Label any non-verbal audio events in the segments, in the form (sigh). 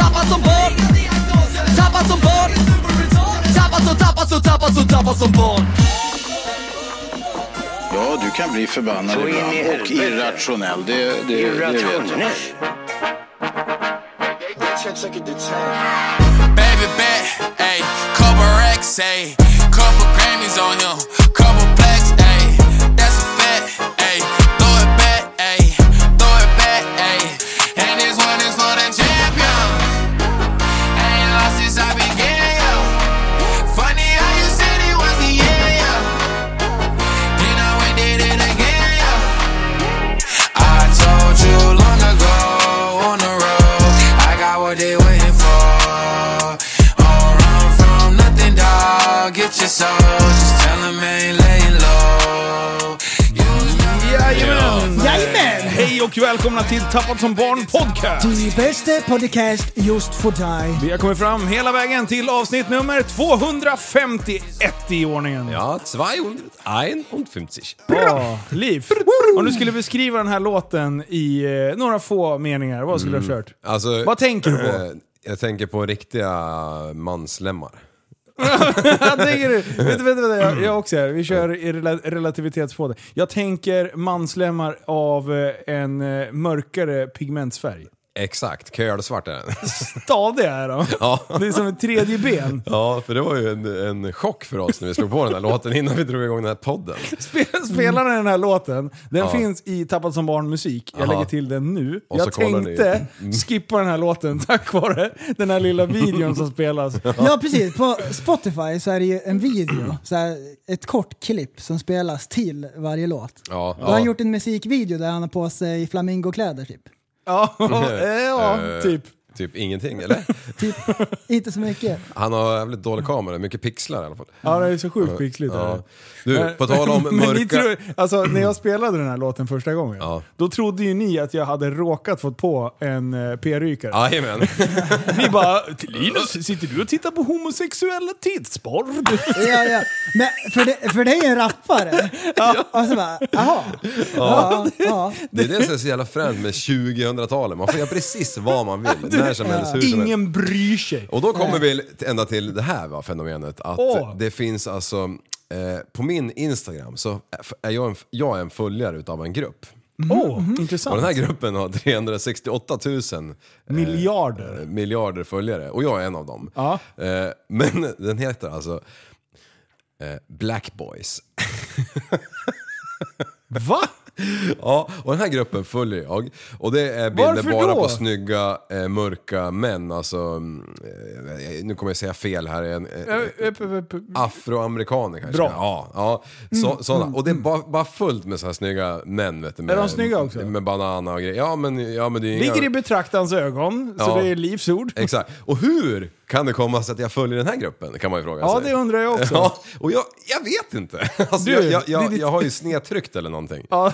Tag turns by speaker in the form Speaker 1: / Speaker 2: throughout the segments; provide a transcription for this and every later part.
Speaker 1: Tappad som barn Tappad som barn Tappad som, tappad som, tappad som, tappad som barn
Speaker 2: Ja, du kan bli förbannad
Speaker 3: Så in i
Speaker 2: ibland och
Speaker 3: helvete.
Speaker 2: irrationell. Det, det, det vet jag.
Speaker 3: Irrationell.
Speaker 4: baby back, ayy. Couple racks, ayy. Couple Grammys on him, couple plaques, ayy. That's a fact, ayy. Throw it back, ayy. Throw it back, ayy. And this one is for the champion. Ain't lost since I began, yo. Funny how you said it was the end, yo. Then I went did it again, yo. I told you long ago on the road, I got what they waiting for. Don't run from nothing, dog. Get your soul. Just tell 'em I ain't laying low. Use my
Speaker 5: Jajamän!
Speaker 6: Jajamän!
Speaker 5: Hej och välkomna till Tappat som barn podcast!
Speaker 6: Die bästa podcast just för dig.
Speaker 5: Vi har kommit fram hela vägen till avsnitt nummer 251 i ordningen.
Speaker 7: Ja, 251.
Speaker 5: Ja, Liv, om du skulle beskriva den här låten i eh, några få meningar, vad skulle du ha kört?
Speaker 7: Alltså,
Speaker 5: Vad tänker du på?
Speaker 7: eh, jag tänker på riktiga manslemmar.
Speaker 5: (laughs) Jag tänker,
Speaker 7: (laughs)
Speaker 5: vänta, vänta, vänta, jag, jag också här. Vi kör i rela- relativitetspodden. Jag tänker manslemmar av eh, en eh, mörkare pigmentsfärg.
Speaker 7: Exakt, kölsvart är den.
Speaker 5: Stadiga är de.
Speaker 7: Ja.
Speaker 5: Det är som ett tredje ben.
Speaker 7: (laughs) ja, för det var ju en, en chock för oss när vi slog på den här låten innan vi drog igång den här podden.
Speaker 5: Spe- Spelar den här låten, den finns i Tappad som barn musik. Jag
Speaker 7: Aha.
Speaker 5: lägger till den nu.
Speaker 7: Och så
Speaker 5: jag
Speaker 7: kollar ni. Mm.
Speaker 5: tänkte skippa den här låten (laughs) tack vare den här lilla videon som spelas.
Speaker 6: Ja precis, på Spotify så är det ju en video, så här, ett kort klipp som spelas till varje låt.
Speaker 7: Ja,
Speaker 6: Då har han
Speaker 7: ja.
Speaker 6: gjort en musikvideo där han har på sig flamingokläder typ.
Speaker 5: Ja, eh, ja
Speaker 7: Eh,
Speaker 5: typ.
Speaker 7: Typ ingenting, eller?
Speaker 6: typ. Inte så mycket.
Speaker 7: Han har jävligt dålig kamera, mycket pixlar i alla fall.
Speaker 5: Ja, det är så sjukt pixligt.
Speaker 7: eh, Ja.
Speaker 5: Ja.
Speaker 7: Du, på tal (laughs) om
Speaker 5: Men ni tror,
Speaker 7: mörka...
Speaker 5: alltså, när jag spelade den här låten första gången,
Speaker 7: Ja.
Speaker 5: då trodde ju ni att jag hade råkat fått på en eh, p-rykare.
Speaker 7: Jajamän.
Speaker 5: Ni bara “Linus, sitter du och tittar på homosexuella tidsporr?”
Speaker 6: Ja, ja. Men för, det, för dig är en rappare. Och så bara, jaha. Ja, ja.
Speaker 7: Det är det som är så jävla fränt med 2000-talet. Man får göra precis vad man
Speaker 5: (laughs)
Speaker 7: vill, när som helst, hur som helst.
Speaker 5: Ingen bryr sig.
Speaker 7: Och då kommer vi ända till det här va, fenomenet. Att
Speaker 5: Eh. Åh.
Speaker 7: det finns alltså, eh, på min Instagram så är jag en, jag är en följare utav en grupp.
Speaker 5: Åh,
Speaker 7: Mm. Och
Speaker 5: intressant.
Speaker 7: den här gruppen har (laughs) 368 000 eh,
Speaker 5: Miljarder.
Speaker 7: miljarder följare. Och jag är en av dem.
Speaker 5: Ja.
Speaker 7: Eh, men (laughs) den heter alltså eh, Black Boys. (laughs)
Speaker 5: Va?
Speaker 7: Ja, och den här gruppen följer jag. Och det är bilder
Speaker 5: Varför
Speaker 7: bara
Speaker 5: då?
Speaker 7: på snygga, eh, mörka män. Alltså, mm, eh, nu kommer jag säga fel här. En, eh, Afroamerikaner kanske?
Speaker 5: Bra. Mm.
Speaker 7: Ja, ja. Så, sådana. Och det är bara, bara fullt med sådana snygga män vet du. Med,
Speaker 5: de snygga också?
Speaker 7: Med banana och grejer. Ja men, ja, men det är ju inga...
Speaker 5: Ligger i betraktarens ögon, så
Speaker 7: Ja.
Speaker 5: det är Livs ord.
Speaker 7: Exakt. Och hur kan det komma sig att jag följer den här gruppen? Kan man ju fråga
Speaker 5: Ja,
Speaker 7: sig.
Speaker 5: det undrar jag
Speaker 7: (laughs)
Speaker 5: också.
Speaker 7: Ja, och jag, jag vet inte. (laughs) Alltså,
Speaker 5: Du,
Speaker 7: jag, jag,
Speaker 5: det är
Speaker 7: jag,
Speaker 5: ditt-
Speaker 7: jag har ju snedtryckt eller någonting.
Speaker 5: Ja,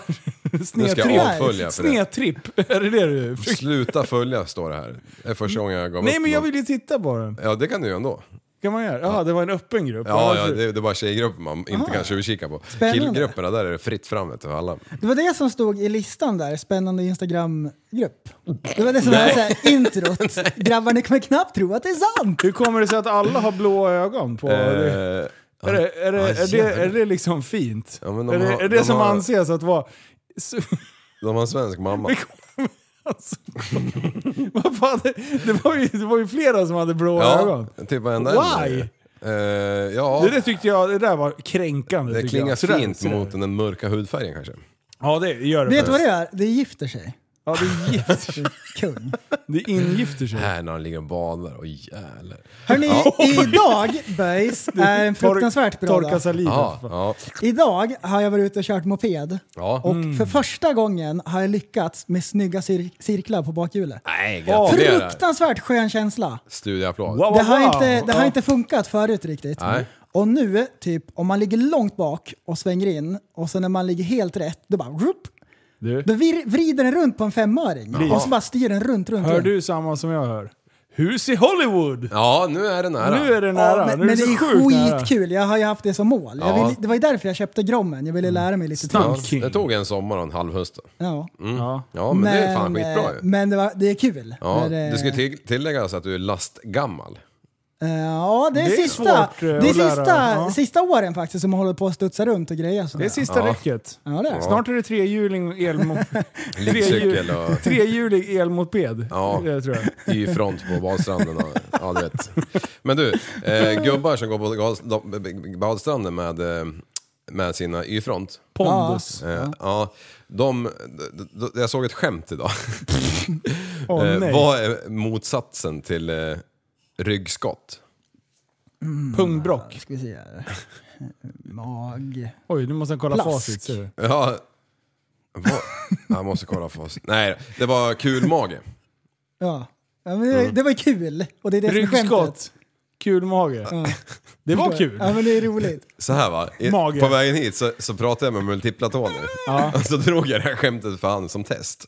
Speaker 7: jag avfölja
Speaker 5: snedtripp.
Speaker 7: för det.
Speaker 5: Snedtripp, är det det du försöker-
Speaker 7: Sluta följa står det här. Det är första gången jag gav
Speaker 5: Nej
Speaker 7: upp
Speaker 5: men jag
Speaker 7: något.
Speaker 5: vill ju titta på den.
Speaker 7: Ja, det kan du ju ändå.
Speaker 5: kan man göra? Jaha, det var en öppen grupp.
Speaker 7: Ja, ja det, det är bara tjejgrupper man inte kan tjuvkika på.
Speaker 6: Spännande.
Speaker 7: Killgrupperna, där är det fritt fram vet du, för alla.
Speaker 6: Det var det som stod i listan där, spännande Instagramgrupp. Det var det som var så här,
Speaker 5: (laughs)
Speaker 6: introt. Grabbar, ni kommer knappt tro att det är sant!
Speaker 5: Hur kommer det sig att alla har blå ögon på... det?
Speaker 7: Eh,
Speaker 5: Är det, är, det, är, det, är det liksom fint?
Speaker 7: Ja, men de
Speaker 5: är det,
Speaker 7: har-
Speaker 5: är det
Speaker 7: de
Speaker 5: som
Speaker 7: har-
Speaker 5: anses att vara... Så,
Speaker 7: De har en
Speaker 5: (laughs)
Speaker 7: svensk mamma.
Speaker 5: alltså, (laughs) vad fan, det, det, var ju, det var ju flera som hade blå ögon.
Speaker 7: typ varenda äldre.
Speaker 5: Why?
Speaker 7: Eh, ja,
Speaker 5: Det
Speaker 7: det,
Speaker 5: där tyckte jag det där var kränkande. tycker
Speaker 7: klingar
Speaker 5: jag. Sådär,
Speaker 7: fint
Speaker 5: sådär.
Speaker 7: mot den mörka hudfärgen kanske.
Speaker 5: Ja, det gör det.
Speaker 6: Vet du vad
Speaker 5: faktiskt.
Speaker 6: det är? Det gifter sig.
Speaker 5: Ja, det gifter sig.
Speaker 6: (laughs) Kung.
Speaker 5: Det ingifter sig.
Speaker 7: Här när han ligger och badar, och jävlar.
Speaker 6: Hörni, idag
Speaker 5: (laughs)
Speaker 6: böjs är Äh, en fruktansvärt bra
Speaker 5: Torka
Speaker 6: dag.
Speaker 5: saliven.
Speaker 7: Ja,
Speaker 5: för fan.
Speaker 7: ja,
Speaker 6: Idag har jag varit ute och kört moped
Speaker 7: ja.
Speaker 6: och
Speaker 5: Mm.
Speaker 6: för första gången har jag lyckats med snygga cir- cirklar på bakhjulet.
Speaker 7: Nej, gratulerar.
Speaker 6: Fruktansvärt skön känsla.
Speaker 7: Studioapplåd.
Speaker 5: Wow,
Speaker 6: Det har,
Speaker 5: wow.
Speaker 6: inte, det har
Speaker 5: Ja.
Speaker 6: inte funkat förut riktigt.
Speaker 7: Nej.
Speaker 6: Och nu, typ, om man ligger långt bak och svänger in och sen när man ligger helt rätt, då bara rup,
Speaker 5: Du,
Speaker 6: Då vir- vrider den runt på en femöring. Och så bara styr den runt, runt,
Speaker 5: hör
Speaker 6: runt.
Speaker 5: du samma som jag hör? Hus i Hollywood!
Speaker 7: Ja, nu är det nära.
Speaker 5: Nu är det nära.
Speaker 6: Ja, men,
Speaker 5: nu är
Speaker 6: men det
Speaker 5: så
Speaker 6: är
Speaker 5: sjukt nära.
Speaker 6: skitkul. Jag har ju haft det som mål. Jag
Speaker 7: Ja.
Speaker 6: vill, det var ju därför jag köpte Grommen. Jag ville
Speaker 5: Mm.
Speaker 6: lära mig lite
Speaker 5: Stan-
Speaker 7: Ja,
Speaker 6: tricks.
Speaker 5: King.
Speaker 7: det tog en sommar och en halv höst.
Speaker 6: Ja.
Speaker 5: Ja.
Speaker 7: Ja, men, det är fan
Speaker 6: Men,
Speaker 7: skitbra
Speaker 6: eh,
Speaker 7: ju.
Speaker 6: Men det, var, det är kul.
Speaker 7: Ja,
Speaker 6: När det-
Speaker 7: det ska till- tilläggas att du är lastgammal.
Speaker 6: Eh, Ja, det är,
Speaker 5: Det är
Speaker 6: sista,
Speaker 5: svårt, eh,
Speaker 6: det är
Speaker 5: att lära.
Speaker 6: sista,
Speaker 5: Ja.
Speaker 6: sista åren faktiskt som man håller på att studsa runt och grejer.
Speaker 5: Det är sista
Speaker 7: Ja.
Speaker 5: räcket.
Speaker 6: Ja, det är. det.
Speaker 5: Snart är det trehjuling och elmo-
Speaker 7: (laughs) Liggcykel
Speaker 5: Trehjul-
Speaker 7: och
Speaker 5: Trehjulig elmoped.
Speaker 7: Ja.
Speaker 5: Det tror jag.
Speaker 7: Y-front på badstranden. och- Ja, du vet. Men du, eh, gubbar som går på gas- de- badstranden med, eh, med sina Y-front.
Speaker 5: Pondus.
Speaker 7: Eh, ja. de, d- d- jag såg ett skämt idag.
Speaker 5: (laughs) Åh nej.
Speaker 7: eh, vad är motsatsen till eh, ryggskott?
Speaker 6: Mm.
Speaker 5: Pungbrock.
Speaker 6: Ska vi se (laughs) här. Mag...
Speaker 5: Oj, nu måste jag kolla
Speaker 6: Plask.
Speaker 5: facit. Ser du.
Speaker 7: Ja, vad? Jag måste kolla för oss. Nej, det var kulmage.
Speaker 6: Ja. ja men det, det var ju kul. Och det är det som är skämtet.
Speaker 5: Ryggskott. Kul mage. Det var kul.
Speaker 6: Mm. Ja, men det är roligt.
Speaker 7: Så här va, I,
Speaker 5: Mage.
Speaker 7: på vägen hit så, så pratade jag med multiplatoner.
Speaker 5: Ja.
Speaker 7: Och (laughs) så drog jag det här skämtet för han som test.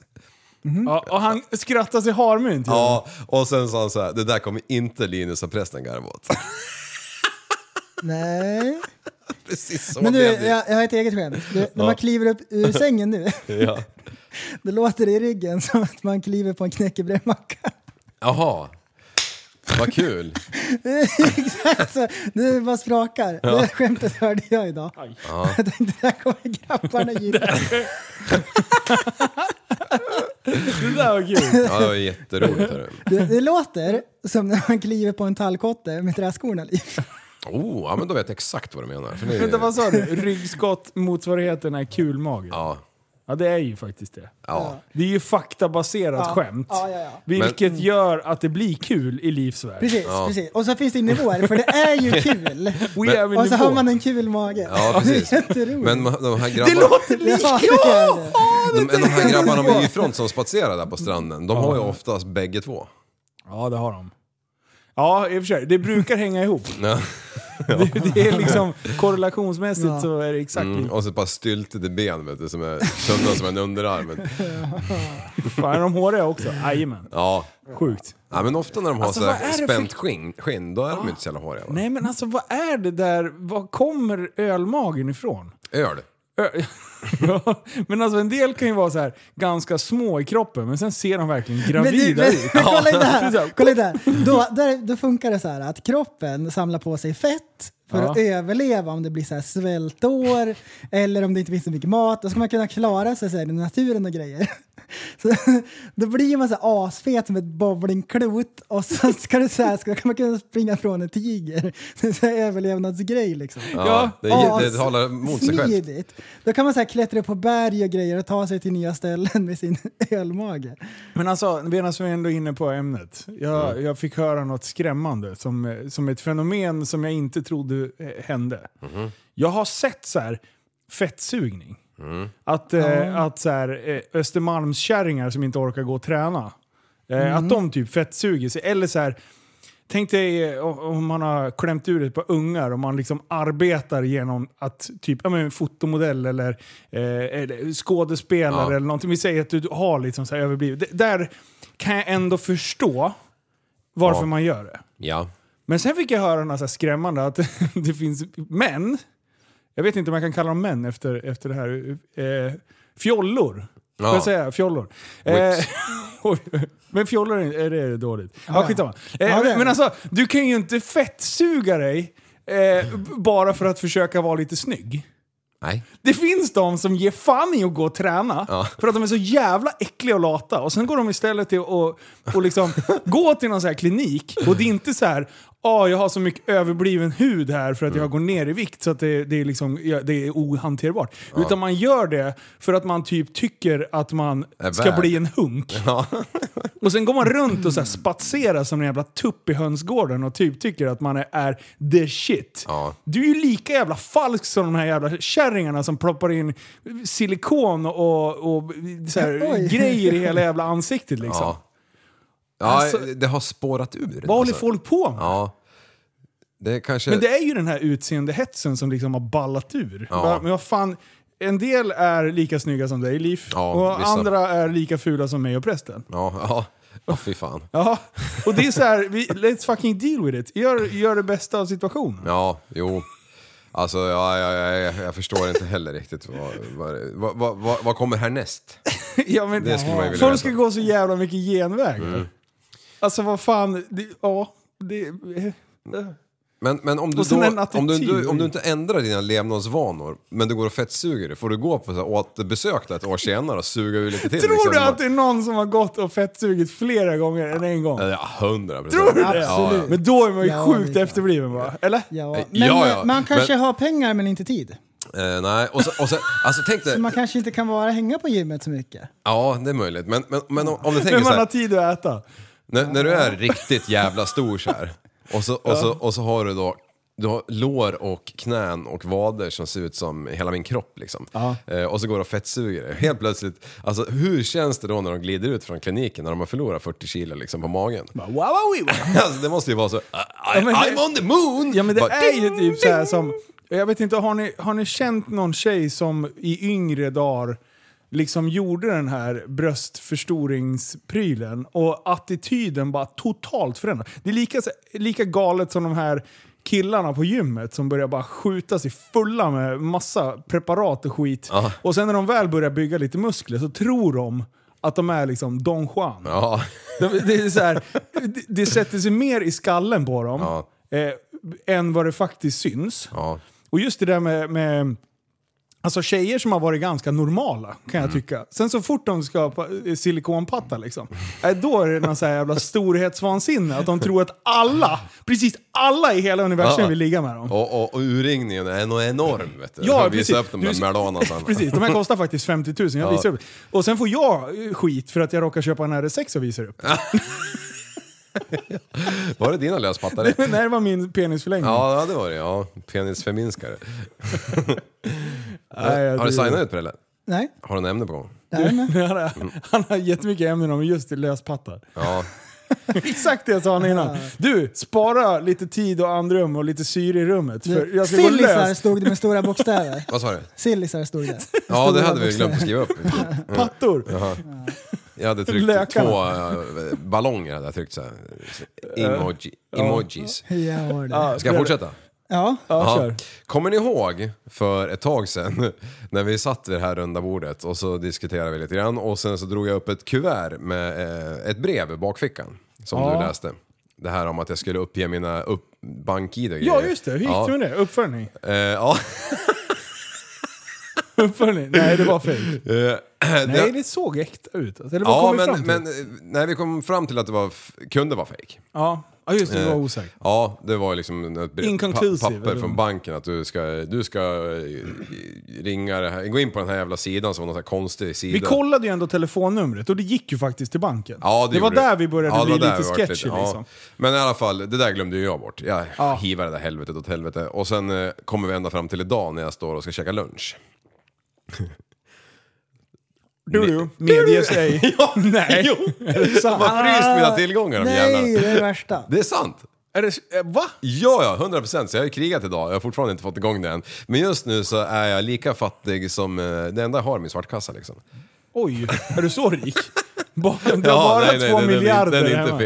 Speaker 5: Ja, och han skrattar sig harmynt. ju.
Speaker 7: Ja, och sen sa han så här, det där kommer inte Linus och prästen garva åt. (laughs)
Speaker 6: (laughs) Nej.
Speaker 7: Precis så
Speaker 6: Men du,
Speaker 7: blev det.
Speaker 6: jag, jag har ett eget skämt. Du, när man kliver upp (laughs) ur sängen nu,
Speaker 7: Ja.
Speaker 6: då låter det i ryggen som att man kliver på en knäckebrödmacka.
Speaker 7: Jaha, vad kul.
Speaker 6: (laughs) alltså, det bara sprakar. Det skämtet hörde jag idag. (laughs) Jag tänkte, där kommer grabbarna (laughs) gilla.
Speaker 5: Det där var
Speaker 6: (laughs)
Speaker 5: kul.
Speaker 7: Ja, det var jätteroligt. hörru.
Speaker 6: Det, det låter som när man kliver på en tallkotte med träskorna i.
Speaker 7: Oh, ja, men då vet jag exakt vad du menar. För nu,
Speaker 5: Vänta, vad sa du? Ryggskott, motsvarigheten är kulmage. Ja.
Speaker 7: Ja,
Speaker 5: det är ju faktiskt det.
Speaker 7: ja.
Speaker 5: Det är ju faktabaserat
Speaker 6: Ja.
Speaker 5: skämt.
Speaker 6: Ja, ja, ja.
Speaker 5: Vilket gör att det blir kul i Livs värld.
Speaker 6: Precis, precis. Och så finns det nivåer, för det är ju kul.
Speaker 5: (laughs) We have a
Speaker 6: Och så
Speaker 5: nivå.
Speaker 6: har man en kul mage.
Speaker 7: Ja, precis.
Speaker 6: (laughs) Det är jätteroligt.
Speaker 7: Men ma- de här
Speaker 5: Det
Speaker 7: grabbarna,
Speaker 5: låter
Speaker 6: Ja,
Speaker 5: lite...
Speaker 6: det är det.
Speaker 7: de, men de här grabbarna med Y-front som spatserar där på stranden, de har ju oftast bägge två.
Speaker 5: Ja, det har de. Ja, i och för sig. Det brukar hänga ihop.
Speaker 7: Ja.
Speaker 5: Det, (laughs) det är liksom korrelationsmässigt
Speaker 6: Ja.
Speaker 5: så är det exakt
Speaker 7: Mm,
Speaker 5: lika.
Speaker 7: och så ett par styltade ben vet du, som är tunna som en underarm.
Speaker 5: Fan, är de håriga också? Jajamän.
Speaker 7: Ja.
Speaker 5: Sjukt.
Speaker 7: ja, men ofta när de har
Speaker 5: Alltså,
Speaker 7: så
Speaker 5: vad är
Speaker 7: här
Speaker 5: det för-
Speaker 7: spänt skinn, skinn, då är de inte så jävla håriga. Va?
Speaker 5: Nej men alltså vad är det där, var kommer ölmagen ifrån?
Speaker 7: Öl.
Speaker 5: Ö- (laughs) Ja, men alltså en del kan ju vara så här ganska små i kroppen men sen ser de verkligen
Speaker 6: Men du,
Speaker 5: gravida
Speaker 6: men,
Speaker 5: ut.
Speaker 6: (laughs) kolla in det
Speaker 5: Det är så
Speaker 6: här.
Speaker 5: här,
Speaker 6: Kolla in det här. Då, där, då funkar det så här att kroppen samlar på sig fett för
Speaker 5: Ja.
Speaker 6: att överleva om det blir så här svältår eller om det inte finns så mycket mat. Då ska man kunna klara sig så här, i naturen och grejer. (laughs) Så, då blir man så här asfet som ett bowlingklot och så ska, det så här, ska kan man kunna springa från en tiger. (laughs) Det är så här överlevnadsgrej liksom.
Speaker 7: Ja, det,
Speaker 6: Ja,
Speaker 7: det talar mot sig själv.
Speaker 6: Smidigt. Då kan man så här klättra upp på berg och grejer och ta sig till nya ställen med sin (laughs) ölmage.
Speaker 5: (laughs) Men alltså, medan vi ändå är inne på ämnet. Jag, jag fick höra något skrämmande som, eh, som ett fenomen som jag inte trodde eh, hände. Jag har sett så här fettsugning. Att, eh, att så här, eh, Östermalmskärringar som inte orkar gå och träna, eh, att de typ fettsuger sig. Eller så här, Tänk dig eh, om- om man har klämt ur ett par ungar och man liksom arbetar genom att typ, ja men fotomodell eller, eh, eller skådespelare
Speaker 7: Ja.
Speaker 5: eller någonting. Vi säger att du har liksom så här överblivit. D- Där kan jag ändå förstå varför
Speaker 7: Ja.
Speaker 5: man gör det.
Speaker 7: Ja.
Speaker 5: Men sen fick jag höra något så här skrämmande att (laughs) det finns män, jag vet inte om jag kan kalla dem män efter, efter det här, eh, fjollor. Får
Speaker 7: Ja.
Speaker 5: jag säga fjollor? Eh,
Speaker 7: Whips.
Speaker 5: oj, men fjollor är, är det dåligt. Ja, skitsamma. Eh,
Speaker 6: Ja, det är
Speaker 5: men
Speaker 6: det.
Speaker 5: alltså, du kan ju inte fettsuga dig eh, b- bara för att försöka vara lite snygg.
Speaker 7: Nej.
Speaker 5: Det finns de som ger fan i att gå och träna
Speaker 7: Ja.
Speaker 5: för att de är så jävla äckliga och
Speaker 6: (laughs)
Speaker 5: lata. Och sen går de istället till att och, och liksom gå till någon så här klinik och det är inte så här åh, jag har så mycket överbliven hud här för att
Speaker 7: Mm.
Speaker 5: jag går ner i vikt så att det, det, är, liksom, ja, det är ohanterbart. Utan man gör det för att man typ tycker att man
Speaker 7: Är
Speaker 5: ska
Speaker 7: värd.
Speaker 5: bli en
Speaker 7: (laughs)
Speaker 5: hunk. Och sen går man runt och så här spatserar som en jävla tupp i hönsgården och typ tycker att man är, är the shit.
Speaker 7: Ja.
Speaker 5: Du är ju lika jävla falsk som de här jävla kärringarna som proppar in silikon och, och så här,
Speaker 6: Oj.
Speaker 5: grejer i hela jävla ansiktet liksom.
Speaker 7: Ja. Ja,
Speaker 5: Alltså-
Speaker 7: det har spårat ur.
Speaker 5: Vad håller
Speaker 7: alltså.
Speaker 5: folk på med?
Speaker 7: Ja. Det är kanske...
Speaker 5: Men det är ju den här utseendehetsen som liksom har ballat ur.
Speaker 7: Ja.
Speaker 5: Va? Men vad fan, en del är lika snygga som dig, Liv.
Speaker 7: Ja,
Speaker 5: och
Speaker 7: vissa.
Speaker 5: andra är lika fula som mig och prästen.
Speaker 7: Ja, ja. Ja, fy fan.
Speaker 5: Ja, och det är så här, vi, let's fucking deal with it. Gör, gör det bästa av situationen.
Speaker 7: Ja, jo. Alltså, ja, ja, ja, jag, jag förstår inte heller riktigt vad, vad, vad, vad, vad, vad kommer härnäst?
Speaker 5: (laughs) Ja, men,
Speaker 7: Det skulle man ju vilja
Speaker 5: folk
Speaker 7: veta. Mm.
Speaker 5: ska gå så jävla mycket genvägar. Alltså vad fan, det, ja. Det, (laughs)
Speaker 7: Men, men om, du
Speaker 5: Och sen
Speaker 7: då,
Speaker 5: en
Speaker 7: om, du,
Speaker 5: attityd.
Speaker 7: du, om du inte ändrar dina levnadsvanor, men du går och fettsuger dig, får du gå på så här återbesök där ett år senare och suga ur lite till?
Speaker 5: tror
Speaker 7: liksom?
Speaker 5: du att det är någon som har gått och fettsugit flera gånger än en gång?
Speaker 7: Ja, hundra procent.
Speaker 5: Tror du det?
Speaker 7: Ja, ja.
Speaker 5: Men då är man ju
Speaker 6: Ja, det är
Speaker 5: sjukt
Speaker 6: klart.
Speaker 5: efterbliven va? Eller?
Speaker 6: Ja.
Speaker 7: Eh,
Speaker 6: Men
Speaker 7: ja, ja.
Speaker 6: man kanske
Speaker 7: Men-
Speaker 6: har pengar men inte tid.
Speaker 7: Eh, nej, och så, och så, alltså tänk
Speaker 6: Så
Speaker 7: dig,
Speaker 6: man kanske inte kan vara hänga på gymmet så mycket.
Speaker 7: ja det är möjligt, men, men, men om,
Speaker 5: (laughs)
Speaker 7: om du tänker
Speaker 5: Men
Speaker 7: så
Speaker 5: man har
Speaker 7: här,
Speaker 5: tid att äta.
Speaker 7: när, när du är riktigt jävla stor så här, och så, och så, och så har du då du har lår och knän och vader som ser ut som hela min kropp liksom. Eh, och så går de och fettsuger det. Helt plötsligt, alltså hur känns det då när de glider ut från kliniken när de har förlorat 40 kilo liksom på magen?
Speaker 5: Wow, wow, wow.
Speaker 7: (laughs) Alltså det måste ju vara så, I, I,
Speaker 5: men-
Speaker 7: I'm on the moon!
Speaker 5: Ja men det
Speaker 7: Bara,
Speaker 5: är ju
Speaker 7: ding,
Speaker 5: typ så här
Speaker 7: ding.
Speaker 5: som, jag vet inte, har ni, har ni känt någon tjej som i yngre dagar liksom gjorde den här bröstförstoringsprylen och attityden bara totalt förändrad. Det är lika, lika galet som de här killarna på gymmet som börjar bara skjuta sig fulla med massa preparat och skit. Och sen när de väl börjar bygga lite muskler så tror de att de är liksom Don Juan.
Speaker 7: Ja,
Speaker 5: De, det, är så här, det, det sätter sig mer i skallen på dem eh, än vad det faktiskt syns.
Speaker 7: ja.
Speaker 5: Och just det där med, med alltså tjejer som har varit ganska normala, kan
Speaker 7: Mm.
Speaker 5: jag tycka. Sen så fort de ska ha pa- eh, silikonpatta, liksom, eh, då är det någon så här jävla storhetsvansinne. Att de tror att alla, precis alla i hela universum
Speaker 7: Ja.
Speaker 5: vill ligga med dem.
Speaker 7: Och, och, och urringningen är nog enorm vet du.
Speaker 5: Ja,
Speaker 7: Jag
Speaker 5: precis.
Speaker 7: Visa upp de
Speaker 5: Du-
Speaker 7: där melana sen.
Speaker 5: (laughs) Precis, de här kostar faktiskt 50 000. Jag visar upp. Och sen får jag eh, skit för att jag råkar köpa en RS6 och visar upp.
Speaker 7: Var det dina löspattare?
Speaker 5: Men (laughs) (laughs) det här var min penisförlängning.
Speaker 7: Ja, det var det. Ja. Penisförminskare.
Speaker 5: Nej, jag
Speaker 7: har du
Speaker 5: tror-
Speaker 7: signat ut på det eller?
Speaker 6: Nej,
Speaker 7: Har du en ämne på gång?
Speaker 6: nej men.
Speaker 5: Han har,
Speaker 7: Mm.
Speaker 5: han har jättemycket ämnen om just löspattar. (laughs)
Speaker 7: Ja.
Speaker 5: Exakt det jag sa innan. Du, spara lite tid och andrum och lite syre i rummet. (laughs) För jag ska gå
Speaker 6: Sillisar
Speaker 5: lös.
Speaker 6: stod det
Speaker 5: (laughs)
Speaker 6: med stora bokstäver.
Speaker 7: Vad sa du?
Speaker 6: Sillisar stod det.
Speaker 7: Ja, det
Speaker 6: Stora
Speaker 7: hade vi
Speaker 6: bokstäver.
Speaker 7: glömt att skriva upp.
Speaker 5: Pattor.
Speaker 7: Jag hade tryckt
Speaker 5: Lökarna.
Speaker 7: två eh, ballonger. Hade jag tryckt så här. Emoji, emojis.
Speaker 6: Ja, var det.
Speaker 7: Ska jag fortsätta?
Speaker 6: ja.
Speaker 5: Ja,
Speaker 7: Ja.
Speaker 5: kör.
Speaker 7: Kommer ni ihåg för ett tag sedan (laughs) när vi satt vid det här runda bordet och så diskuterade vi lite grann och sen så drog jag upp ett kuvert med eh, ett brev i bakfickan som
Speaker 5: Ja.
Speaker 7: du läste. Det här om att jag skulle uppge mina upp bank-id och
Speaker 5: Ja,
Speaker 7: grejer.
Speaker 5: just det. Hur gick
Speaker 7: ja.
Speaker 5: det med det? Uppföljning. (laughs)
Speaker 7: Eh, ja. (laughs)
Speaker 5: Uppföljning. Nej, det var fejk.
Speaker 7: Eh,
Speaker 5: Nej, det såg äkta ut. Eller vad
Speaker 7: ja,
Speaker 5: kom vi fram
Speaker 7: men,
Speaker 5: till?
Speaker 7: men eh, nej, vi kom fram till att det var, f- kunde vara fake.
Speaker 5: Ja. ja, just det. Det var
Speaker 7: Eh,
Speaker 5: osäkert.
Speaker 7: Ja, det var liksom ett brev-
Speaker 5: Inconclusive,
Speaker 7: pa- papper
Speaker 5: eller?
Speaker 7: från banken att du ska, du ska eh, ringa det här, gå in på den här jävla sidan som var någon sån här konstig sida.
Speaker 5: Vi kollade ju ändå telefonnumret och det gick ju faktiskt till banken.
Speaker 7: Ja,
Speaker 5: det var
Speaker 7: gjorde
Speaker 5: där vi började
Speaker 7: Ja, det
Speaker 5: bli
Speaker 7: var där
Speaker 5: lite
Speaker 7: vi vart
Speaker 5: sketchy
Speaker 7: ja.
Speaker 5: liksom.
Speaker 7: Men i alla fall, det där glömde ju jag bort. Jag
Speaker 5: Ja.
Speaker 7: hivade det där helvetet åt helvete. Och sen eh, kommer vi ända fram till idag när jag står och ska käka lunch.
Speaker 5: Du, du. Medges
Speaker 7: (laughs)
Speaker 5: ej. ja, nej. Är det
Speaker 7: De har
Speaker 5: sant?
Speaker 7: fryst mina tillgångar de
Speaker 6: Nej,
Speaker 7: jävlarna.
Speaker 6: det är det värsta.
Speaker 7: Det är sant!
Speaker 5: Är det, eh, va?
Speaker 7: Ja, ja, 100 procent. Så jag har ju krigat idag. Jag har fortfarande inte fått igång det än. Men just nu så är jag lika fattig som... eh, Det enda jag har är min svartkassa liksom.
Speaker 5: Oj, är du så
Speaker 7: (laughs)
Speaker 5: rik? Bara, du har bara två
Speaker 7: den är inte-
Speaker 5: miljarder
Speaker 7: Den är inte
Speaker 5: hemma.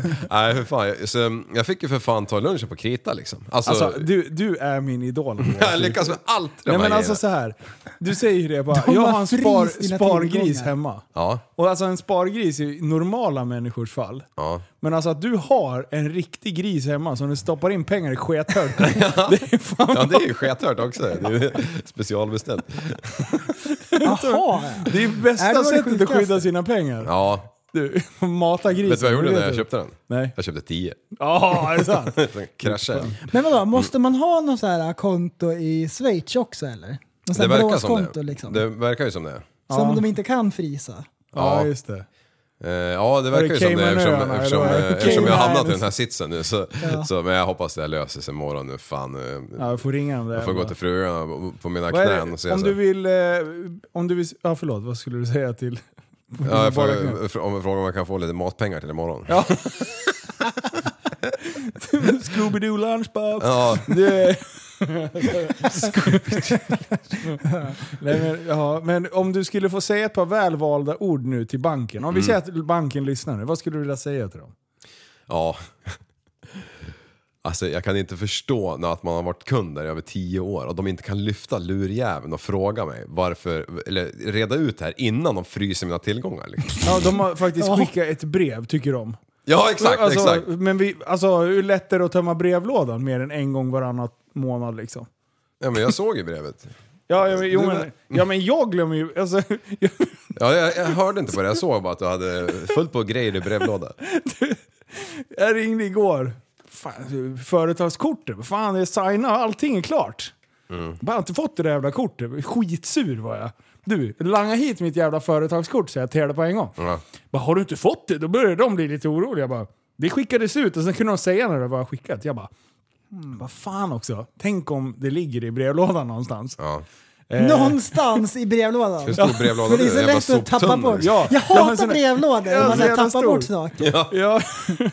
Speaker 7: fet. Eh, Nej, för fan. Jag, så, um, jag fick ju för fan ta lunchen på krita liksom. Alltså,
Speaker 5: Alltså, du, du är min idol.
Speaker 7: (laughs) jag lyckas med allt i de
Speaker 5: Nej
Speaker 7: här
Speaker 5: men alltså
Speaker 7: grejerna.
Speaker 5: så här. Du säger ju det bara.
Speaker 6: De
Speaker 5: jag har
Speaker 6: har
Speaker 5: en spar,
Speaker 6: fryst dina
Speaker 5: spargris
Speaker 6: tillgångar.
Speaker 5: hemma.
Speaker 7: Ja.
Speaker 5: Och alltså en spargris i normala människors fall.
Speaker 7: Ja.
Speaker 5: Men alltså att du har en riktig gris hemma som du stoppar in pengar i skethög. (laughs) Det är fan
Speaker 7: (laughs) Ja, det är ju skethört också. Det är (laughs) ju specialbeställt.
Speaker 6: Jaha!
Speaker 5: det är bästa
Speaker 6: Är det vad det
Speaker 5: sättet att
Speaker 6: sjukaste?
Speaker 5: skydda sina pengar.
Speaker 7: Ja.
Speaker 5: Du, (laughs) mata grisen.
Speaker 7: Vet du vad jag gjorde
Speaker 5: vet
Speaker 7: när jag
Speaker 5: du.
Speaker 7: köpte den?
Speaker 5: Nej.
Speaker 7: Jag köpte 10.
Speaker 5: Ja, är det
Speaker 7: (laughs)
Speaker 5: sant?
Speaker 7: Sen kraschade jag.
Speaker 6: Men vadå, måste man ha något så här konto i Schweiz också eller? Något
Speaker 7: Det
Speaker 6: sånt
Speaker 7: verkar som
Speaker 6: konto
Speaker 7: det.
Speaker 6: liksom.
Speaker 7: Det verkar ju som det.
Speaker 6: Som de inte kan frysa.
Speaker 5: Ja, just det.
Speaker 7: Eh, Ja, det verkar ju som det eftersom,
Speaker 5: Caymanöarna,
Speaker 7: eftersom,
Speaker 5: eller vad?
Speaker 7: eh, eftersom jag har hamnat i
Speaker 5: Cayman.
Speaker 7: den här sitsen nu. Så, så, men jag hoppas det här löser sig imorgon nu. Fan, eh,
Speaker 5: Ja, jag får ringa om det.
Speaker 7: jag får gå till frugan och- på mina
Speaker 5: Vad är det-
Speaker 7: knän och säga
Speaker 5: om
Speaker 7: så
Speaker 5: du
Speaker 7: här.
Speaker 5: vill... Eh, om du vill... Ja, förlåt. Vad skulle du säga till...
Speaker 7: Ja, jag får,
Speaker 5: Bara knä.
Speaker 7: fr- om jag frågar om jag kan få lite matpengar till imorgon.
Speaker 5: Ja. Scooby-Doo lunchbox.
Speaker 7: Ja,
Speaker 5: Det... (laughs) Nej, men, ja, men om du skulle få säga ett par välvalda ord nu till banken.
Speaker 7: Mm.
Speaker 5: Om vi säger att banken lyssnar nu, vad skulle du vilja säga till dem?
Speaker 7: ja. Alltså jag kan inte förstå när att man har varit kund där i över tio år och de inte kan lyfta lurjäveln och fråga mig varför, eller reda ut det här innan de fryser mina tillgångar. Liksom.
Speaker 5: Ja, de har faktiskt skickat ett brev, tycker de.
Speaker 7: Ja exakt,
Speaker 5: alltså,
Speaker 7: exakt.
Speaker 5: Men vi, alltså, hur lätt är det att tömma brevlådan mer än en gång varannat månad liksom?
Speaker 7: Ja, men jag såg ju brevet.
Speaker 5: Ja, ja, men, jo,
Speaker 7: Du-
Speaker 5: men, ja, men jag glömmer ju... Alltså, (laughs) jag,
Speaker 7: Ja, jag, jag hörde inte på det, jag såg bara att du hade fullt på grejer i brevlådan.
Speaker 5: jag ringde igår. Fan, företagskortet, vad fan, det är signa, allting är klart.
Speaker 7: Mm.
Speaker 5: Bara har inte fått det där jävla kortet. Skitsur var jag. Du, langa hit mitt jävla företagskort så jag till det på en gång.
Speaker 7: Ja.
Speaker 5: Bara, har du inte fått det? Då började de bli lite oroliga. Jag bara, det skickades ut och sen kunde de säga när det var skickat. Jag bara, hmm, vad fan också. Tänk om det ligger i brevlådan
Speaker 7: (laughs)
Speaker 5: någonstans.
Speaker 7: Ja.
Speaker 5: Eh.
Speaker 6: Någonstans i brevlådan.
Speaker 7: Hur stor brevlåda
Speaker 6: För det är så
Speaker 7: Jävla
Speaker 6: lätt att tappa
Speaker 7: soptunnor.
Speaker 6: bort.
Speaker 5: Ja,
Speaker 6: Jag
Speaker 5: jag har en
Speaker 6: hatar
Speaker 5: sån här-
Speaker 6: brevlådor.
Speaker 5: Jag har
Speaker 6: Man
Speaker 5: en sån
Speaker 6: tappar
Speaker 5: jävla stor.
Speaker 6: bort saker.
Speaker 5: Ja,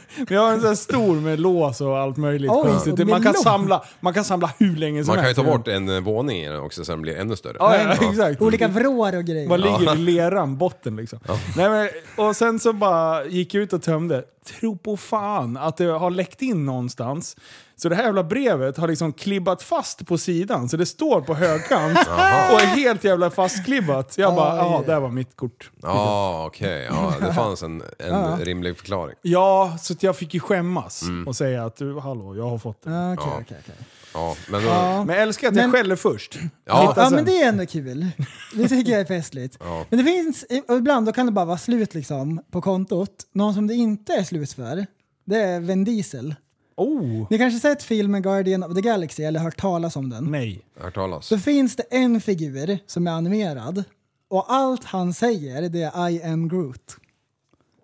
Speaker 5: (laughs) men jag har en sån här stor med lås och allt möjligt
Speaker 6: Oj,
Speaker 5: konstigt.
Speaker 6: med
Speaker 5: Man kan,
Speaker 6: lås.
Speaker 5: samla, man kan samla hur länge som
Speaker 7: Man kan ju
Speaker 5: helst.
Speaker 7: ta bort en eh, våning i den också så den blir ännu större.
Speaker 5: Ja, ja, (laughs) exakt.
Speaker 6: Olika vrår och grejer.
Speaker 5: Vad ligger i leran, botten liksom. Nej, men, och sen så bara gick jag ut och tömde. Tro på fan att det har läckt in någonstans. Så det här jävla brevet har liksom klibbat fast på sidan så det står på
Speaker 7: (laughs)
Speaker 5: högkant och är helt jävla fastklibbat. Så jag bara,
Speaker 6: Aj.
Speaker 5: ja, där var mitt kort.
Speaker 7: Ja, okej. Ja, det fanns en, en rimlig förklaring.
Speaker 5: Ja, så att jag fick ju skämmas
Speaker 7: Mm.
Speaker 5: och säga att du, hallå, jag har fått det.
Speaker 6: Ja, Okej, okej, okej.
Speaker 7: Ja, men,
Speaker 5: Men jag älskar att jag
Speaker 6: Men-
Speaker 5: skäller först.
Speaker 7: ja,
Speaker 5: Titta
Speaker 6: Ja
Speaker 5: sen.
Speaker 6: men det är ändå kul. Det tycker jag är festligt. Men det finns, och ibland då kan det bara vara slut liksom på kontot. Någon som det inte är slut för, det är Vin Diesel.
Speaker 5: Oh!
Speaker 6: Ni kanske sett filmen Guardian of the Galaxy eller hört talas om den?
Speaker 5: Nej.
Speaker 7: jag har hört talas.
Speaker 6: Så finns det en figur som är animerad och allt han säger det är I am Groot.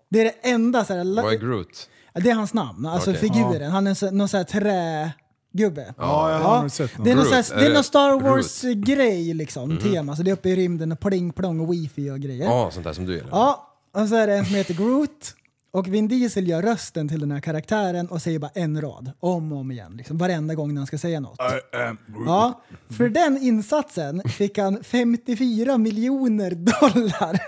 Speaker 6: Det är det enda så här,
Speaker 7: Vad är Groot?
Speaker 6: det är hans namn, alltså
Speaker 7: Okej.
Speaker 6: figuren. Han är så, någon sån här trägubbe.
Speaker 5: Ja, jag har nog sett
Speaker 6: Det är
Speaker 5: någon. Mhm.
Speaker 6: någon, sån
Speaker 7: Groot,
Speaker 6: här, det
Speaker 7: är
Speaker 6: är någon
Speaker 7: det
Speaker 6: Star
Speaker 7: Groot?
Speaker 6: Wars-grej liksom, tema. Så det är uppe i rymden och pling plong och wifi och grejer.
Speaker 7: Ja, sånt där som du gillar.
Speaker 6: Ja, och så är det en som heter Groot. Och Vin Diesel gör rösten till den här karaktären och säger bara en rad om och om igen. Liksom, varenda gång när han ska säga något. Ja, för den insatsen fick han 54
Speaker 5: (laughs)
Speaker 6: miljoner dollar.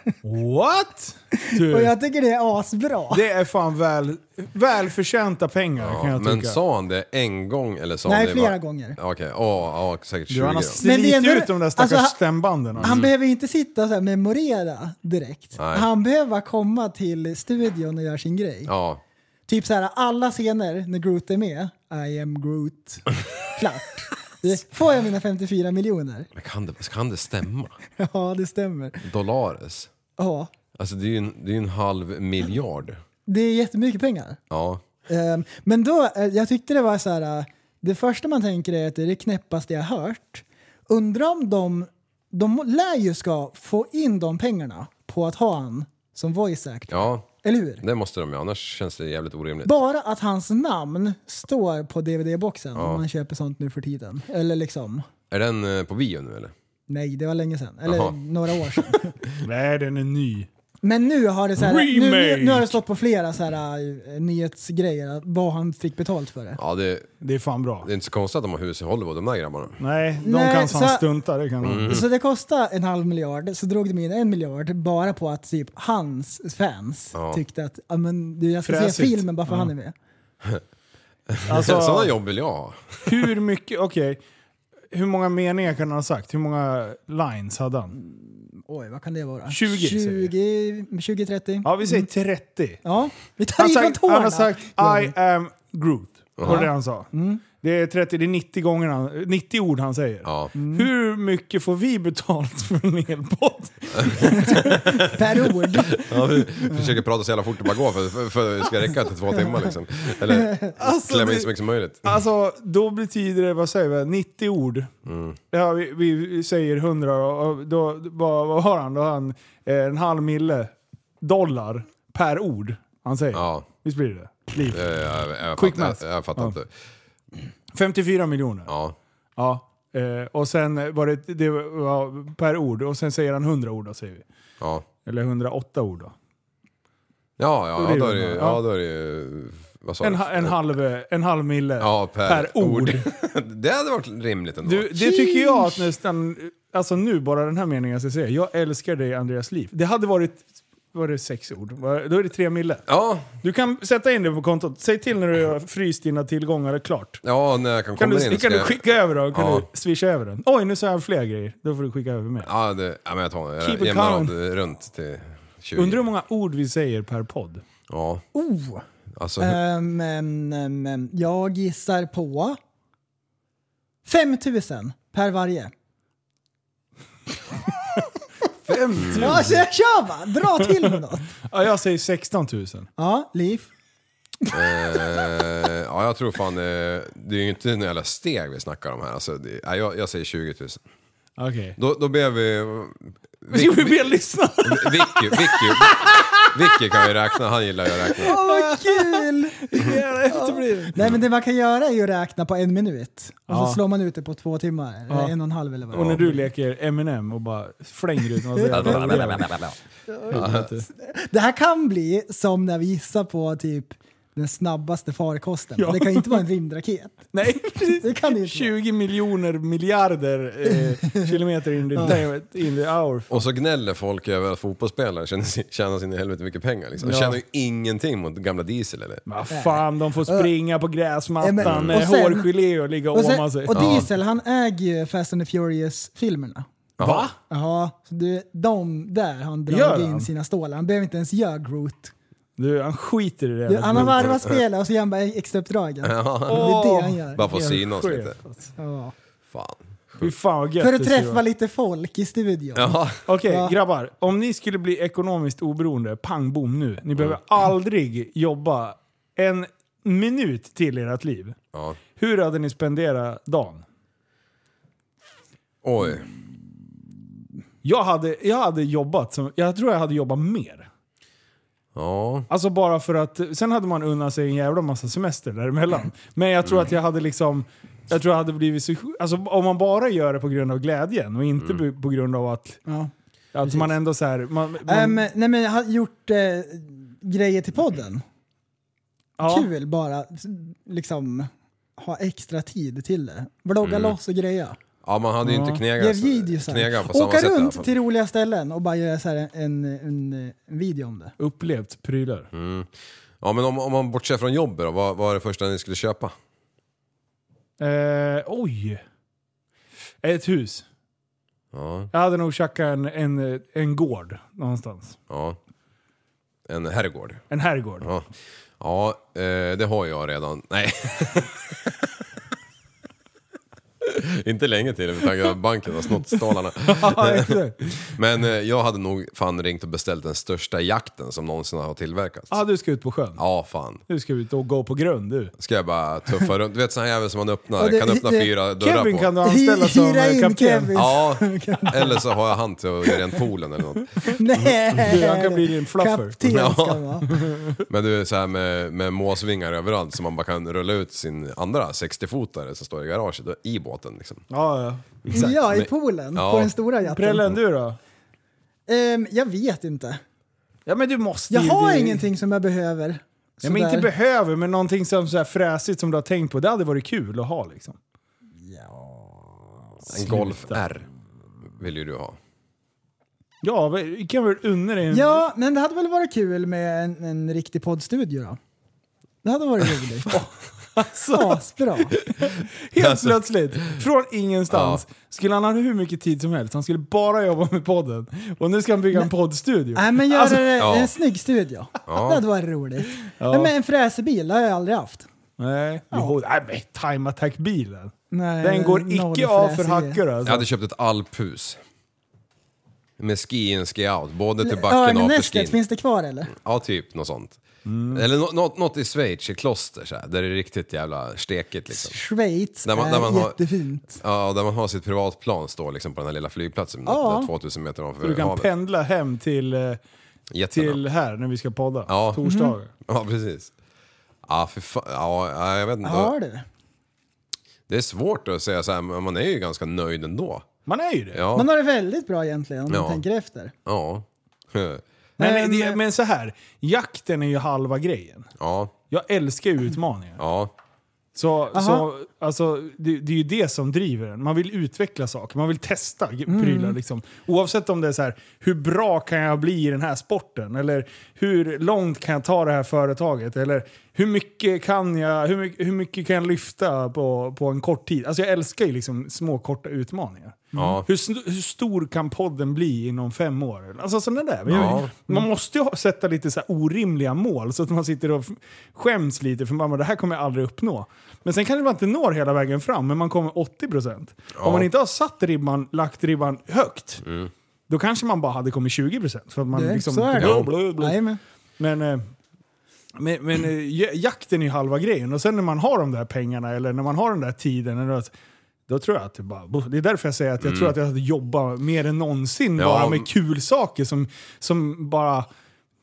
Speaker 5: What? Du,
Speaker 6: Och jag tycker det är asbra.
Speaker 5: Det är fan väl, välförtjänta pengar kan jag tycka.
Speaker 7: men sa han det en gång eller sa
Speaker 6: Nej,
Speaker 7: han det
Speaker 6: flera
Speaker 7: bara-
Speaker 6: gånger.
Speaker 7: Ja, Okej, ja, ja, säkert 20
Speaker 5: du, han har
Speaker 7: då.
Speaker 6: Men
Speaker 5: slitit
Speaker 6: det är ändå-
Speaker 5: ut de där stackars
Speaker 6: alltså, han-
Speaker 5: stämbanden. alltså.
Speaker 6: Han behöver ju inte sitta och så här memorera direkt.
Speaker 7: Mm. Nej.
Speaker 6: Han behöver bara komma till studion och göra sin grej.
Speaker 7: Ja,
Speaker 6: Typ så här alla scener när Groot är med, I am Groot. Klart.
Speaker 7: (laughs)
Speaker 6: Får jag mina 54 miljoner?
Speaker 7: men kan det, kan det stämma?
Speaker 6: Ja, det stämmer.
Speaker 7: Dollares?
Speaker 6: Ja,
Speaker 7: Alltså det är ju en, det är ju en halv miljard.
Speaker 6: det är jättemycket pengar.
Speaker 7: Ja.
Speaker 6: Ehm, men då, eh, jag tyckte det var så här, eh, det första man tänker är att det är det knäppaste jag hört. Undrar om de, de lär ju ska få in de pengarna på att ha han som voice actor.
Speaker 7: ja,
Speaker 6: Eller hur?
Speaker 7: det måste de ju annars känns det jävligt orimligt.
Speaker 6: Bara att hans namn står på DVD-boxen om man köper sånt nu för tiden. Eller liksom,
Speaker 7: Är den eh, på bio nu eller?
Speaker 6: nej det var länge sedan. Eller
Speaker 7: Jaha.
Speaker 6: några år sedan.
Speaker 5: Nej, den är ny.
Speaker 6: Men nu har det så här, nu,
Speaker 5: Remake!
Speaker 6: nu, nu har det stått på flera så här, eh, nyhetsgrejer att vad han fick betalt för det.
Speaker 7: Ja, det,
Speaker 5: Det är fan bra.
Speaker 7: det är inte så konstigt att de har hus i Hollywood, de där grabbarna.
Speaker 5: Nej, de
Speaker 6: Nej,
Speaker 5: kan fan
Speaker 6: så-
Speaker 5: stunta. Det kan de.
Speaker 7: Mm.
Speaker 6: Så det kostade en halv miljard, så drog de in en miljard bara på att typ hans fans
Speaker 7: Ja.
Speaker 6: tyckte att "Ja, men, du, jag ska se
Speaker 5: Fräsigt.
Speaker 6: filmen bara för han är med.
Speaker 7: (laughs)
Speaker 5: Alltså-
Speaker 7: Sådana jobb vill jag ha.
Speaker 5: Hur mycket, okej. Hur många meningar kan han ha sagt? Hur många lines hade han?
Speaker 6: Oj, vad kan det vara?
Speaker 5: 20, säger vi.
Speaker 6: 20, 20 30? Ja.
Speaker 5: Ja, vi säger 30.
Speaker 6: vi tar
Speaker 5: Han,
Speaker 6: i
Speaker 5: har
Speaker 6: Mm. från
Speaker 5: sagt,
Speaker 6: tårna.
Speaker 5: han
Speaker 6: Mm.
Speaker 5: har sagt I am Groot. Var det det han sa? Det är, 30, det är 90, gånger han, 90 ord han säger.
Speaker 7: Ja.
Speaker 5: Hur mycket får vi betalt för en hel podd?
Speaker 6: Per ord.
Speaker 7: Ja, vi försöker prata så jävla fort det bara går för, för, för det ska räcka till två timmar liksom.
Speaker 5: (laughs)
Speaker 7: Eller
Speaker 5: Alltså,
Speaker 7: klämma in
Speaker 5: det-
Speaker 7: så mycket som möjligt.
Speaker 5: Alltså, då betyder det, vad säger vi, 90 ord.
Speaker 7: Mm.
Speaker 5: Ja, vi, vi säger 100 och och då, vad, vad har han? Då har han eh, en halv mille dollar per ord han säger.
Speaker 7: Ja.
Speaker 5: Visst blir det? Liv.
Speaker 7: Eh, Jag, jag,
Speaker 5: Quick
Speaker 7: fattar,
Speaker 5: math.
Speaker 7: jag, jag fattar
Speaker 5: Ja.
Speaker 7: inte.
Speaker 5: 54 miljoner.
Speaker 7: Ja.
Speaker 5: Ja. Eh, och sen var det, det var per ord och sen säger han 100 ord då säger vi.
Speaker 7: Ja.
Speaker 5: Eller 108 ord då.
Speaker 7: Ja,
Speaker 5: Då
Speaker 7: ja,
Speaker 5: blir
Speaker 7: ja,
Speaker 5: det
Speaker 7: då är det ju...
Speaker 5: hundra,
Speaker 7: Ja,
Speaker 5: ja.
Speaker 7: då är det ju vad sa
Speaker 5: En,
Speaker 7: du?
Speaker 5: ha- en, halv, eh, en halv mille
Speaker 7: ja, per,
Speaker 5: ord.
Speaker 7: ord. (laughs) det hade varit rimligt ändå.
Speaker 5: Du, det tycker jag att nästan, alltså nu bara den här meningen jag ska säga. Jag älskar dig Andreas Liv. Det hade varit, var det sex ord? Var- Då är det tre mille.
Speaker 7: Ja,
Speaker 5: Du kan sätta in det på kontot. Säg till när du har fryst dina tillgångar är klart.
Speaker 7: ja, när jag kan
Speaker 5: Kan
Speaker 7: komma
Speaker 5: du,
Speaker 7: in
Speaker 5: kan
Speaker 7: ska
Speaker 5: du
Speaker 7: jag-
Speaker 5: skicka över då? Kan
Speaker 7: Ja.
Speaker 5: du swisha över den? Oj, nu sa jag fler grejer. Då får du skicka över mig.
Speaker 7: Ja, det, ja, men jag tar
Speaker 5: Keep it
Speaker 7: jag jämnar av
Speaker 5: coming.
Speaker 7: det runt till 20.
Speaker 5: Undrar hur många ord vi säger per podd?
Speaker 7: Ja,
Speaker 6: Oh.
Speaker 7: alltså...
Speaker 6: Ehm, ehm, ehm, ehm, jag gissar på 5000 per varje.
Speaker 5: 50?
Speaker 6: Ja, så jag kör bara! Dra till
Speaker 5: (laughs)
Speaker 6: med något.
Speaker 5: Ja, jag säger 16 000.
Speaker 6: Ja, Liv.
Speaker 7: eh, ja, jag tror fan eh, det är ju inte några jävla steg vi snackar om här. Alltså, det, ja, jag, jag säger 20 000.
Speaker 5: Okej.
Speaker 7: Då, då ber vi...
Speaker 5: (laughs) Okay. Ska vi be lyssna?
Speaker 7: Vicky, Vicky, Vicky kan ju räkna, han gillar ju att räkna.
Speaker 6: Åh, vad kul! Nej, men det man kan göra är ju att räkna på en minut. Och så
Speaker 5: Ja.
Speaker 6: slår man ut det på två timmar. Eller
Speaker 5: Ja.
Speaker 6: en och en halv eller vad det
Speaker 5: Och
Speaker 6: är.
Speaker 5: när du leker Eminem och bara flänger ut något. jävla-
Speaker 6: Det här kan bli som när vi gissar på typ den snabbaste farkosten.
Speaker 5: Ja.
Speaker 6: Det kan ju inte vara en rymdraket.
Speaker 7: (laughs)
Speaker 5: Nej,
Speaker 6: Det kan det ju
Speaker 5: (laughs)
Speaker 6: inte vara.
Speaker 5: 20 miljoner miljarder
Speaker 6: (laughs)
Speaker 5: eh, kilometer in the, in the hour.
Speaker 7: Och så gnäller folk över att fotbollsspelare tjänar sin, tjänar sin i helvete mycket pengar. Liksom. De
Speaker 5: Ja.
Speaker 7: tjänar ju ingenting mot gamla Diesel eller?
Speaker 5: Vad fan, de får springa på
Speaker 6: Ja, men-
Speaker 5: gräsmattan med
Speaker 6: och sen-
Speaker 5: hårgelé och ligga
Speaker 6: Och, sen,
Speaker 5: ovan sig.
Speaker 6: och Diesel, han äger ju Fast and the Furious-filmerna.
Speaker 7: Va?
Speaker 6: Jaha, så du, de där har han
Speaker 5: Gör
Speaker 6: dragit in
Speaker 5: han?
Speaker 6: sina stålar. Han behöver inte ens göra Groot.
Speaker 5: Du, han skiter i det.
Speaker 6: Du,
Speaker 5: jävla
Speaker 6: han har
Speaker 5: gnuggor.
Speaker 6: varvat spelet och så gör han bara extrauppdragen. Det är det han gör.
Speaker 7: Bara för att
Speaker 5: Jävla
Speaker 7: syna oss
Speaker 5: chef,
Speaker 7: lite.
Speaker 5: alltså.
Speaker 6: Ja.
Speaker 7: Fan.
Speaker 5: Fy fan vad gött
Speaker 6: För att
Speaker 5: det skulle
Speaker 6: träffa
Speaker 5: vara.
Speaker 6: lite folk i studion.
Speaker 7: Ja.
Speaker 5: Okej,
Speaker 6: Ja.
Speaker 5: grabbar. Om ni skulle bli ekonomiskt oberoende, pang bom nu. Ni behöver aldrig jobba en minut till i ert liv.
Speaker 7: ja.
Speaker 5: Hur hade ni spenderat dagen?
Speaker 7: Oj.
Speaker 5: Jag hade, jag hade jobbat, som, jag tror jag hade jobbat mer.
Speaker 7: Ja.
Speaker 5: Alltså bara för att, sen hade man unnat sig en jävla massa semester däremellan. Men jag
Speaker 6: Mm.
Speaker 5: tror att jag hade liksom, jag tror jag hade blivit så, alltså om man bara gör det på grund av glädjen och inte
Speaker 6: Mm.
Speaker 5: på- på grund av att,
Speaker 6: Ja.
Speaker 5: att man ändå så här, man, man,
Speaker 6: Ehm, nej men jag har gjort eh, grejer till podden.
Speaker 5: ja.
Speaker 6: Kul bara. Liksom ha extra tid till det. Vlogga
Speaker 7: Mm.
Speaker 6: loss och greja.
Speaker 7: ja, man hade ju inte
Speaker 6: Gör
Speaker 7: knegat,
Speaker 6: videosar.
Speaker 7: knegat på samma
Speaker 6: Åka
Speaker 7: sätt i alla
Speaker 6: runt
Speaker 7: fall.
Speaker 6: till roliga ställen och bara göra så här en, en, en video om det.
Speaker 5: Upplevt prylar.
Speaker 6: Mm.
Speaker 7: Ja, men om, om man bortser från jobbet då, vad, vad var det första ni skulle köpa?
Speaker 5: Eh, oj! Ett hus.
Speaker 7: Ja,
Speaker 5: Jag hade nog tjackat en, en, en gård någonstans.
Speaker 7: ja. En herrgård.
Speaker 5: En herrgård.
Speaker 7: Ja, ja eh, det har jag redan. Nej. (laughs) Inte länge till med tanke på att banken har snott stålarna.
Speaker 5: (laughs) Ja, exakt.
Speaker 7: Men eh, jag hade nog fan ringt och beställt den största jakten som någonsin har tillverkats.
Speaker 5: ah, du ska ut på sjön.
Speaker 7: Ja, fan.
Speaker 5: Du ska ut och gå på grund du.
Speaker 7: Ska jag bara tuffa runt. Du vet sån här jävel som man öppnar,
Speaker 6: Ja, det-
Speaker 7: kan öppna
Speaker 6: det-
Speaker 7: fyra dörrar
Speaker 5: Kevin
Speaker 7: på.
Speaker 5: kan du
Speaker 6: Hy-
Speaker 5: anställa som
Speaker 6: hyra in
Speaker 5: eh, kapten.
Speaker 6: Kevin.
Speaker 5: (laughs)
Speaker 7: Ja, eller så har jag han till att göra rent poolen eller något.
Speaker 6: (laughs) Nej!
Speaker 5: Du, han kan bli din fluffer.
Speaker 6: Kapten
Speaker 7: Ja.
Speaker 6: ska
Speaker 7: (laughs)
Speaker 6: han vara.
Speaker 5: Mm.
Speaker 7: Men du är så här med, med måsvingar överallt så man bara kan rulla ut sin andra 60-fotare som står i garaget och- i båten liksom.
Speaker 5: Ja, ja.
Speaker 6: Ja, i
Speaker 7: Men-
Speaker 6: poolen.
Speaker 7: Ja.
Speaker 6: På den stora jatten.
Speaker 5: Prellen, du då?
Speaker 6: Ehm, jag vet inte.
Speaker 5: Ja men du måste
Speaker 6: Jag
Speaker 5: ju-
Speaker 6: har
Speaker 5: det-
Speaker 6: ingenting som jag behöver.
Speaker 5: Ja, men inte
Speaker 6: Sådär.
Speaker 5: behöver, men någonting som så här fräsigt som du har tänkt på. Det hade varit kul att ha liksom.
Speaker 7: En Golf R vill ju du ha.
Speaker 5: Ja, vi kan väl unna dig en... (laughs)
Speaker 6: Ja, men det hade väl varit kul med en, en riktig poddstudio då. Det hade varit
Speaker 7: (laughs)
Speaker 6: roligt. Asbra.
Speaker 7: Alltså.
Speaker 5: Helt plötsligt, från ingenstans, skulle han ha hur mycket tid som helst. Han skulle bara jobba med podden. Och nu ska han bygga en poddstudio.
Speaker 6: Nej men göra
Speaker 5: Alltså,
Speaker 6: det
Speaker 7: ja.
Speaker 6: en snygg studio. Det hade varit roligt. Nej, men en fräsebil har jag aldrig haft.
Speaker 5: Nej. Jo, nej men Time Attack-bilen.
Speaker 6: Nej,
Speaker 5: Den går
Speaker 6: noll E.
Speaker 5: icke av för
Speaker 6: fräs i.
Speaker 5: hackor
Speaker 7: Jag
Speaker 5: alltså.
Speaker 7: hade köpt ett alphus. Med ski in, ski out. Både till backen och afterskin.
Speaker 6: Örnnästet, finns det kvar eller?
Speaker 7: Ja, typ något sånt.
Speaker 5: Mm.
Speaker 7: Eller nå- nå- något i Schweiz, i kloster så här, där det är riktigt jävla stekigt liksom.
Speaker 6: Schweiz
Speaker 7: Där man-
Speaker 6: är
Speaker 7: där man har-
Speaker 6: jättefint.
Speaker 7: Ja, där man har sitt privatplan står liksom på den här lilla flygplatsen,
Speaker 6: Ja.
Speaker 7: ja. 2000 meter ovanför
Speaker 5: Du kan
Speaker 7: havet.
Speaker 5: pendla hem till, eh,
Speaker 7: Jättebra.
Speaker 5: till här när vi ska podda.
Speaker 7: Ja. Mhm.
Speaker 5: Torsdagar.
Speaker 7: Ja, precis. Ja, för fan. Ja, ja, jag vet inte.
Speaker 6: Har du?
Speaker 7: Det är svårt att säga så här, men man är ju ganska nöjd ändå.
Speaker 5: Man är ju det.
Speaker 7: Ja.
Speaker 6: Man har det väldigt bra egentligen om man
Speaker 7: Ja.
Speaker 6: tänker efter.
Speaker 7: Ja. (laughs)
Speaker 5: Men,
Speaker 6: Men-
Speaker 5: det, men så här, jakten är ju halva grejen.
Speaker 7: ja.
Speaker 5: Jag älskar ju utmaningar.
Speaker 7: Ja.
Speaker 5: Så, så alltså, det, det är ju det som driver en. Man vill utveckla saker, man vill testa g- prylar. Liksom. Oavsett om det är så här, hur bra kan jag bli i den här sporten? Eller hur långt kan jag ta det här företaget? Eller hur mycket kan jag, hur mycket, hur mycket kan jag lyfta på, på en kort tid? Alltså jag älskar ju liksom små korta utmaningar.
Speaker 7: Ja.
Speaker 5: Mm. Hur, sn- hur stor kan podden bli inom fem år? Alltså sådana där. Jag-
Speaker 7: Ja.
Speaker 5: Man måste ju ha- sätta lite så här orimliga mål så att man sitter och f- skäms lite för man bara, det här kommer jag aldrig uppnå. Men sen kanske man inte når hela vägen fram, men man kommer 80%. Om man inte har satt ribban, lagt ribban högt,
Speaker 7: Mm.
Speaker 5: då kanske man bara hade kommit 20% för att man
Speaker 6: Det-
Speaker 5: liksom...
Speaker 6: så är det.
Speaker 5: Blå, blå, blå.
Speaker 6: Jajamän.
Speaker 5: Men, eh, men, men eh, ja- jakten är ju halva grejen. Och sen när man har de där pengarna eller när man har den där tiden. Eller att, då tror jag att det bara... Det är därför jag säger att jag tror att jag hade jobbat mer än någonsin
Speaker 7: Ja.
Speaker 5: bara med kul saker som, som bara...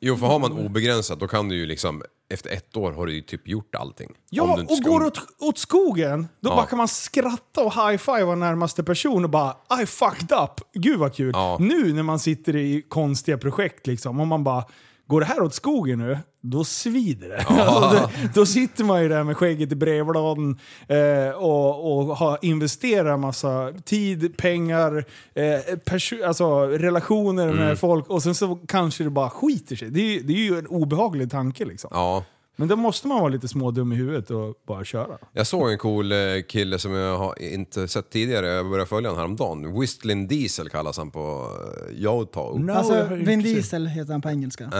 Speaker 7: Jo, för har man obegränsat då kan du ju liksom, efter ett år har du ju typ gjort allting. Om
Speaker 5: Ja,
Speaker 7: du inte
Speaker 5: och
Speaker 7: ska-
Speaker 5: går åt, åt skogen, då
Speaker 7: Ja.
Speaker 5: bara kan man skratta och high-fivea närmaste person och bara I fucked up. Gud vad kul.
Speaker 7: Ja.
Speaker 5: Nu när man sitter i konstiga projekt liksom, om man bara Går det här åt skogen nu, då svider det. Alltså, det- (laughs) då sitter man ju där med skägget i brevladen eh, och, och har, investerar massa tid, pengar, eh, perso- alltså, relationer
Speaker 7: Mm.
Speaker 5: med folk och sen så kanske det bara skiter sig. Det är, ju- det är ju en obehaglig tanke liksom.
Speaker 7: Ja.
Speaker 5: Men då måste man vara lite smådum i huvudet och bara köra.
Speaker 7: Jag såg en cool eh, kille som jag har inte sett tidigare, jag började följa honom häromdagen. Whistling Diesel kallas han på eh, Youtube.
Speaker 5: jag
Speaker 6: Alltså,
Speaker 5: har ju
Speaker 6: Vin
Speaker 5: precis-
Speaker 6: Diesel heter han på engelska.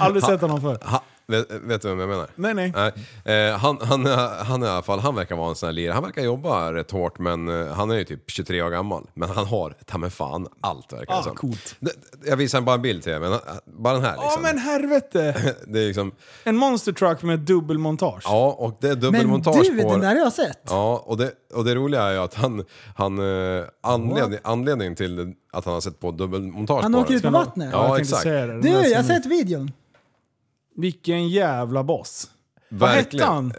Speaker 5: Aldrig sett honom förr.
Speaker 7: Ha, vet, vet du vem jag menar?
Speaker 5: Nej, nej.
Speaker 7: Eh, han, han, är- han är i alla fall, han verkar vara en sån här lirare. Han verkar jobba rätt hårt men eh, han är ju typ 23 år gammal. Men han har ta mig fan allt verkar
Speaker 5: Ah,
Speaker 7: som.
Speaker 5: coolt.
Speaker 7: Det- Jag visar bara en bild till er, men eh, bara den här
Speaker 5: Ja
Speaker 7: liksom.
Speaker 5: men helvete!
Speaker 7: (laughs) Det är liksom,
Speaker 5: En monster truck med dubbelmontage.
Speaker 7: ja och det är
Speaker 6: Men
Speaker 7: dubbelmontage
Speaker 6: du,
Speaker 7: på
Speaker 6: den där har jag sett!
Speaker 7: Ja, och det, och det roliga är ju att han, han eh, anledning, anledningen till att han har sett på dubbelmontage
Speaker 6: Han
Speaker 7: på
Speaker 6: åker
Speaker 7: den-
Speaker 6: ut på vattnet.
Speaker 7: Ja,
Speaker 5: jag tänkte
Speaker 7: exakt.
Speaker 5: säga det. Den
Speaker 6: Du,
Speaker 5: där
Speaker 6: jag har
Speaker 5: som-
Speaker 6: sett videon!
Speaker 5: Vilken jävla boss. Vad hette
Speaker 7: Verkligen.
Speaker 5: han?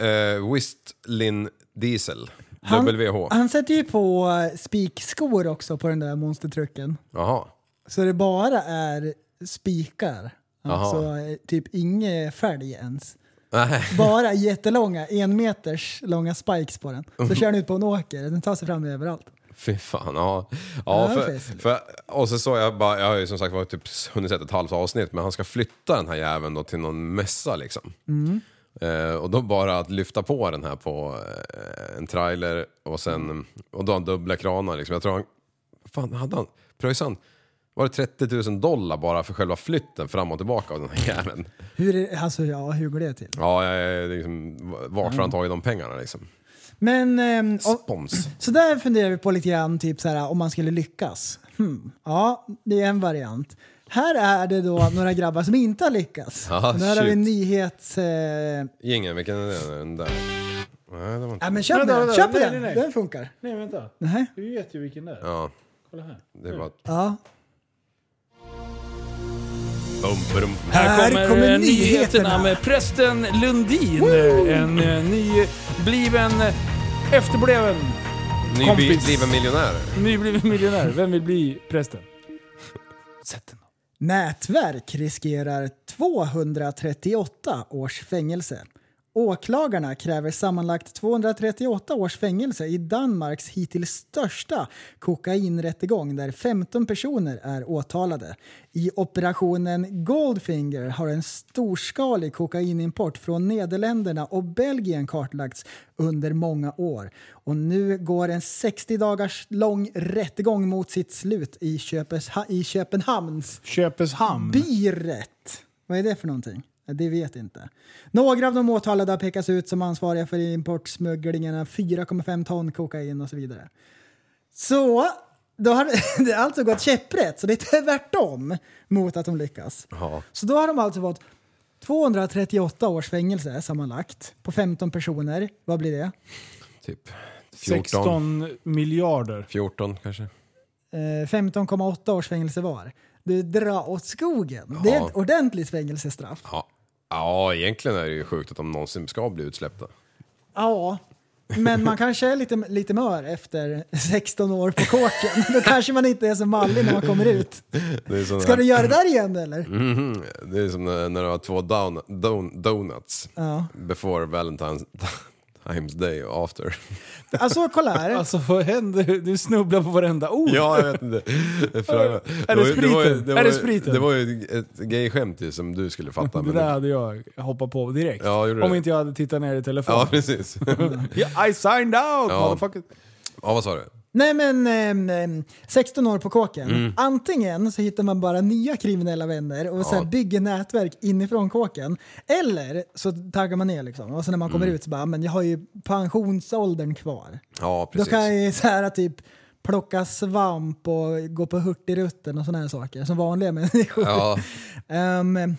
Speaker 7: Eh, Whistlin Diesel.
Speaker 6: Han,
Speaker 7: WH.
Speaker 6: han sätter ju på eh, spikskor också på den där monstertrucken.
Speaker 7: Jaha.
Speaker 6: Så det bara är spikar. Alltså eh, typ inget fälg ens.
Speaker 7: Nej.
Speaker 6: Bara jättelånga, en meters långa spikes på den. Så kör den ut på en åker, den tar sig fram överallt.
Speaker 7: Fy fan, ja. ja
Speaker 6: Ja,
Speaker 7: för,
Speaker 6: fest.
Speaker 7: för, och så såg jag bara, jag har ju som sagt varit typ hunnit sett ett halvt avsnitt, men han ska flytta den här jäveln då till någon mässa liksom. Eh, och då bara att lyfta på den här på eh, en trailer och sen, och då har han dubbla kranar liksom. Jag tror han, fan hade han, pröjsan, var det 30 000 dollar bara för själva flytten fram och tillbaka av den här jäveln?
Speaker 6: Hur, är, alltså, ja, hur går det till?
Speaker 7: Ja, jag, jag, liksom, vart har han tagit de pengarna liksom?
Speaker 6: Men ehm, om-
Speaker 7: Spons.
Speaker 6: Så där funderar vi på lite grann, typ så här, om man skulle lyckas. Hmm. Ja, det är en variant. Här är det då några grabbar som inte har lyckats.
Speaker 7: Ah,
Speaker 6: där har vi
Speaker 7: shit.
Speaker 6: nyhets... Eh,
Speaker 7: Ingen, vilken är det? Den där? Nej, det var inte...
Speaker 6: ja, men köp
Speaker 5: Vänta,
Speaker 6: den!
Speaker 5: vänta,
Speaker 6: Köp
Speaker 5: nej,
Speaker 6: den!
Speaker 5: nej, nej.
Speaker 6: Den funkar.
Speaker 5: Nej vänta.
Speaker 6: Nej.
Speaker 5: Du vet ju vilken det är.
Speaker 7: Ja,
Speaker 5: Kolla här.
Speaker 7: det var...
Speaker 6: Ja.
Speaker 5: Här eh,
Speaker 6: kommer kommer nyheterna. nyheterna
Speaker 5: med prästen Lundin. eh, En nybliven, eh, efterbliven, Kompis.
Speaker 7: Nybliven miljonär.
Speaker 5: nybliven miljonär. Vem vill bli prästen? Sätt den.
Speaker 6: Nätverk riskerar 238 års fängelse. Åklagarna kräver sammanlagt 238 års fängelse i Danmarks hittills största kokainrättegång där 15 personer är åtalade. I operationen Goldfinger har en storskalig kokainimport från Nederländerna och Belgien kartlagts under många år. Och nu går en 60 dagars lång rättegång mot sitt slut i, Köpesha- i Köpenhamns
Speaker 5: Köpeshamn.
Speaker 6: Biret. Vad är det för någonting? Det vet inte. Några av de åtalade har pekats ut som ansvariga för importsmugglingarna 4,5 ton kokain och så vidare. Så då har (laughs) det har alltså gått käpprätt, så det är tvärtom mot att de lyckas. Så då har de alltså fått 238 års fängelse sammanlagt på 15 personer. Vad blir det?
Speaker 7: Typ 14,
Speaker 5: 16 miljarder.
Speaker 7: 14 kanske.
Speaker 6: Eh, 15,8 års fängelse var. Du drar åt skogen. Det är
Speaker 7: Ja.
Speaker 6: ett ordentligt fängelsestraff.
Speaker 7: Ja. ja, egentligen är det ju sjukt att de någonsin ska bli utsläppta.
Speaker 6: Ja, men man kanske är lite, lite mör efter 16 år på kåken. Då kanske man inte är så mallig när man kommer ut.
Speaker 7: Det är som,
Speaker 6: Ska du göra det där igen eller?
Speaker 7: Mhm. det är som när, när du har två down, don, donuts. Before Valentine's (laughs) Times Day
Speaker 5: (laughs)
Speaker 7: och after.
Speaker 6: Alltså kolla här.
Speaker 5: Alltså vad händer? Du snubblar på varenda ord.
Speaker 7: Ja, jag vet inte. Fråga-
Speaker 5: Är det
Speaker 7: var ju- var ju-
Speaker 5: spriten?
Speaker 7: var
Speaker 5: Är det
Speaker 7: ju-
Speaker 5: spriten?
Speaker 7: Det var ju ett gay-skämt ju som du skulle fatta.
Speaker 5: Det
Speaker 7: Men
Speaker 5: där hade jag hoppat på direkt.
Speaker 7: Ja, gjorde
Speaker 5: Om
Speaker 7: det.
Speaker 5: inte jag hade tittat ner i telefonen.
Speaker 7: Ja,
Speaker 5: (laughs)
Speaker 7: precis.
Speaker 5: Ja, I signed out!
Speaker 7: Ja.
Speaker 5: motherfucker.
Speaker 7: Ja, vad sa du?
Speaker 6: Nej men ehm, ehm, 16 år på kåken.
Speaker 7: Mm.
Speaker 6: Antingen så hittar man bara nya kriminella vänner och så här
Speaker 7: Ja.
Speaker 6: bygger nätverk inifrån kåken. Eller så taggar man ner liksom. Och så när man
Speaker 7: Mm.
Speaker 6: kommer ut så bara, men jag har ju pensionsåldern kvar.
Speaker 7: Ja, precis.
Speaker 6: Då kan jag ju så här typ plocka svamp och gå på hurtigruten och sådana här saker som vanliga människor.
Speaker 7: Ja,
Speaker 6: (laughs) Ehm,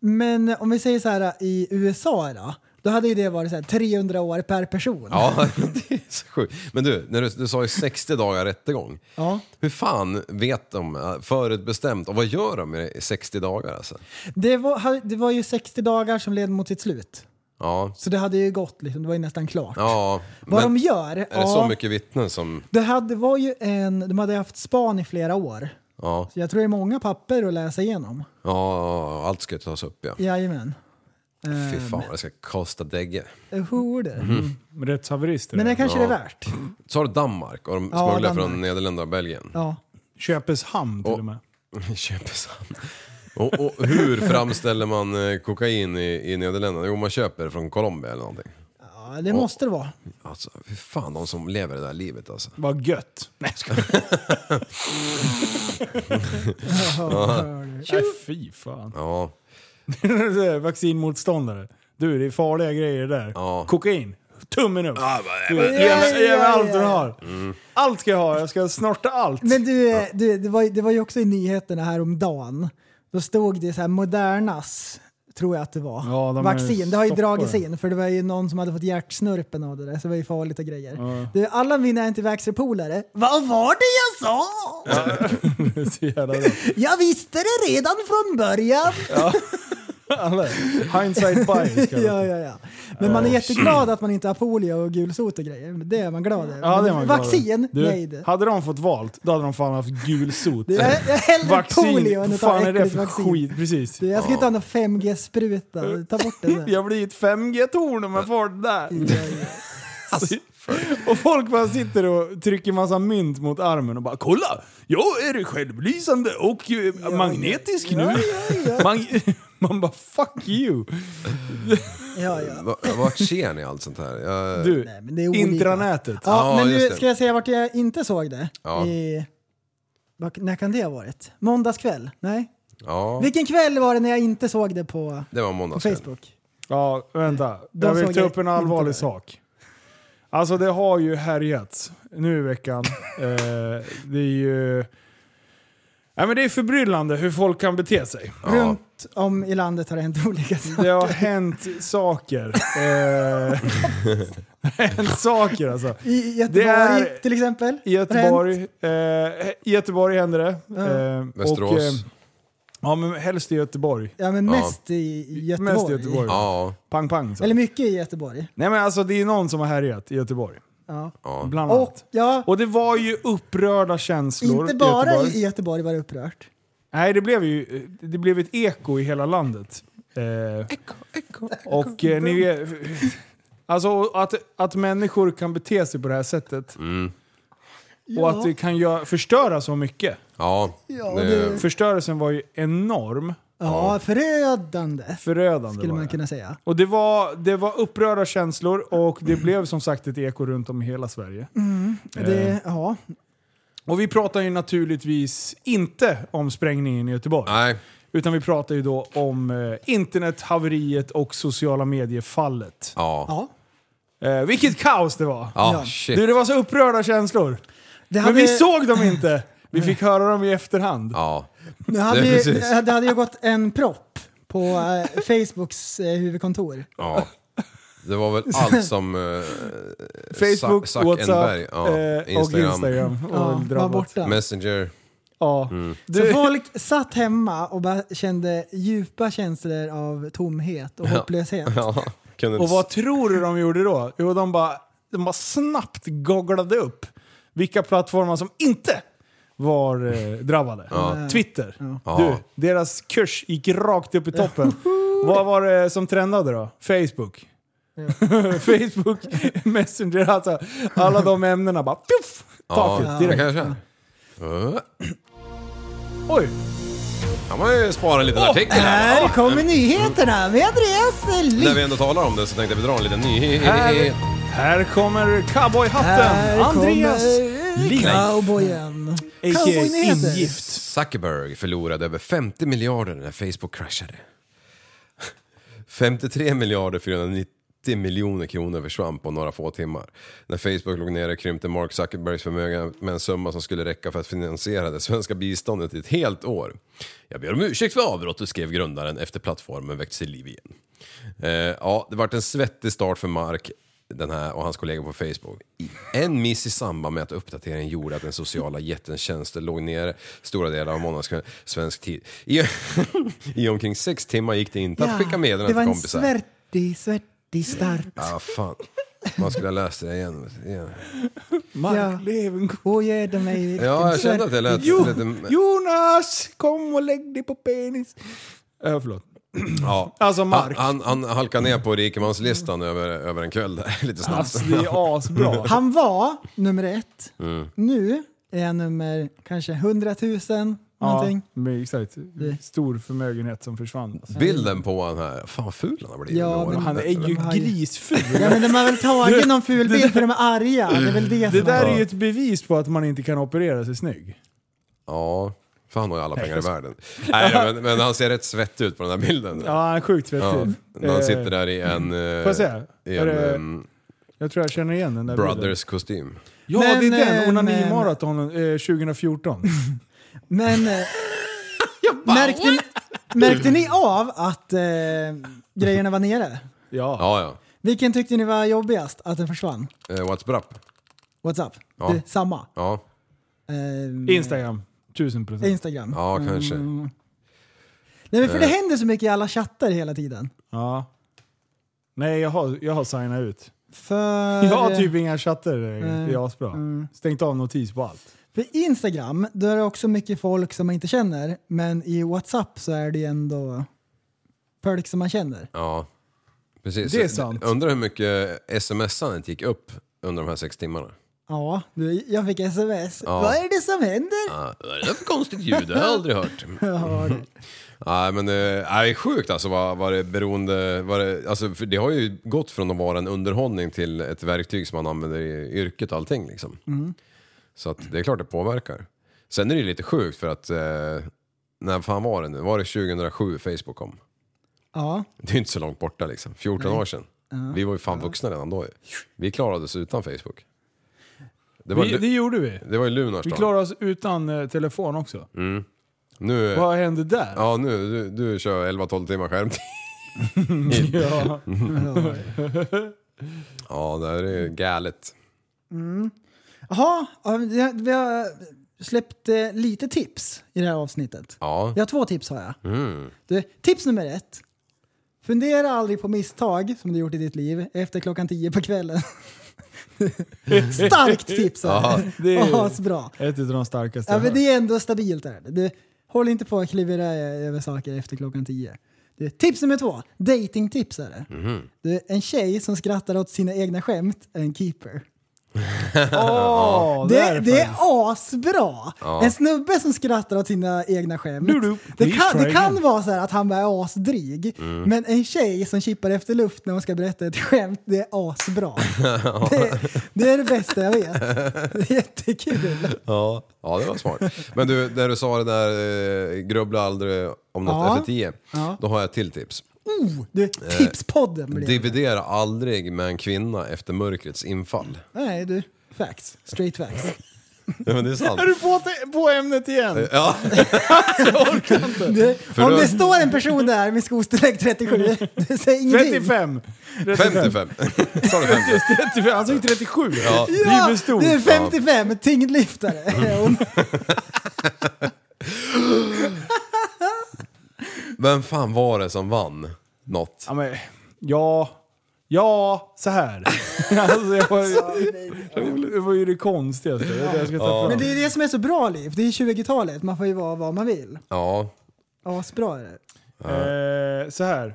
Speaker 6: men om vi säger så här i USA då, då hade ju det varit så här 300 år per person.
Speaker 7: ja, (laughs) det är så sjukt. Men du, när du, du sa ju 60 dagar rättegång.
Speaker 6: Ja.
Speaker 7: Hur fan vet de eh, förutbestämt? Och vad gör de med det i 60 dagar alltså?
Speaker 6: Det, var, ha- det var ju 60 dagar som led mot sitt slut.
Speaker 7: Ja,
Speaker 6: Så det hade ju gått, liksom, det var ju nästan klart.
Speaker 7: ja.
Speaker 6: Vad
Speaker 7: men
Speaker 6: de gör?
Speaker 7: Är det så mycket vittnen som...
Speaker 6: det hade, var ju en, de hade haft span i flera år.
Speaker 7: Ja,
Speaker 6: Så jag tror det är många papper att läsa igenom.
Speaker 7: ja allt ska ju tas upp
Speaker 6: Eh,
Speaker 7: ja.
Speaker 6: Jajamän.
Speaker 7: Fy fan vad det ska kosta dägge.
Speaker 6: Horder.
Speaker 7: Mhm.
Speaker 5: Rättshaverister.
Speaker 6: Men det kanske det är värt.
Speaker 7: Så har du Danmark och de
Speaker 6: Ja,
Speaker 7: smugglar
Speaker 6: Danmark.
Speaker 7: från Nederländerna och Belgien. (laughs)
Speaker 6: Ja.
Speaker 5: Köpeshamn till
Speaker 7: Och-
Speaker 5: och med.
Speaker 7: Köpeshamn. Och, och hur framställer man eh, kokain i, i Nederländerna? Jo, man köper det från Colombia eller någonting.
Speaker 6: ja, det måste det vara.
Speaker 7: Alltså, hur fan de som lever det där livet alltså.
Speaker 5: Vad gött. Nej, jag skojar. (laughs) Nej, fy fan. (laughs)
Speaker 7: Ja,
Speaker 5: Vaccinmotståndare. Du, det är farliga grejer det där.
Speaker 7: Ja. Ah,
Speaker 5: Kokain. Tummen upp. Du,
Speaker 6: men-
Speaker 5: Ge mig
Speaker 6: Ja,
Speaker 5: ge mig
Speaker 6: ja,
Speaker 5: allt
Speaker 6: ja.
Speaker 5: du har.
Speaker 7: Mm.
Speaker 5: Allt ska jag ha. Jag ska snorta allt.
Speaker 6: Men du, eh, du det, var, ju- det var ju också i nyheterna häromdagen. Då stod det så här Modernas, tror jag att det var,
Speaker 5: Ja, de är
Speaker 6: vaccin. Det har ju
Speaker 5: stoppade.
Speaker 6: dragits in för det var ju någon som hade fått hjärtsnurpen av det där så det var ju farligt och grejer. Du, alla mina antivaxxer-polare, vad var det jag sa?
Speaker 5: (laughs) Det är så jävla bra.
Speaker 6: Jag visste det redan
Speaker 5: (laughs)
Speaker 6: från början. (laughs)
Speaker 5: Alla- Hindsight bias. ska jag Äh,
Speaker 6: ja, ja, ja. Men man är jätteglad att man inte har polio och gulsot och grejer. Det är man glad över.
Speaker 5: Ja, det är man
Speaker 6: Men
Speaker 5: glad
Speaker 6: Vaccin?
Speaker 5: över. Du,
Speaker 6: nej. Det.
Speaker 5: Hade de fått valt, då hade de fan haft gulsot.
Speaker 6: Du, jag, jag hellre polio än att ta
Speaker 5: fan är det
Speaker 6: äckligt
Speaker 5: för
Speaker 6: vaccin.
Speaker 5: skit? Precis.
Speaker 6: Du, jag ska inte ha någon 5G-spruta. Ta bort
Speaker 5: (laughs)
Speaker 6: det där.
Speaker 5: Jag blir ett 5G-torn om jag får det där.
Speaker 6: Ja, ja.
Speaker 5: Och folk bara sitter och trycker massa mynt mot armen och bara “Kolla! Jag är självlysande och eh, magnetisk
Speaker 6: ja,
Speaker 5: nu!”
Speaker 6: ja, ja.
Speaker 5: Man, (laughs) man bara “Fuck you!”
Speaker 6: Ja, ja.
Speaker 7: Va- vart ser ni allt sånt här? Jag,
Speaker 5: Du,
Speaker 6: Nej, men det är olika.
Speaker 5: intranätet.
Speaker 6: Ja,
Speaker 7: Ja,
Speaker 6: men
Speaker 7: just
Speaker 6: nu
Speaker 7: det.
Speaker 6: ska jag säga vart jag inte såg det.
Speaker 7: Ja.
Speaker 6: I, vad- när kan det ha varit? Måndagskväll? Nej.
Speaker 7: Ja,
Speaker 6: Vilken kväll var det när jag inte såg det på,
Speaker 7: det var
Speaker 6: på
Speaker 7: måndagskväll.
Speaker 6: Facebook?
Speaker 5: Ja, vänta.
Speaker 6: De
Speaker 5: jag
Speaker 6: såg
Speaker 5: vill ta
Speaker 6: jag
Speaker 5: upp en
Speaker 6: inte där.
Speaker 5: allvarlig sak. Alltså det har ju härjats nu i
Speaker 6: (laughs)
Speaker 5: veckan. eh, det är ju... Nej, men det är förbryllande hur folk kan bete sig.
Speaker 6: Runt om i landet har det hänt (laughs) olika saker.
Speaker 5: Det har hänt saker. Eh, (laughs) det har hänt saker alltså.
Speaker 6: I Göteborg
Speaker 5: är-
Speaker 6: till exempel.
Speaker 5: I Göteborg, eh, I Göteborg händer det. Eh, Och, eh,
Speaker 7: Västerås.
Speaker 5: ja, men helst i Göteborg.
Speaker 6: Ja, men
Speaker 7: Ja.
Speaker 6: mest i Göteborg.
Speaker 5: Mest i Göteborg.
Speaker 7: Ja,
Speaker 5: Pang, pang. Så.
Speaker 6: Eller mycket i Göteborg.
Speaker 5: Nej, men alltså, det är någon som har härjat i Göteborg.
Speaker 6: Ja.
Speaker 7: ja.
Speaker 5: Bland annat.
Speaker 6: Och ja,
Speaker 5: Och det var ju upprörda känslor
Speaker 6: inte bara
Speaker 5: i Göteborg.
Speaker 6: i Göteborg var det upprört.
Speaker 5: Nej, det blev ju det blev ett eko i hela landet. Eh, och eh, ni vet, Alltså att, att människor kan bete sig på det här sättet. Och att det kan göra, förstöra så mycket.
Speaker 7: ja.
Speaker 6: Ja,
Speaker 7: det-
Speaker 6: det-
Speaker 5: Förstörelsen var ju enorm.
Speaker 6: Ja, förödande
Speaker 5: Förödande
Speaker 6: skulle
Speaker 5: var
Speaker 6: man
Speaker 5: det.
Speaker 6: kunna säga.
Speaker 5: Och det var, det var upprörda känslor och det blev som sagt ett eko runt om i hela Sverige.
Speaker 6: Mm. Det, ja.
Speaker 5: Och vi pratar ju naturligtvis inte om sprängningen i Göteborg.
Speaker 7: Nej,
Speaker 5: Utan vi pratar ju då om eh, internethaveriet och sociala medier-fallet.
Speaker 7: Ja.
Speaker 6: Ja.
Speaker 5: Eh, vilket kaos det var!
Speaker 7: Ja,
Speaker 5: Du,
Speaker 7: Ah, shit.
Speaker 5: det var så upprörda känslor.
Speaker 6: Det
Speaker 5: Men vi såg dem inte! Vi fick höra dem i efterhand.
Speaker 7: Ja.
Speaker 6: det hade,
Speaker 7: Det-
Speaker 6: ju,
Speaker 7: precis.
Speaker 6: det hade ju gått en propp på eh, Facebooks eh, huvudkontor.
Speaker 7: ja. Det var väl
Speaker 5: (laughs)
Speaker 7: allt som... eh,
Speaker 5: Facebook,
Speaker 7: Zuck- Zuckerberg,
Speaker 5: Whatsapp
Speaker 7: ja,
Speaker 5: eh, och
Speaker 7: Instagram.
Speaker 5: Instagram. Och
Speaker 6: Ja, var
Speaker 5: drabbats.
Speaker 6: borta.
Speaker 7: Messenger.
Speaker 5: Ja.
Speaker 6: Så
Speaker 5: Du,
Speaker 6: folk satt hemma och bara kände djupa känslor av tomhet och hopplöshet.
Speaker 7: Ja. Kunde
Speaker 5: och vad tror du de gjorde då? Jo, de bara, de bara snabbt googlade upp vilka plattformar som inte var eh, drabbade. Twitter.
Speaker 7: Ja.
Speaker 5: Du, deras kurs gick rakt upp i
Speaker 6: (laughs)
Speaker 5: toppen. vad var det som trendade då? Facebook. (laughs) Facebook, Messenger, alltså alla de ämnena bara pjuff! Taket
Speaker 7: ja. Det
Speaker 5: direkt.
Speaker 7: kanske är. Ja.
Speaker 5: Oj!
Speaker 7: kan man ju spara en liten artikel här.
Speaker 6: Här kommer nyheterna med Andreas
Speaker 7: När
Speaker 6: Lind.
Speaker 7: vi ändå talar om det så tänkte vi dra en liten nyhet.
Speaker 5: Här, här kommer cowboyhatten!
Speaker 6: Här
Speaker 5: Andreas
Speaker 6: kommer
Speaker 5: Lind.
Speaker 6: cowboyen.
Speaker 5: A.k.a.
Speaker 6: Cowboynyheter.
Speaker 5: Ingift.
Speaker 7: Zuckerberg förlorade över 50 miljarder när Facebook kraschade. (laughs) 53 miljarder 490 miljoner kronor försvann på några få timmar. När Facebook låg nere krympte Mark Zuckerbergs förmögenhet med en summa som skulle räcka för att finansiera det svenska biståndet i ett helt år. Jag ber om ursäkt för avbrottet, skrev grundaren efter plattformen väckts till liv igen. Eh, ja, det vart en svettig start för Mark den här och hans kollegor på Facebook. En miss i samband med att uppdateringen gjorde att den sociala jättens tjänster låg nere stora delar av måndagskvällen svensk tid. I, (laughs) I omkring sex timmar gick det inte att skicka
Speaker 6: det
Speaker 7: meddelanden
Speaker 6: var
Speaker 7: till
Speaker 6: en
Speaker 7: kompisar.
Speaker 6: svärtig, svärtig start.
Speaker 7: Ja, fan. Man skulle ha läst det igen. igen.
Speaker 5: Mark
Speaker 6: Ja.
Speaker 5: Levengood.
Speaker 6: Åh, ge det mig vilken
Speaker 7: Ja, jag kände att det lät
Speaker 5: Jo,
Speaker 7: lite...
Speaker 5: Jonas! Kom och lägg dig på penis. Äh, förlåt.
Speaker 7: Ja.
Speaker 5: Alltså, Mark.
Speaker 7: Han, han, han halkade ner på rikemanslistan över, över en kväll där, (laughs) lite snabbt.
Speaker 5: Alltså det är (laughs) asbra.
Speaker 6: Alltså, Han var nummer ett.
Speaker 7: Mm.
Speaker 6: Nu är han nummer kanske 100 000 någonting.
Speaker 5: men exakt. Stor förmögenhet som försvann. alltså.
Speaker 7: Bilden på han här, fan vad ful han har blivit
Speaker 6: Ja,
Speaker 7: med åren.
Speaker 6: men
Speaker 5: Han är ju
Speaker 6: (laughs)
Speaker 5: grisful.
Speaker 6: Ja men de har väl tagit någon ful bild för de är arga. Det är väl det,
Speaker 5: Det
Speaker 6: som
Speaker 5: där
Speaker 6: är...
Speaker 5: är ju ett bevis på att man inte kan operera sig snygg.
Speaker 7: Ja, för han har ju alla pengar i världen. Nej, men, men han ser rätt svettig ut på den här bilden.
Speaker 5: Ja, han är sjukt
Speaker 7: Ja,
Speaker 5: svettig.
Speaker 7: när han sitter där i en, eh,
Speaker 5: Får jag säga?
Speaker 7: i
Speaker 5: Är
Speaker 7: en
Speaker 5: det-
Speaker 7: ehm,
Speaker 5: Jag tror jag känner igen den där bilden.
Speaker 7: Brothers-kostym.
Speaker 5: Ja,
Speaker 6: Men,
Speaker 5: det är
Speaker 6: eh,
Speaker 5: den.
Speaker 6: men-
Speaker 5: Onanimaraton eh, 2014.
Speaker 7: (laughs)
Speaker 6: Men... eh, märkte, ni, märkte ni av att eh, grejerna var nere?
Speaker 5: (laughs) Ja.
Speaker 7: Ja, ja.
Speaker 6: Vilken tyckte ni var jobbigast att den försvann?
Speaker 7: Eh, what's up?
Speaker 6: Whatsapp?
Speaker 7: Ja.
Speaker 6: Det, samma?
Speaker 7: Ja,
Speaker 6: Ehm,
Speaker 5: Instagram. 1000 procent.
Speaker 6: Instagram.
Speaker 7: ja
Speaker 5: Mm.
Speaker 7: Eh. kanske.
Speaker 6: Nej men för det händer så mycket i alla chattar hela tiden.
Speaker 5: Ja. Nej, jag har, jag har signat ut.
Speaker 6: För,
Speaker 5: Jag har typ inga chatter. Det är asbra.
Speaker 6: Mm.
Speaker 5: Stängt av notis på allt.
Speaker 6: för Instagram, då är det också mycket folk som man inte känner. Men i Whatsapp så är det ju ändå folk som man känner.
Speaker 7: Ja, precis.
Speaker 5: Det är sant.
Speaker 7: Undrar hur mycket sms-andet gick upp under de här sex timmarna.
Speaker 6: Ja, du, jag fick sms.
Speaker 7: Ja.
Speaker 6: Vad är det som händer?
Speaker 7: Ja, vad är det för konstigt ljud? Det har jag
Speaker 5: (laughs)
Speaker 7: aldrig hört.
Speaker 6: Jag har-
Speaker 7: Nej men eh, nej, sjukt alltså vad, vad det beroende, vad det, alltså, för det har ju gått från att vara en underhållning till ett verktyg som man använder i yrket och allting liksom.
Speaker 5: Mm.
Speaker 7: Så att det är klart det påverkar. Sen är det ju lite sjukt för att, eh, när fan var det nu? Var det 2007 Facebook kom?
Speaker 6: Ja,
Speaker 7: Det är ju inte så långt borta liksom, 14 år sedan. Vi var ju fan vuxna redan då ju. Vi klarade oss utan Facebook. Det var,
Speaker 5: Vi, det gjorde vi.
Speaker 7: det var
Speaker 5: Vi
Speaker 7: ju Lunarstorm.
Speaker 5: klarade oss utan eh, telefon också.
Speaker 7: Nu,
Speaker 5: Vad hände där?
Speaker 7: ja nu, du, du kör 11-12 timmar skärmtid.
Speaker 5: Ja.
Speaker 7: Ja det här är ju galet.
Speaker 6: Jaha, ja, vi har- vi har släppt eh, lite tips i det här avsnittet.
Speaker 7: Ja.
Speaker 6: Jag har två tips har jag.
Speaker 5: Mm.
Speaker 6: Du, tips nummer ett. Fundera aldrig på misstag som du gjort i ditt liv efter klockan tio på
Speaker 5: (laughs)
Speaker 6: kvällen. Starkt tips! Ja,
Speaker 5: det är-
Speaker 6: Asbra.
Speaker 5: Ett av de starkaste
Speaker 6: Ja,
Speaker 5: jag
Speaker 6: men
Speaker 5: hört.
Speaker 6: det är ändå stabilt. Där. Du, håll inte på att klivera över saker efter klockan tio. Du, tips nummer två,
Speaker 5: Mhm.
Speaker 6: datingtips är det. Du, en tjej som skrattar åt sina egna skämt är en keeper.
Speaker 5: Åh,
Speaker 6: Det,
Speaker 5: därför.
Speaker 6: det är asbra! En snubbe som skrattar åt sina egna skämt.
Speaker 5: Du, du,
Speaker 6: det,
Speaker 5: please
Speaker 6: kan,
Speaker 5: try
Speaker 6: det kan
Speaker 5: again. Mm.
Speaker 6: vara så här att han bara är asdryg, men en tjej som kippar efter luft när hon ska berätta ett skämt, det är
Speaker 5: (laughs)
Speaker 6: asbra. det, det är det bästa jag vet. Det är jättekul.
Speaker 7: Ja. ja, det var smart. Men du, när du sa det där, eh, grubbla aldrig om något
Speaker 6: Ja.
Speaker 7: efter tio.
Speaker 6: Ja.
Speaker 7: Då har jag ett till tips.
Speaker 6: Oh, Du,
Speaker 5: Eh,
Speaker 6: tipspodden blir det.
Speaker 7: Dividera aldrig med en kvinna efter mörkrets infall.
Speaker 6: Nej du, facts. Straight facts.
Speaker 7: Ja, men det är sant.
Speaker 5: Är du på, te- på ämnet igen?
Speaker 7: Ja,
Speaker 6: Du, om
Speaker 7: då-
Speaker 6: det står en person där med
Speaker 5: (laughs)
Speaker 6: skostorlek 37, det säger ingenting.
Speaker 5: 35.
Speaker 7: 55. (laughs) Sa du 50?
Speaker 5: 35. Han sa 37.
Speaker 7: Ja.
Speaker 5: Det är för stort.
Speaker 6: det är 55, tyngdlyftare.
Speaker 5: (laughs)
Speaker 6: är hon.
Speaker 7: Vem fan var det som vann något?
Speaker 5: Ja, men, ja, ja, så här. (laughs) Alltså, jag var, det var ju det konstigaste. Det är det jag ska ta fram.
Speaker 6: Men det är det som är så bra liv. Det är 20-talet, man får ju vara vad man vill.
Speaker 7: Ja,
Speaker 6: Asbra är det.
Speaker 5: Eh, så här.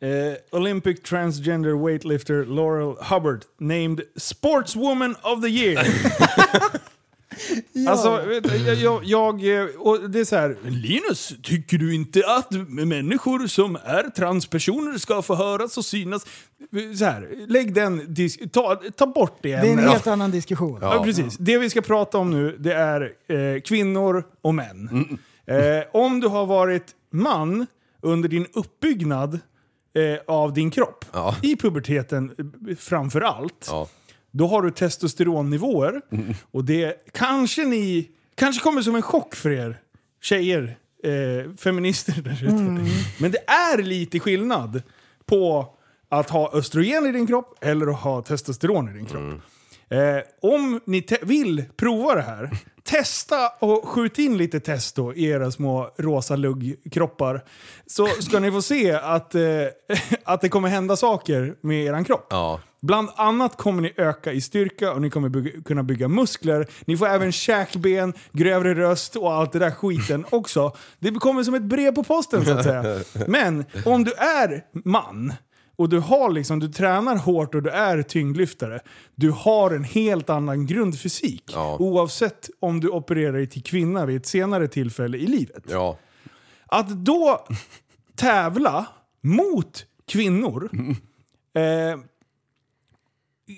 Speaker 5: Eh, Olympic transgender weightlifter Laurel Hubbard named Sportswoman of the (laughs) year. Alltså, vet du, jag, jag, jag, eh, och det är så här. Linus, tycker du inte att människor som är transpersoner ska få höras och synas? Så här, lägg den, dis- ta, ta bort det.
Speaker 6: Det är en
Speaker 5: ämnet.
Speaker 6: helt annan diskussion.
Speaker 5: Ja, precis. Det vi ska prata om nu det är eh, kvinnor och män. Eh, om du har varit man under din uppbyggnad eh, av din kropp,
Speaker 7: Ja.
Speaker 5: i puberteten eh, framför allt,
Speaker 7: ja.
Speaker 5: då har du testosteronnivåer. Och det kanske ni... Kanske kommer som en chock för er tjejer, eh, feminister där ute. Men det är lite skillnad på att ha östrogen i din kropp eller att ha testosteron i din kropp. Eh, om ni te- vill prova det här, testa och skjut in lite testo i era små rosa luggkroppar. Så ska ni få se att, eh, (laughs) att det kommer hända saker med er kropp.
Speaker 7: Ja.
Speaker 5: Bland annat kommer ni öka i styrka och ni kommer bygga, kunna bygga muskler. Ni får även käkben, grövre röst och allt det där skiten också. Det kommer som ett brev på posten så att säga. Men om du är man och du har liksom, du tränar hårt och du är tyngdlyftare. Du har en helt annan grundfysik.
Speaker 7: Ja.
Speaker 5: Oavsett om du opererar dig till kvinna vid ett senare tillfälle i livet.
Speaker 7: ja.
Speaker 5: Att då tävla mot kvinnor
Speaker 7: Mm.
Speaker 5: eh,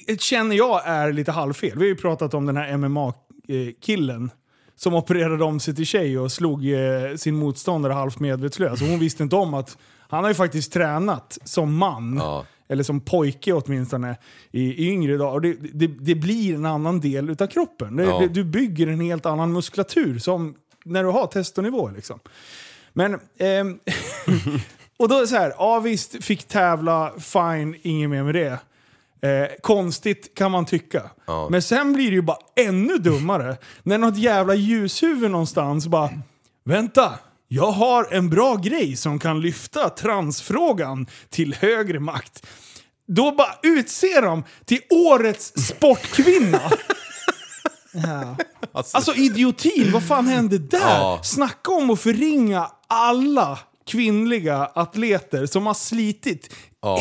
Speaker 5: det känner jag är lite halvfel. Vi har ju pratat om den här MMA-killen som opererade om sig till tjej och slog eh, sin motståndare halvt medvetslös. Och hon visste inte om att han har ju faktiskt tränat som man.
Speaker 7: Ja.
Speaker 5: Eller som pojke åtminstone i, i yngre dagar. Och Det, det, det blir en annan del utav kroppen. Det,
Speaker 7: Ja.
Speaker 5: det, du bygger en helt annan muskulatur som när du har testonivå. Liksom. Men, ehm, och då är det så här, ja visst, fick tävla, fine, inget mer med det. Eh, konstigt kan man tycka. Men sen blir det ju bara ännu dummare (laughs) när något jävla ljushuvud någonstans bara Vänta! Jag har en bra grej som kan lyfta transfrågan till högre makt. Då bara utser de till årets sportkvinna! (laughs)
Speaker 6: Ja.
Speaker 5: Alltså idiotin, vad fan hände där?
Speaker 7: Ja.
Speaker 5: Snacka om att förringa alla kvinnliga atleter som har slitit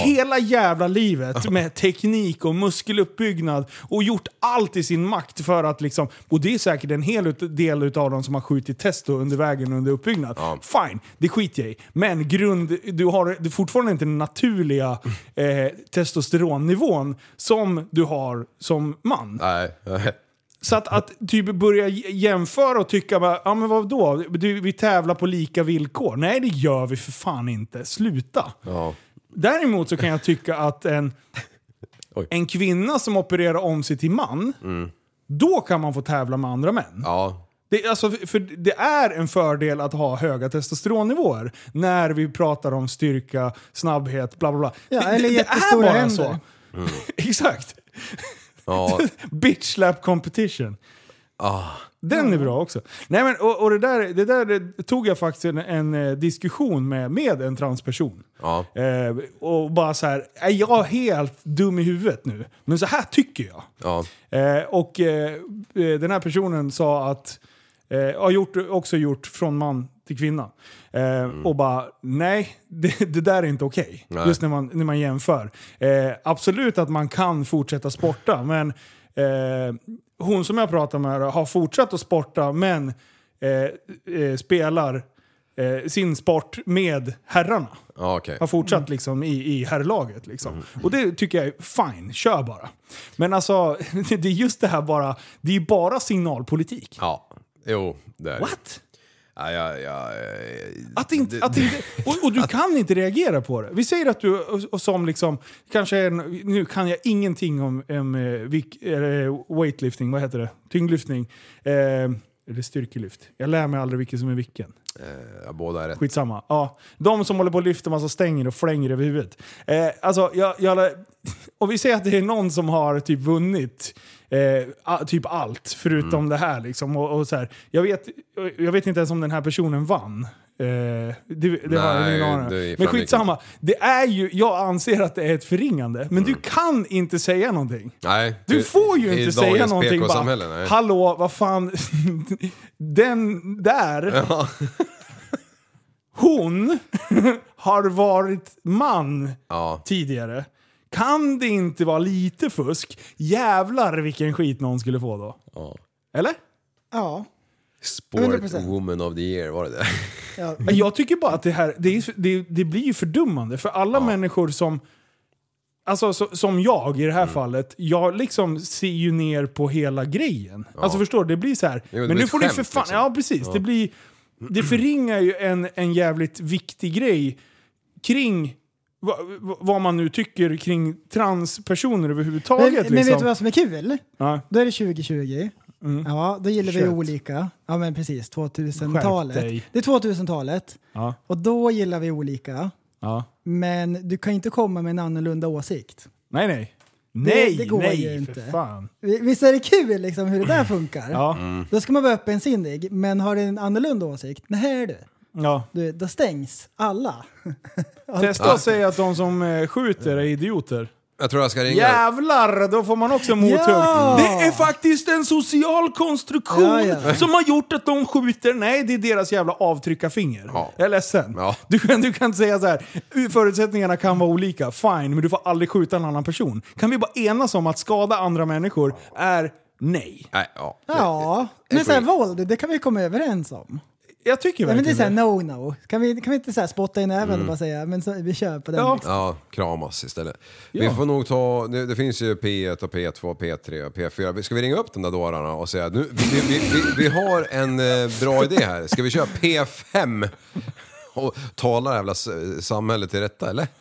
Speaker 5: hela jävla livet med teknik och muskeluppbyggnad och gjort allt i sin makt för att liksom... Och det är säkert en hel ut- del utav dem som har skjutit testo under vägen under uppbyggnad. Fine, det skiter jag i. Men grund, du har du har fortfarande inte den naturliga eh, testosteronnivån som du har som man.
Speaker 7: Nej. (laughs) nej.
Speaker 5: Så att, att typ börja j- jämföra och tycka bara, ja men vadå, du, vi tävlar på lika villkor. Nej det gör vi för fan inte, sluta.
Speaker 7: Ja.
Speaker 5: Däremot så kan jag tycka att en,
Speaker 7: (laughs) Oj. Mm.
Speaker 5: en kvinna som opererar om sig till man, då kan man få tävla med andra män.
Speaker 7: Ja.
Speaker 5: Det, alltså, för det är en fördel att ha höga testosteronnivåer när vi pratar om styrka, snabbhet, bla bla bla.
Speaker 6: Ja,
Speaker 5: det,
Speaker 6: eller
Speaker 5: det, det är
Speaker 6: jättestora
Speaker 5: bara
Speaker 6: händer.
Speaker 5: så.
Speaker 7: Mm.
Speaker 5: (laughs) Exakt.
Speaker 7: Ja.
Speaker 5: (laughs) Bitch slap competition. Den är bra också. Nej, men, och, och det, där, det där det tog jag faktiskt en, en eh, diskussion med, med en transperson.
Speaker 7: Ja.
Speaker 5: Eh, och bara så här, är jag helt dum i huvudet nu? Men så här tycker jag.
Speaker 7: Ja.
Speaker 5: Eh, och eh, eh, den här personen sa att, eh, har gjort, också gjort från man till kvinna. Eh, Och bara, nej, det, det där är inte okej.
Speaker 7: Nej.
Speaker 5: Just när man, när man jämför. Eh, absolut att man kan fortsätta sporta, men Eh, hon som jag pratar med har fortsatt att sporta men eh, eh, spelar eh, sin sport med herrarna.
Speaker 7: Ja, okej.
Speaker 5: Har fortsatt liksom i, i herrlaget. Liksom.
Speaker 7: Mm.
Speaker 5: Och det tycker jag är fine, kör bara. Men alltså, (laughs) det är just det här bara, det är ju bara signalpolitik.
Speaker 7: Ja, jo, det är det.
Speaker 5: What?
Speaker 7: Ja, ja, ja, eh,
Speaker 5: Att inte, att inte, och,
Speaker 7: (laughs)
Speaker 5: och du kan inte reagera på det. Vi säger att du och, och som liksom, kanske är en, nu kan jag ingenting om, om eh, vik, eh, weightlifting, vad heter det? Tyngdlyftning. Eh, eller styrkelyft. Jag lär mig aldrig vilken som är vilken.
Speaker 7: ja, båda är rätt.
Speaker 5: Skitsamma. Ja. De som håller på och lyfter massa stänger och flänger över huvudet. Eh, alltså, jag, jag, (laughs) om vi säger att det är någon som har typ vunnit eh, a- typ allt förutom
Speaker 7: Mm.
Speaker 5: det här. Liksom, och, och så här jag, vet, jag vet inte ens om den här personen vann. Eh, det, det har jag ingen
Speaker 7: Nej, det är
Speaker 5: aning om. Men
Speaker 7: framgick
Speaker 5: skitsamma. Det är ju, jag anser att det är ett förringande. Men du kan inte säga någonting.
Speaker 7: Nej,
Speaker 5: Du
Speaker 7: Mm. det-
Speaker 5: får ju
Speaker 7: i
Speaker 5: inte
Speaker 7: dagens
Speaker 5: säga någonting
Speaker 7: PK-samhälle,
Speaker 5: bara,
Speaker 7: nej. (laughs)
Speaker 5: hallå, vad fan, (laughs) den där, hon (laughs) har varit man
Speaker 7: Ja.
Speaker 5: tidigare. Kan det inte vara lite fusk? Jävlar vilken skit någon skulle få då.
Speaker 7: Ja.
Speaker 5: Eller?
Speaker 6: Ja.
Speaker 7: Sport
Speaker 6: 100%.
Speaker 7: woman of the year, var det det? (laughs)
Speaker 6: ja.
Speaker 7: Mm.
Speaker 5: Jag tycker bara att det här det, är, det, det blir ju fördummande för alla människor som Alltså så, som jag i det här
Speaker 7: Mm.
Speaker 5: fallet, jag liksom ser ju ner på hela grejen. Alltså förstår du? Det blir så här.
Speaker 7: det
Speaker 5: men
Speaker 7: blir
Speaker 5: nu
Speaker 7: ett
Speaker 5: får du för
Speaker 7: skämt,
Speaker 5: fan...
Speaker 7: liksom.
Speaker 5: Ja precis, det blir...
Speaker 7: (clears throat)
Speaker 5: Det förringar ju en, en jävligt viktig grej kring va- va- vad man nu tycker kring transpersoner
Speaker 6: Men,
Speaker 5: överhuvudtaget. liksom.
Speaker 6: men vet du vad som är kul?
Speaker 5: Ja.
Speaker 6: Då är det 2020. Ja, då gillar vi
Speaker 5: Kött.
Speaker 6: olika. Ja men precis,
Speaker 5: Skärp
Speaker 6: 2000-talet.
Speaker 5: dig.
Speaker 6: Det är 2000-talet.
Speaker 5: Ja.
Speaker 6: Och då gillar vi olika.
Speaker 5: Ja.
Speaker 6: Men du kan inte komma med en annorlunda åsikt.
Speaker 5: Nej nej. Nej,
Speaker 6: det går
Speaker 5: nej,
Speaker 6: ju
Speaker 5: för
Speaker 6: inte.
Speaker 5: fan.
Speaker 6: Vi- Visst är det kul liksom hur det där funkar?
Speaker 5: Ja.
Speaker 7: Mm.
Speaker 6: Då ska man vara öppensinnig, men har du en annorlunda åsikt, nej du,
Speaker 5: Ja.
Speaker 6: du då stängs alla.
Speaker 5: Testa att säga att de som eh, skjuter är idioter.
Speaker 7: Jag tror jag ska ringa.
Speaker 5: Jävlar, då får man också mothugg.
Speaker 6: Ja!
Speaker 5: Det är faktiskt en social konstruktion
Speaker 6: Ja, ja.
Speaker 5: som har gjort att de skjuter. Nej, det är deras jävla avtryckarfinger.
Speaker 7: Ja.
Speaker 5: Jag är ledsen.
Speaker 7: Ja.
Speaker 5: Du, kan- du kan inte säga så här. förutsättningarna kan vara olika, fine, men du får aldrig skjuta en annan person. Kan vi bara enas om att skada andra människor är nej?
Speaker 7: Nej, ja.
Speaker 6: Ja, men
Speaker 7: jag
Speaker 6: såhär
Speaker 7: tror-
Speaker 6: våld, det kan vi komma överens om.
Speaker 5: Jag tycker
Speaker 6: Nej, men det är
Speaker 5: verkligen Mm.
Speaker 6: såhär no-no. Kan vi, kan vi inte såhär spotta in även och bara säga, men så, vi kör på den.
Speaker 5: Ja.
Speaker 6: liksom.
Speaker 7: Ja, kramas istället.
Speaker 5: Ja.
Speaker 7: Vi får nog ta, det, det finns ju P1 och P2 och P3 och P4. Vi- Ska vi ringa upp de där dårarna och säga nu, vi, vi, vi, vi har en eh, bra idé här. Ska vi köra P5? (laughs) Och tala det jävla s- samhället till rätta eller? (laughs)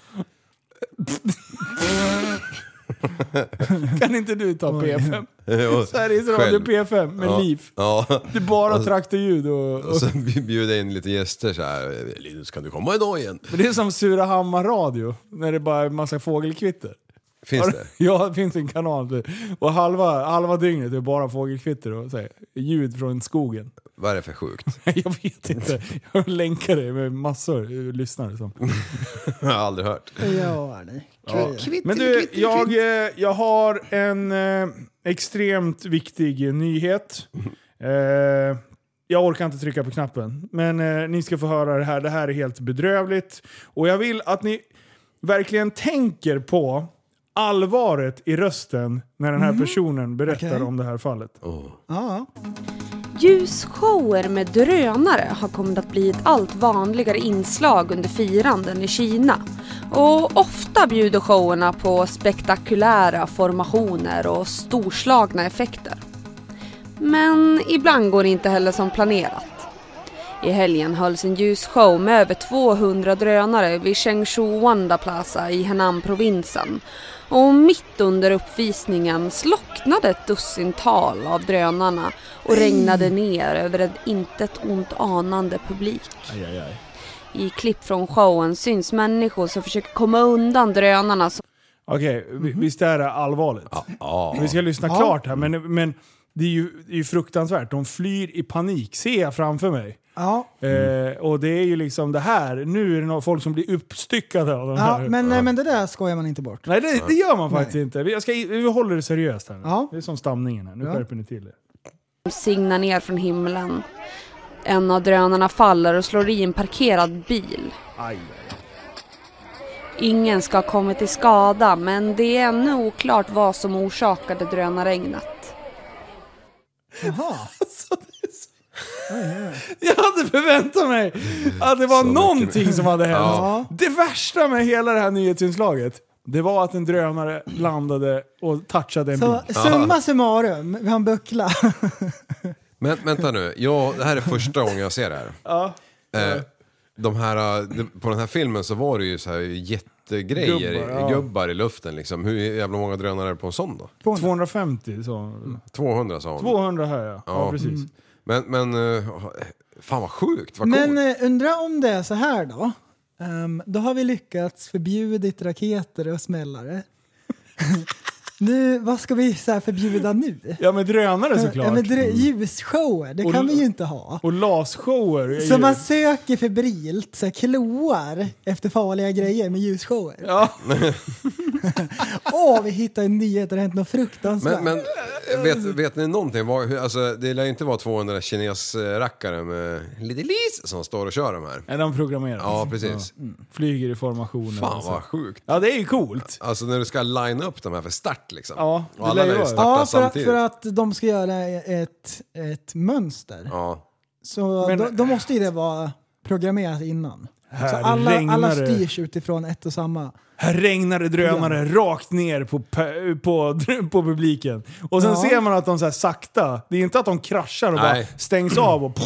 Speaker 5: Kan inte du ta P5? Sveriges Radio
Speaker 7: Själv.
Speaker 5: P5 med
Speaker 7: Ja.
Speaker 5: liv.
Speaker 7: Ja.
Speaker 5: Det är bara
Speaker 6: Alltså-
Speaker 5: traktorljud och... och
Speaker 7: Och så (laughs) bjuda in lite gäster så här. Linus kan du komma idag igen?
Speaker 5: Men det är som Surahammar radio, när det bara är massa fågelkvitter.
Speaker 7: Finns det?
Speaker 5: Ja, det finns en kanal. där. Och halva, halva dygnet är bara fågelkvitter och så här, ljud från skogen. (laughs)
Speaker 7: Vad är det för sjukt? (laughs)
Speaker 5: Jag vet inte. Jag länkar det med massor eh, lyssnare. Som.
Speaker 7: Jag har aldrig hört.
Speaker 6: Ja, nej.
Speaker 5: Men du, jag, eh, jag har en eh, extremt viktig eh, nyhet. Eh, jag orkar inte trycka på knappen, men eh, ni ska få höra det här. Det här är helt bedrövligt. Och jag vill att ni verkligen tänker på allvaret i rösten när den här personen berättar
Speaker 6: Okej.
Speaker 5: om det här fallet.
Speaker 6: Ja,
Speaker 8: Ljusshower med drönare har kommit att bli ett allt vanligare inslag under firanden i Kina. Och ofta bjuder showerna på spektakulära formationer och storslagna effekter. Men ibland går det inte heller som planerat. I helgen hölls en ljusshow med över 200 drönare vid Chengshu Wanda Plaza i Henan-provinsen. Och mitt under uppvisningen slocknade ett dussintal av drönarna och regnade ner över en intet ont anande publik. I klipp från showen syns människor som försöker komma undan drönarna som
Speaker 5: Okej, vi- visst är det allvarligt? Vi ska lyssna klart här, men, men det är ju, det är ju fruktansvärt. De flyr i panik, ser jag framför mig.
Speaker 6: ja.
Speaker 5: Eh, och det är ju liksom det här, nu är det några folk som blir uppstyckade av de
Speaker 6: ja
Speaker 5: här.
Speaker 6: men, men det där skojar man inte bort.
Speaker 5: Nej, det, det gör man faktiskt inte. Vi, jag ska, vi håller det seriöst här nu.
Speaker 6: Ja.
Speaker 5: Det är som stamningen här, nu skärper ni till er.
Speaker 8: signar ner från himlen. En av drönarna faller och slår i en parkerad bil. Ingen ska ha kommit till skada men det är ännu oklart vad som orsakade drönarregnet.
Speaker 6: Jaha.
Speaker 5: Alltså, (laughs) Jag hade förväntat mig att det var
Speaker 7: Så mycket
Speaker 5: någonting som hade hänt.
Speaker 7: Ja.
Speaker 5: Det värsta med hela det här nyhetsinslaget, det var att en drönare landade och touchade en
Speaker 6: Så
Speaker 5: bil.
Speaker 6: summa summarum, vi har en buckla.
Speaker 7: Men vänta nu, jag, det här är första gången jag ser det här. Eh, de här, eh, de- på den här filmen så var det ju så här jättegrejer,
Speaker 5: Gubbar,
Speaker 7: gubbar,
Speaker 5: ja.
Speaker 7: i luften liksom. Hur jävla många drönare är det på en sån då?
Speaker 5: 250 så.
Speaker 7: 200 sa hon.
Speaker 5: 200 här ja. Mm. Ja,
Speaker 7: Ja.
Speaker 5: precis.
Speaker 7: Men, men, eh, fan vad sjukt, vad
Speaker 6: Men
Speaker 7: coolt.
Speaker 6: eh, undra om det är så här då. Ehm, då har vi lyckats förbjudit raketer och smällare. (laughs) nu, vad ska vi så här förbjuda nu?
Speaker 5: Ja men drönare såklart. Mm.
Speaker 6: Ja, men dr- ljusshower, det
Speaker 5: Och-
Speaker 6: kan vi ju inte ha.
Speaker 5: Och lasshower. är
Speaker 6: Så
Speaker 5: ju-
Speaker 6: man söker febrilt, så här, kloar efter farliga
Speaker 5: Mm.
Speaker 6: grejer med ljusshower.
Speaker 5: Ja.
Speaker 6: Åh, vi hittar en nyhet där det har hänt något fruktansvärt.
Speaker 7: Men, men eh, vet, vet ni någonting? Vad- hur- Alltså, det lär ju inte vara 200 kinesrackare med Little Lis som står och kör de här.
Speaker 5: Är de programmerade? Mm.
Speaker 7: Ja, precis.
Speaker 5: Flyger i formationer.
Speaker 7: Fan
Speaker 5: och så.
Speaker 7: vad sjukt.
Speaker 5: Ja det är ju coolt.
Speaker 7: Alltså när du ska line upp de här för start liksom.
Speaker 5: Ja, det
Speaker 7: och alla
Speaker 5: lär ju
Speaker 7: lär ju
Speaker 5: vara.
Speaker 7: starta
Speaker 6: ja, för att,
Speaker 7: samtidigt.
Speaker 6: för att de ska göra ett, ett mönster.
Speaker 7: Ja.
Speaker 6: Så
Speaker 5: Men-
Speaker 6: då, då måste ju det vara programmerat innan. Så
Speaker 5: Här
Speaker 6: alla,
Speaker 5: regnar
Speaker 6: alla
Speaker 5: det.
Speaker 6: styrs utifrån ett och samma.
Speaker 5: Här regnar det drönare rakt ner på, pe- på, (laughs) på publiken. Och sen
Speaker 6: Ja.
Speaker 5: ser man att de så här sakta, det är inte att de kraschar och
Speaker 7: Nej.
Speaker 5: bara stängs av och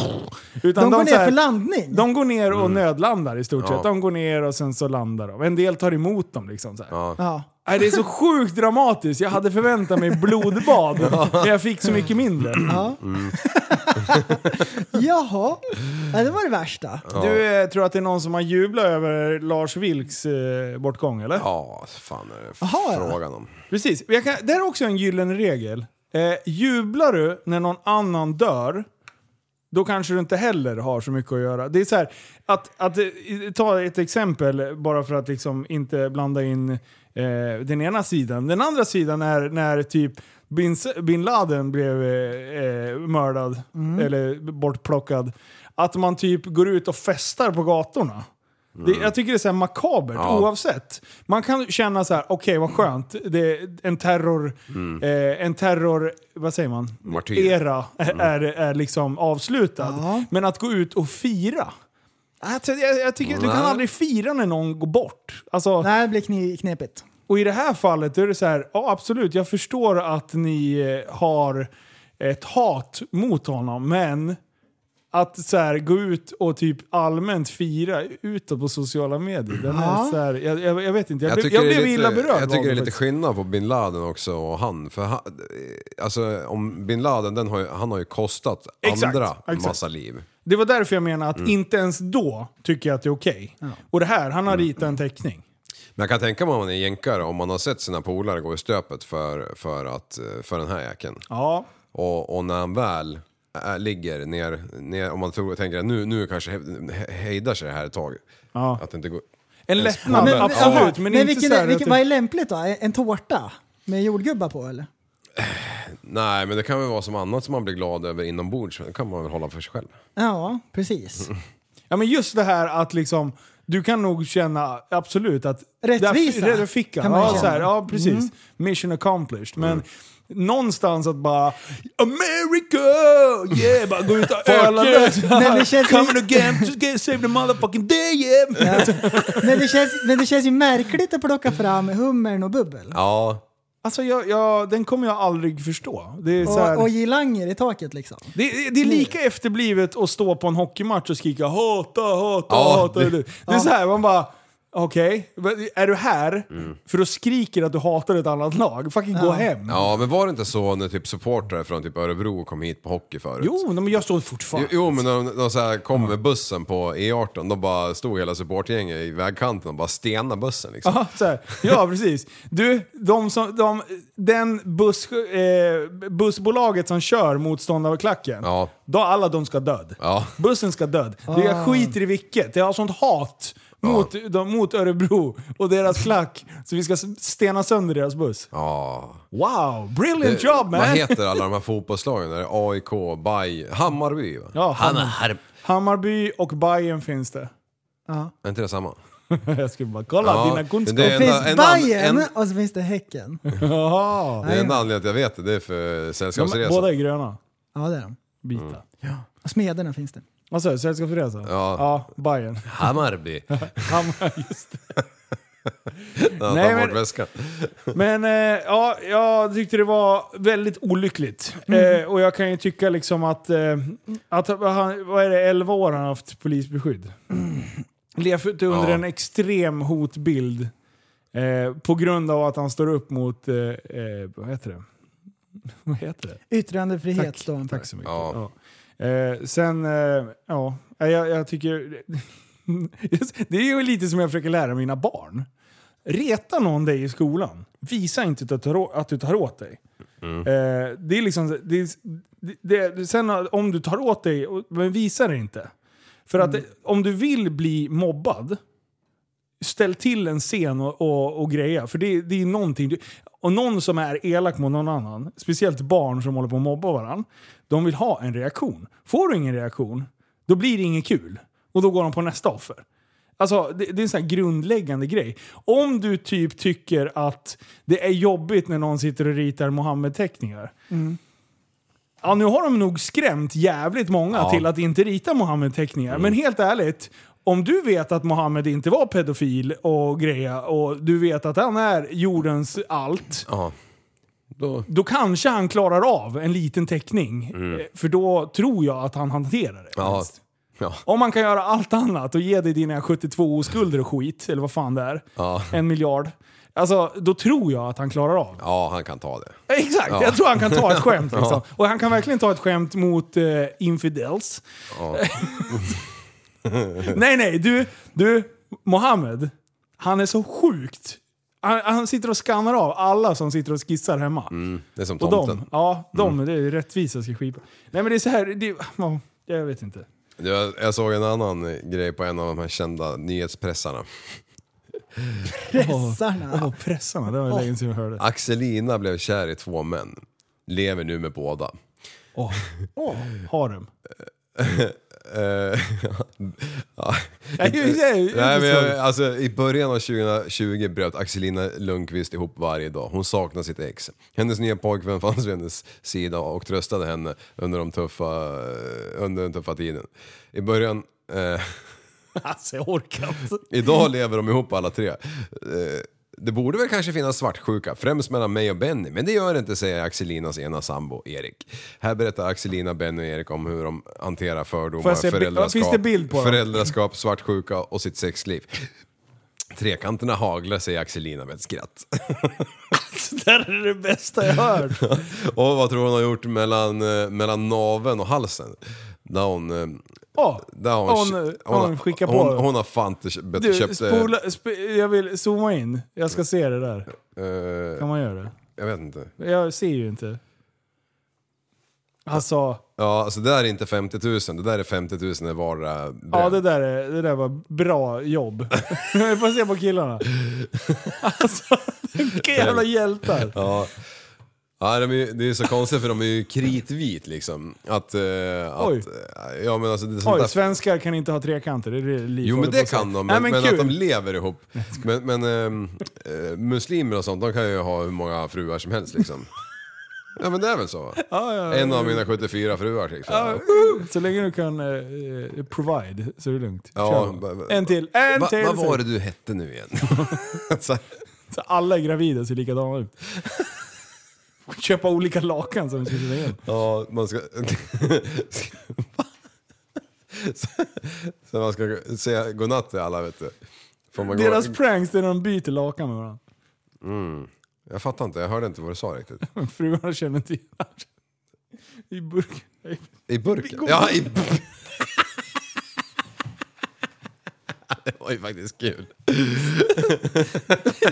Speaker 5: utan
Speaker 6: De går
Speaker 5: så
Speaker 6: ner
Speaker 5: här-
Speaker 6: för landning.
Speaker 5: De går ner och nödlandar i stort
Speaker 7: Mm. Ja.
Speaker 5: sett. De går ner och sen så landar de. En del tar emot dem liksom så här.
Speaker 6: Ja.
Speaker 5: Nej, det är så sjukt dramatiskt. Jag hade förväntat mig blodbad,
Speaker 7: (laughs)
Speaker 5: men jag fick så mycket mindre.
Speaker 6: Ja. Jaha, ja, det var det värsta.
Speaker 5: Du eh, tror att det är någon som har jublat över Lars Vilks eh, bortgång, eller?
Speaker 7: Ja, fan är det
Speaker 6: Aha, ja.
Speaker 7: frågan om.
Speaker 5: Precis. Jag kan, det här är också en gyllene regel. Eh, jublar du när någon annan dör, då kanske du inte heller har så mycket att göra. Det är så här, att, att eh, ta ett exempel bara för att liksom inte blanda in eh, den ena sidan. Den andra sidan är när typ bin, bin Laden blev eh, eh, mördad eller bortplockad. Att man typ går ut och festar på gatorna. Det, jag tycker det är så här makabert
Speaker 7: Ja.
Speaker 5: oavsett. Man kan känna så här, okej vad skönt, det är en terror, eh, en terror, vad säger man?
Speaker 7: Mm. Martyr. Mm.
Speaker 5: Era är, är liksom avslutad. Men att gå ut och fira. Alltså, jag, jag tycker, du kan
Speaker 7: Nej.
Speaker 5: aldrig fira när någon går bort. Alltså,
Speaker 6: Nej, det blir kni- knepigt.
Speaker 5: och i det här fallet då är det så här, ja absolut, jag förstår att ni eh, har ett hat mot honom, men att så här, gå ut och typ allmänt fira utåt på sociala medier. Den är så här, jag, jag, jag vet inte, jag, blev, jag
Speaker 7: det är
Speaker 5: blev illa
Speaker 7: lite,
Speaker 5: berörd.
Speaker 7: Jag tycker
Speaker 5: av
Speaker 7: det är lite
Speaker 5: faktiskt.
Speaker 7: skillnad på bin Laden också och han. För han, alltså, om bin Laden, den har ju, han har ju kostat
Speaker 5: Exakt,
Speaker 7: andra
Speaker 5: exakt.
Speaker 7: massa liv.
Speaker 5: Det var därför jag menar att
Speaker 7: Mm.
Speaker 5: inte ens då tycker jag att det är okej. Och det här, han har
Speaker 7: Mm.
Speaker 5: ritat en teckning.
Speaker 7: Men jag kan tänka mig om man är jänkare, om man har sett sina polare gå i stöpet för, för, att, eh, för den här jäkeln.
Speaker 5: Ja,
Speaker 7: Och, och när han väl äh, ligger ner, ner om man tror, tänker att nu, nu kanske he- he- hejdar sig det här ett tag.
Speaker 5: Ja.
Speaker 7: Att det inte går...
Speaker 5: en lättnad,
Speaker 7: men-
Speaker 5: absolut. Men, inte
Speaker 6: vilken,
Speaker 5: så här,
Speaker 6: vilken,
Speaker 5: att det-
Speaker 6: Vad är lämpligt då? En en tårta med jordgubbar på eller?
Speaker 7: Nej, men det kan väl vara som annat som man blir glad över inombords. men Det kan man väl hålla för sig själv.
Speaker 6: Ja, precis.
Speaker 5: Ja men just det här att liksom, du kan nog känna absolut att...
Speaker 6: Rättvisa,
Speaker 5: Där, där fick jag.
Speaker 6: kan man
Speaker 5: Ja,
Speaker 6: känna. Mm.
Speaker 5: så här, ja precis. Mission accomplished. Men någonstans att bara America! Yeah! Bara gå
Speaker 6: (laughs)
Speaker 5: ut och öla lös. (laughs)
Speaker 6: Men det känns ju-
Speaker 5: Coming again, just gonna save the motherfucking day yeah!
Speaker 6: Men det, känns, men det känns ju märkligt att plocka fram hummern och bubbel.
Speaker 7: Ja,
Speaker 5: Alltså jag, jag, den kommer jag aldrig förstå. Det är, så här,
Speaker 6: Och, och girlanger i taket liksom.
Speaker 5: det,
Speaker 7: Mm.
Speaker 5: det är lika efterblivet att stå på en hockeymatch och skrika hata, hata,
Speaker 7: Ja,
Speaker 5: hata. Det,
Speaker 7: det-
Speaker 5: det är så här, man bara... Okej, är du här för att skriker att du hatar ett annat lag? Fucking gå hem.
Speaker 7: Mm. Ja, men var det inte så när typ supportrar från typ Örebro kom hit på hockey förut?
Speaker 5: Jo, men jag står
Speaker 7: Jo,
Speaker 5: fortfarande...
Speaker 7: jo men de, de så här kom med bussen på E18, då bara stod hela supportgänget i vägkanten och bara stenade bussen liksom.
Speaker 5: Ja, så här.
Speaker 7: (laughs)
Speaker 5: ja, precis. Du, de som, de, den buss, eh, bussbolaget som kör motståndarklacken,
Speaker 7: Ja.
Speaker 5: då alla de ska död.
Speaker 7: Ja.
Speaker 5: Bussen ska död. Det jag skiter i vilket. Jag har sånt hat mot, de, mot Örebro och deras klack, så vi ska stena sönder deras buss.
Speaker 7: Ja.
Speaker 5: Wow, brilliant job man!
Speaker 7: Vad heter alla de här fotbollslagen? Är det AIK, Baj, Hammarby va?
Speaker 5: ja, Hammar, Hammarby och Bayern finns det. (laughs)
Speaker 7: Är inte det samma?
Speaker 5: jag skulle bara kolla
Speaker 7: Ja,
Speaker 5: dina
Speaker 7: men
Speaker 5: kunskaper.
Speaker 7: det-
Speaker 6: Det
Speaker 7: En-
Speaker 6: finns
Speaker 7: en-
Speaker 6: Bajen
Speaker 7: en-
Speaker 6: och så finns det Häcken.
Speaker 5: (laughs) Jaha.
Speaker 7: Det är enda anledningen till att jag vet det, det är för
Speaker 5: De-
Speaker 7: Sällskapsresan.
Speaker 5: Båda är gröna.
Speaker 6: Ja, det är de.
Speaker 5: Bitar.
Speaker 6: Och Smederna finns det.
Speaker 5: Vad sa du? Sällskapsresa?
Speaker 7: Mm. Ja.
Speaker 5: ja Bayern. (laughs)
Speaker 7: Hammarby.
Speaker 5: Hammar, just det.
Speaker 7: Ja,
Speaker 5: Nej,
Speaker 7: Nej,
Speaker 5: men-
Speaker 7: bort väskan.
Speaker 5: Men eh, ja, jag tyckte det var väldigt olyckligt. Eh, och jag kan ju tycka liksom att, eh, att han, vad är det, 11 år har han haft polisbeskydd. Levt under
Speaker 7: Ja.
Speaker 5: en extrem hotbild eh, på grund av att han står upp mot, eh, eh, vad heter det? (laughs) Vad heter det?
Speaker 6: Yttrandefrihet står han för.
Speaker 5: Tack så mycket.
Speaker 7: Ja.
Speaker 5: Ja. Eh, sen, eh, ja, Nej, jag, jag tycker... (laughs) Just- det är ju lite som jag försöker lära mina barn. Reta någon dig i skolan, visa inte att du tar, å- att du tar åt dig. Eh, det är liksom... Det, är- det, det, sen om du tar åt dig, och- men visa det inte. För att eh, om du vill bli mobbad, ställ till en scen och, och, och greja. För det, det är någonting... du- Och någon som är elak mot någon annan, speciellt barn som håller på att mobba varandra, de vill ha en reaktion. Får du ingen reaktion, då blir det inget kul. Och då går de på nästa offer. Alltså, det, det är en sån här grundläggande grej. Om du typ tycker att det är jobbigt när någon sitter och ritar Mohammed-teckningar. Ja, nu har de nog skrämt jävligt många till att inte rita Mohammed-teckningar. Men
Speaker 7: Mm.
Speaker 5: helt ärligt, om du vet att Mohammed inte var pedofil och greja och du vet att han är jordens allt
Speaker 7: Ja. Då,
Speaker 5: då kanske han klarar av en liten teckning. Eh, För då tror jag att han hanterar det.
Speaker 7: Mm. ja.
Speaker 5: minst.
Speaker 7: Ja.
Speaker 5: Om man kan göra allt annat och ge dig dina 72 oskulder och skit, eller vad fan det är,
Speaker 7: Ja.
Speaker 5: en miljard. Alltså, då tror jag att han klarar av det.
Speaker 7: ja, han kan ta det.
Speaker 5: Eh, Exakt, jag tror han kan ta ett skämt. Liksom. Och han kan verkligen ta ett skämt mot eh, infidels. (laughs) nej, nej, du, du, Mohammed, han är så sjukt... Han, han sitter och skannar av alla som sitter och skissar hemma.
Speaker 7: Det är som
Speaker 5: Och
Speaker 7: tomten.
Speaker 5: de, ja, de, det är rättvisa ska skipa. Nej men det är så här, det, ja, jag vet inte.
Speaker 7: Jag, jag såg en annan grej på en av de här kända nyhetspressarna.
Speaker 6: Pressarna.
Speaker 5: Åh, pressarna, det var länge sedan jag hörde.
Speaker 7: Axelina blev kär i två män. Lever nu med båda.
Speaker 5: Åh, oh. harem.
Speaker 7: Eh, (laughs) ja.
Speaker 5: Nej, jag- jag- jag-
Speaker 7: Nej, men jag, alltså, I början av 2020 bröt Axelina Lundqvist ihop varje dag. Hon saknar sitt ex. Hennes nya pojkvän fanns vid hennes sida och tröstade henne under, de tuffa, eh, under den tuffa tiden. I början... Eh,
Speaker 5: Alltså jag orkar inte.
Speaker 7: Idag lever de ihop alla tre. Eh, Det borde väl kanske finnas svartsjuka, främst mellan mig och Benny, men det gör det inte, säger Axelinas ena sambo Erik. Här berättar Axelina, Benny och Erik om hur de hanterar
Speaker 5: Får
Speaker 7: fördomar,
Speaker 5: jag se bi-
Speaker 7: föräldraskap,
Speaker 5: finns det bild på dem?
Speaker 7: föräldraskap, svartsjuka och sitt sexliv. Trekanterna haglar, säger Axelina med ett skratt. (laughs)
Speaker 5: Det där är det bästa jag hört.
Speaker 7: Och vad tror hon har gjort mellan, eh, mellan naveln och halsen? Där hon... eh,
Speaker 5: Oh,
Speaker 7: Där hon,
Speaker 5: hon, hon skickar på.
Speaker 7: hon, hon har fan inte köpt...
Speaker 5: du,
Speaker 7: köpt eh,
Speaker 5: spola, sp, jag vill zooma in. Jag ska se det där.
Speaker 7: eh,
Speaker 5: Kan man göra det?
Speaker 7: jag vet inte.
Speaker 5: Jag ser ju inte. Alltså,
Speaker 7: Ja, alltså det där är inte 50 000, det där är 50 000 i vardera bröd.
Speaker 5: ja det där, är, det där var bra jobb. (laughs) Jag får se på killarna. Alltså, vilka jävla hjältar.
Speaker 7: Ja. Ja, de är, ju- det är ju så konstigt för de är ju kritvit liksom. Att, eh,
Speaker 5: Oj.
Speaker 7: att, eh, ja, men alltså, det är sånt
Speaker 5: Oj,
Speaker 7: där-
Speaker 5: svenskar kan inte ha trekanter. Det är det Liv
Speaker 7: Jo
Speaker 5: håller
Speaker 7: men
Speaker 5: på att
Speaker 7: det
Speaker 5: säga.
Speaker 7: kan de,
Speaker 5: Nej,
Speaker 7: men,
Speaker 5: men,
Speaker 7: men
Speaker 5: kul.
Speaker 7: att de lever ihop. Men, men ehm, eh, muslimer och sånt, de kan ju ha hur många fruar som helst liksom. Ja men det är väl så?
Speaker 5: ja, ja,
Speaker 7: en av mina 74 fruar liksom.
Speaker 5: Ja, Så länge du kan eh, eh, provide så är det lugnt.
Speaker 7: Ja,
Speaker 5: Kör.
Speaker 7: va- va-
Speaker 5: en till, en
Speaker 7: Va,
Speaker 5: till!
Speaker 7: vad var det du hette
Speaker 5: (laughs)
Speaker 7: nu igen? Så här.
Speaker 5: Så alla är gravida ser likadana ut. (laughs) Köpa olika lakan som ska sitta igen.
Speaker 7: Ja, man ska... (laughs) Va? Så- Så man ska säga godnatt till alla vet du. Får man
Speaker 5: Deras
Speaker 7: gå...
Speaker 5: pranks det är när de byter lakan med varandra.
Speaker 7: Jag fattar inte, jag hörde inte vad du sa riktigt.
Speaker 5: Men Fruarna känner inte igen varandra. I burken. Nej.
Speaker 7: I burken? Ja, i... (laughs) Det var ju faktiskt kul.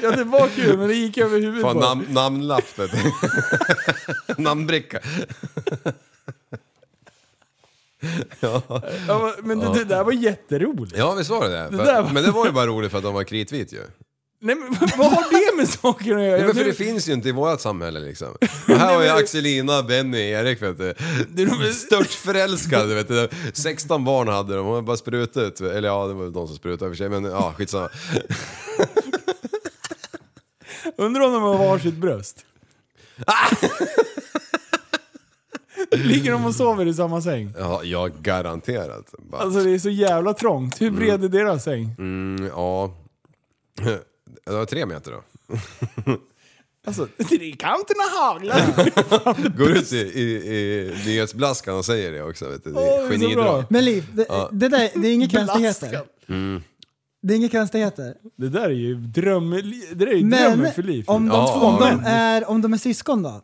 Speaker 5: Ja, det var kul men det gick över huvudet
Speaker 7: Fan,
Speaker 5: på
Speaker 7: nam namnlapp vet du. (laughs) Namnbricka.
Speaker 5: ja, Men det, det där var jätteroligt.
Speaker 7: Ja, visst var det det?
Speaker 5: där var-
Speaker 7: Men det var ju bara roligt för att de var kritvit ju.
Speaker 5: Nej, men vad har det med saker att göra?
Speaker 7: Nej, men för
Speaker 5: Nu-
Speaker 7: det finns ju inte i vårt
Speaker 5: (laughs)
Speaker 7: samhälle liksom. Och här har ju Axelina, Benny, Erik vet du. (laughs) De är stört förälskade vet du. 16 barn hade de, och bara sprutade ut. Eller ja, det var väl de som sprutade i och för sig, men ja, skitsamma.
Speaker 5: Undrar om de har varsitt bröst?
Speaker 7: Ah! (laughs)
Speaker 5: Ligger de och sover i samma säng?
Speaker 7: Ja, jag garanterat. Bara,
Speaker 5: Alltså det är så jävla trångt. Hur bred är deras säng?
Speaker 7: mm, ja. Det var tre meter då.
Speaker 5: Alltså, trekanterna haglar.
Speaker 7: Går ut i, i, i nyhetsblaskan och säger det också vet du. Det
Speaker 5: Åh,
Speaker 7: är
Speaker 5: det är så bra.
Speaker 7: genidrag.
Speaker 6: Men Liv, det, det, där, det är inga konstigheter. Mm. Det är inga konstigheter.
Speaker 5: Det där är ju dröm, det där är ju
Speaker 6: Men
Speaker 5: drömmen för liv.
Speaker 6: om de,
Speaker 7: Ja,
Speaker 6: två, om,
Speaker 7: ja,
Speaker 6: de
Speaker 7: men-
Speaker 6: är, om de är syskon då?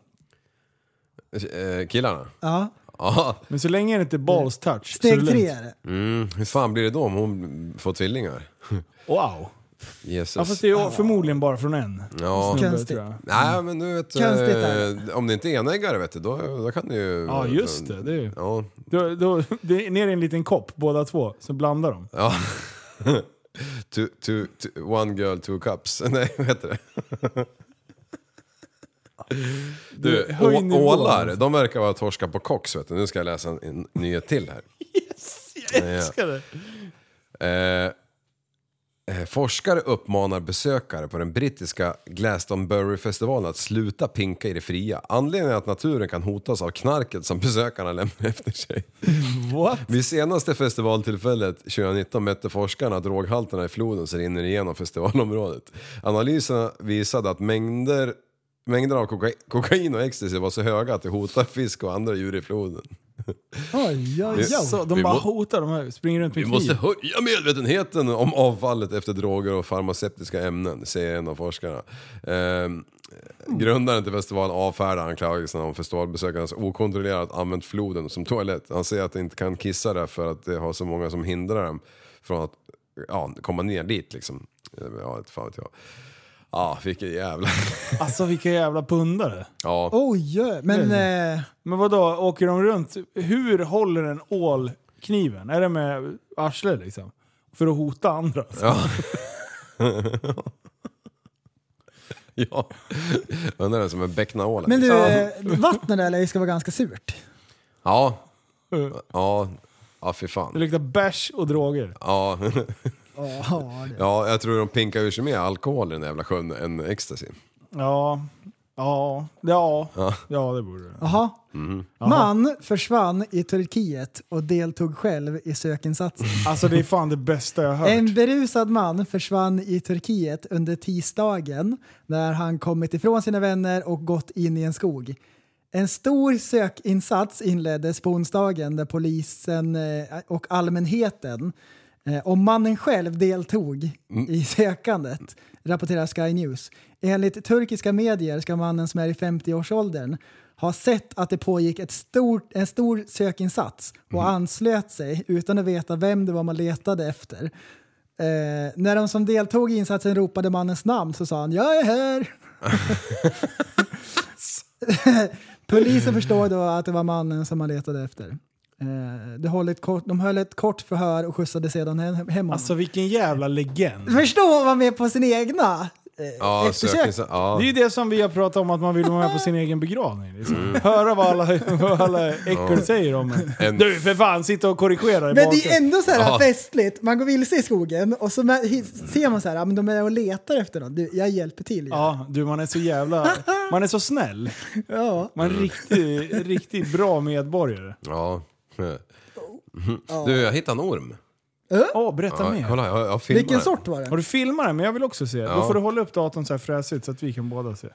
Speaker 7: Eh, Killarna?
Speaker 6: Ja.
Speaker 7: Ja.
Speaker 5: Men så länge det inte är balls touch så är det
Speaker 6: Mm. Steg tre
Speaker 5: lugnt.
Speaker 6: är det.
Speaker 7: Mm, hur fan blir det då om hon får tvillingar?
Speaker 5: Wow. Ja,
Speaker 7: Jesus.
Speaker 5: fast det är förmodligen bara från en.
Speaker 7: Ja.
Speaker 5: Snubbe,
Speaker 6: Konstigt.
Speaker 5: tror jag.
Speaker 7: Nej men du vet,
Speaker 6: Konstigt är
Speaker 7: eh, om det inte är enäggare vet du, då, då kan det ju...
Speaker 5: Ja, just det. det är ju.
Speaker 7: Ja,
Speaker 5: Då, då, det är ner i en liten kopp båda två, så blandar de.
Speaker 7: ja. two, two, two, one girl, two cups. (laughs) Nej, vad heter det?
Speaker 5: (laughs)
Speaker 7: Du,
Speaker 5: höj
Speaker 7: å-
Speaker 5: nivån.
Speaker 7: ålar, de verkar vara torska på koks vet du. Nu ska jag läsa en, en nyhet
Speaker 5: (laughs)
Speaker 7: till här.
Speaker 5: Jag älskar det.
Speaker 7: Eh, eh, forskare uppmanar besökare på den brittiska Glastonbury-festivalen att sluta pinka i det fria. Anledningen är att naturen kan hotas av knarket som besökarna lämnar (laughs) efter sig.
Speaker 5: What?
Speaker 7: Vid senaste festivaltillfället 2019 mätte forskarna droghalterna i floden som rinner igenom festivalområdet. Analyserna visade att mängder, mängder av koka, kokain och ecstasy var så höga att det hotar fisk och andra djur i floden.
Speaker 5: Oj, ja, ja. Så, de
Speaker 7: Vi
Speaker 5: bara
Speaker 7: må-
Speaker 5: hotar, de här, springer runt med
Speaker 7: Vi
Speaker 5: kniv.
Speaker 7: måste höja medvetenheten om avfallet efter droger och farmaceutiska ämnen, säger en av forskarna. Ehm, grundaren till festivalen avfärdar anklagelserna om festivalbesökarnas okontrollerat använt floden som toalett. Han säger att de inte kan kissa där för att det har så många som hindrar dem från att ja, komma ner dit liksom. Ehm, Ja, inte fan vet jag. Ja, vilken jävla... (laughs)
Speaker 5: Alltså vilka jävla pundare.
Speaker 7: Ja.
Speaker 6: Oj, oj. men... Eh,
Speaker 5: Men vad då åker de runt? Hur håller en ål kniven? Är det med arslet liksom? För att hota andra?
Speaker 7: Ja. (laughs) ja. Undrar det som en bäcknaål.
Speaker 6: men du, eh, vattnet där lär ju ska vara ganska surt.
Speaker 7: Ja. Ja. Ja, fy fan.
Speaker 5: Det luktar bärs och droger.
Speaker 7: Ja. (laughs)
Speaker 6: Ja, det.
Speaker 7: ja, jag tror de pinkar ur sig mer alkohol i den jävla sjön än ecstasy.
Speaker 5: Ja. Ja. Ja. Ja, det borde det.
Speaker 6: Jaha. Man försvann i Turkiet och deltog själv i sökinsatsen.
Speaker 5: Alltså det är fan det bästa jag har hört.
Speaker 6: En berusad man försvann i Turkiet under tisdagen när han kommit ifrån sina vänner och gått in i en skog. En stor sökinsats inleddes på onsdagen där polisen eh, och allmänheten eh, och mannen själv deltog i sökandet, rapporterar Sky News. Enligt turkiska medier ska mannen som är i 50-årsåldern ha sett att det pågick ett stort, en stor sökinsats och anslöt sig utan att veta vem det var man letade efter. Eh, när de som deltog i insatsen ropade mannens namn så sa han “Jag är här!” Polisen förstår då att det var mannen som man letade efter. Eh, de, höll ett kort, de höll ett kort förhör och skjutsade sedan hem hem honom.
Speaker 5: Alltså vilken jävla legend.
Speaker 6: Förstår man vara med på sin egna eh,
Speaker 7: Ja,
Speaker 6: eftersök?
Speaker 7: sökningsa- ja.
Speaker 5: Det är ju det som vi har pratat om, att man vill vara med på sin egen begravning. Liksom. Höra vad alla, vad alla äckor säger om en.
Speaker 7: En-
Speaker 5: Du för fan, sitta och korrigera i
Speaker 6: Men det är
Speaker 5: bakgrunden.
Speaker 6: ändå så här
Speaker 7: Ja.
Speaker 6: festligt. Man går vilse i skogen och så mä- hi- ser man så här, ja, men de är och letar efter någon. Du, jag hjälper till. Ja.
Speaker 5: Ja, du man är så jävla... Man är så snäll.
Speaker 6: Ja.
Speaker 5: Man är en riktig, riktigt bra medborgare.
Speaker 7: Ja. Du, jag hittade en orm.
Speaker 5: Åh, berätta
Speaker 7: Ja,
Speaker 5: mer.
Speaker 7: kolla, jag, jag filmar
Speaker 6: Vilken
Speaker 7: den.
Speaker 6: sort var det?
Speaker 5: Har du filmat den? Men jag vill också se. Då
Speaker 7: Ja.
Speaker 5: får du hålla upp datorn så här fräsigt så att vi kan båda se.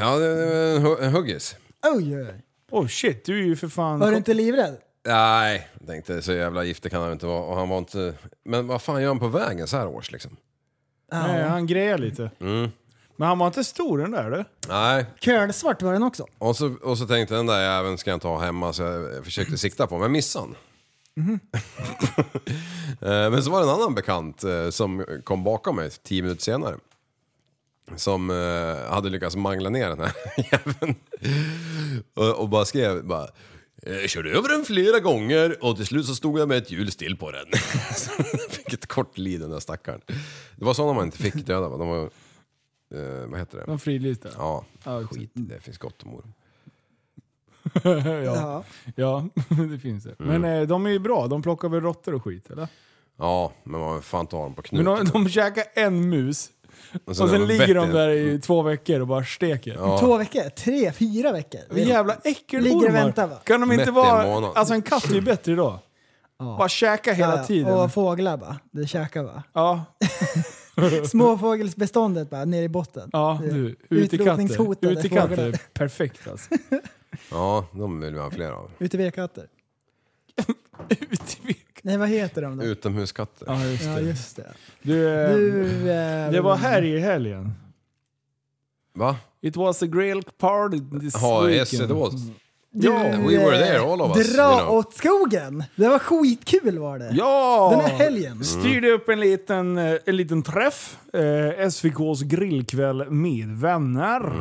Speaker 7: Ja, det det var en hu- en huggis.
Speaker 6: Oj, oj, oj.
Speaker 5: Oh shit, du är ju för fan...
Speaker 6: Var du inte livrädd?
Speaker 7: Nej, jag tänkte så jävla giftig kan han inte vara. Och han var inte... Men vad fan gör han på vägen så här års liksom?
Speaker 5: Nej, han grejar lite.
Speaker 7: Mm.
Speaker 5: Men han var inte stor den där du.
Speaker 7: Nej,
Speaker 6: Kölsvart var den också.
Speaker 7: och så, och så tänkte jag, den där jäveln ska jag inte ha hemma så jag försökte sikta på men missade han. (laughs) Eh, men så var det en annan bekant eh, som kom bakom mig tio minuter senare. Som (laughs) eh, hade lyckats mangla ner den här jäveln. och, och bara skrev bara Jag körde över den flera gånger och till slut så stod jag med ett hjul still på den. (laughs) Så jag fick ett kort liv den där stackaren. Det var sådana man inte fick döda va? De var... Eh, vad heter det?
Speaker 5: De fridlysta.
Speaker 7: Ja,
Speaker 5: Ja, exakt.
Speaker 7: skit det finns gott om orm.
Speaker 5: ja.
Speaker 6: (laughs) Ja. (laughs)
Speaker 5: ja, det finns det.
Speaker 7: Mm.
Speaker 5: Men eh, de är ju bra. De plockar väl råttor och skit, eller?
Speaker 7: Ja, men man fan tar dem på
Speaker 5: Men de,
Speaker 7: knuten.
Speaker 5: de käkar en mus
Speaker 7: Och
Speaker 5: och sen
Speaker 7: är
Speaker 5: ligger de
Speaker 7: bättre.
Speaker 5: där i två veckor och bara steker.
Speaker 6: Två veckor? Tre? Fyra veckor?
Speaker 5: Det är jävla
Speaker 6: Ligger
Speaker 5: äckelormar.
Speaker 6: och väntar, va?
Speaker 5: Kan de
Speaker 7: Mätt i
Speaker 5: inte
Speaker 7: en
Speaker 5: vara...
Speaker 7: månad.
Speaker 5: Alltså en katt är ju bättre då. Bara käka hela
Speaker 6: Ja,
Speaker 5: tiden.
Speaker 6: Och fåglar bara. Det käkar va?
Speaker 5: Ja,
Speaker 6: Småfågelsbeståndet bara nere i botten.
Speaker 5: ja
Speaker 6: Det-
Speaker 5: du. Utekatter.
Speaker 6: Utrotningshotade
Speaker 5: Utekatter
Speaker 6: fåglar.
Speaker 5: är perfekt
Speaker 6: (laughs)
Speaker 5: alltså.
Speaker 7: Ja, de vill vi ha fler av.
Speaker 6: UTV-katter.
Speaker 5: Utekak-
Speaker 6: Nej, vad heter de då?
Speaker 7: Utomhuskatter.
Speaker 5: ja, just
Speaker 6: ja,
Speaker 5: det.
Speaker 6: just det.
Speaker 5: Du, eh,
Speaker 6: Du, ehm,
Speaker 5: det var här i helgen.
Speaker 7: Va?
Speaker 5: It was a grill party this
Speaker 7: Ja, yes
Speaker 5: weekend.
Speaker 7: it was.
Speaker 6: du,
Speaker 7: E we were
Speaker 6: eh,
Speaker 7: there, all of us,
Speaker 6: Dra
Speaker 7: you know.
Speaker 6: åt skogen! Det var skitkul var det.
Speaker 5: Ja!
Speaker 6: Den här helgen.
Speaker 5: Styrde upp en liten, eh, en liten träff. Eh, SVKs grillkväll med vänner.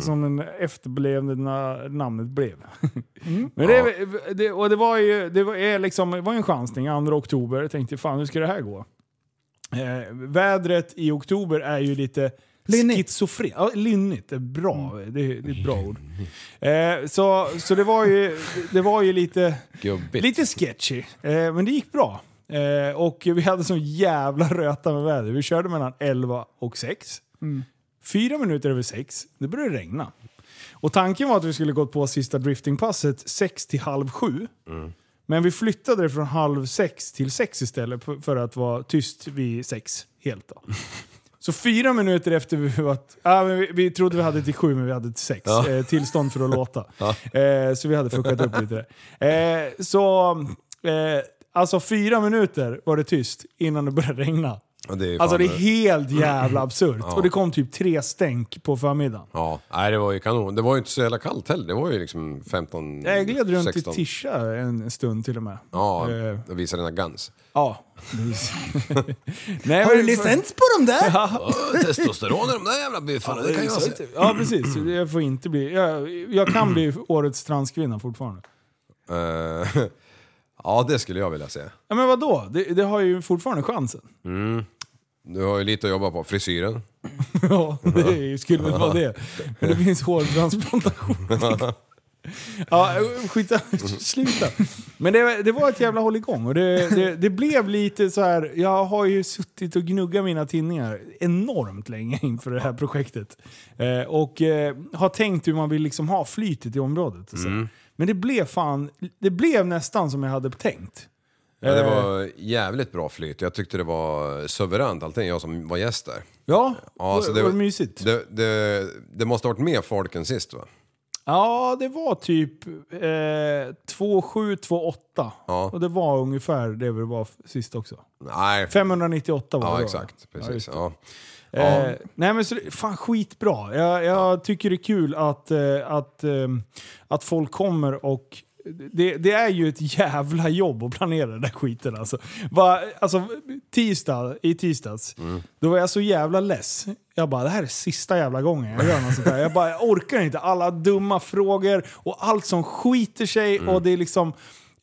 Speaker 5: Som den efterblivna namnet blev. (laughs) Men det, det, och det var ju det var, är liksom, det var ju en chansning, 2 oktober. Jag tänkte fan hur ska det här gå? Eh, vädret i oktober är ju lite
Speaker 6: Lynnigt.
Speaker 5: schizofrent. Ja, lynnigt är bra. Det, det är ett bra ord. Eh, så så det, var ju, det var ju lite...
Speaker 7: Gubbigt.
Speaker 5: Lite sketchy, eh, men det gick bra. Eh, och vi hade sån jävla röta med väder. Vi körde mellan 11 och 6. Fyra minuter över 6, det började regna. Och tanken var att vi skulle gått på sista driftingpasset 6 till halv 7. Men vi flyttade det från halv 6 till 6 istället för- för att vara tyst vid 6 helt.
Speaker 7: (laughs)
Speaker 5: Då. Så fyra minuter efter vi varit... Ja, men vi, vi trodde vi hade till sju, men vi hade till sex. Eh, tillstånd för att
Speaker 7: (laughs)
Speaker 5: låta. Eh, så vi hade fuckat upp lite där. Eh, så... Eh, alltså fyra minuter var det tyst innan det började regna.
Speaker 7: Ja, det är fan
Speaker 5: Alltså det är
Speaker 7: det.
Speaker 5: helt jävla absurt. Och det kom typ tre stänk på förmiddagen.
Speaker 7: Ja, nej det var ju kanon. Det var ju inte så jävla kallt heller. Det var ju liksom 15,
Speaker 5: Jag gled runt
Speaker 7: 16.
Speaker 5: i Tisha en stund till och med.
Speaker 7: Ja,
Speaker 5: Eh,
Speaker 7: och visade dina guns.
Speaker 6: (laughs)
Speaker 5: ja. Nej,
Speaker 6: Har du
Speaker 5: men-
Speaker 6: licens på dem där?
Speaker 7: testosteron i de där jävla biffarna, det kan jag
Speaker 6: typ.
Speaker 7: se.
Speaker 5: Ja, precis. Jag får inte bli... Jag, jag kan bli årets transkvinna fortfarande.
Speaker 7: Eh, (laughs) ja, det skulle jag vilja se.
Speaker 5: Ja, men vadå? Det, det har ju fortfarande chansen.
Speaker 7: Du har ju lite att jobba på. Frisyren.
Speaker 5: Ja, det är ju- skulle väl vara det. Men det finns hårtransplantation. Ja, skita, sluta. Men det, det var ett jävla hålligång och det, det, det blev lite så här. Jag har ju suttit och gnuggat mina tinningar enormt länge inför det här projektet. Eh, och eh, har tänkt hur man vill liksom ha flytet i området. Och så. Men det blev fan, det blev nästan som jag hade tänkt.
Speaker 7: Ja, det
Speaker 5: Eh.
Speaker 7: var jävligt bra flyt. Jag tyckte det var suveränt allting, jag som var gäst där.
Speaker 5: Ja,
Speaker 7: Ja,
Speaker 5: och-
Speaker 7: så
Speaker 5: och mysigt.
Speaker 7: Det, det, det måste ha varit mer folk än sist va?
Speaker 5: Ja, det var typ eh, 27, 28.
Speaker 7: Ja.
Speaker 5: Och det var ungefär det vi var f- sist också.
Speaker 7: Nej.
Speaker 5: 598 var det
Speaker 7: Ja,
Speaker 5: då.
Speaker 7: exakt. Precis.
Speaker 5: just
Speaker 7: Ja,
Speaker 5: Eh, nej men så, det- fan skitbra. Jag, jag tycker det är kul att, eh, att, eh, att folk kommer och det, det är ju ett jävla jobb att planera den där skiten alltså. Va, alltså tisdag, I tisdags, då var jag så jävla less. Jag bara, det här är sista jävla gången jag gör något sånt här. Jag bara, jag orkar inte. Alla dumma frågor och allt som skiter sig och det är liksom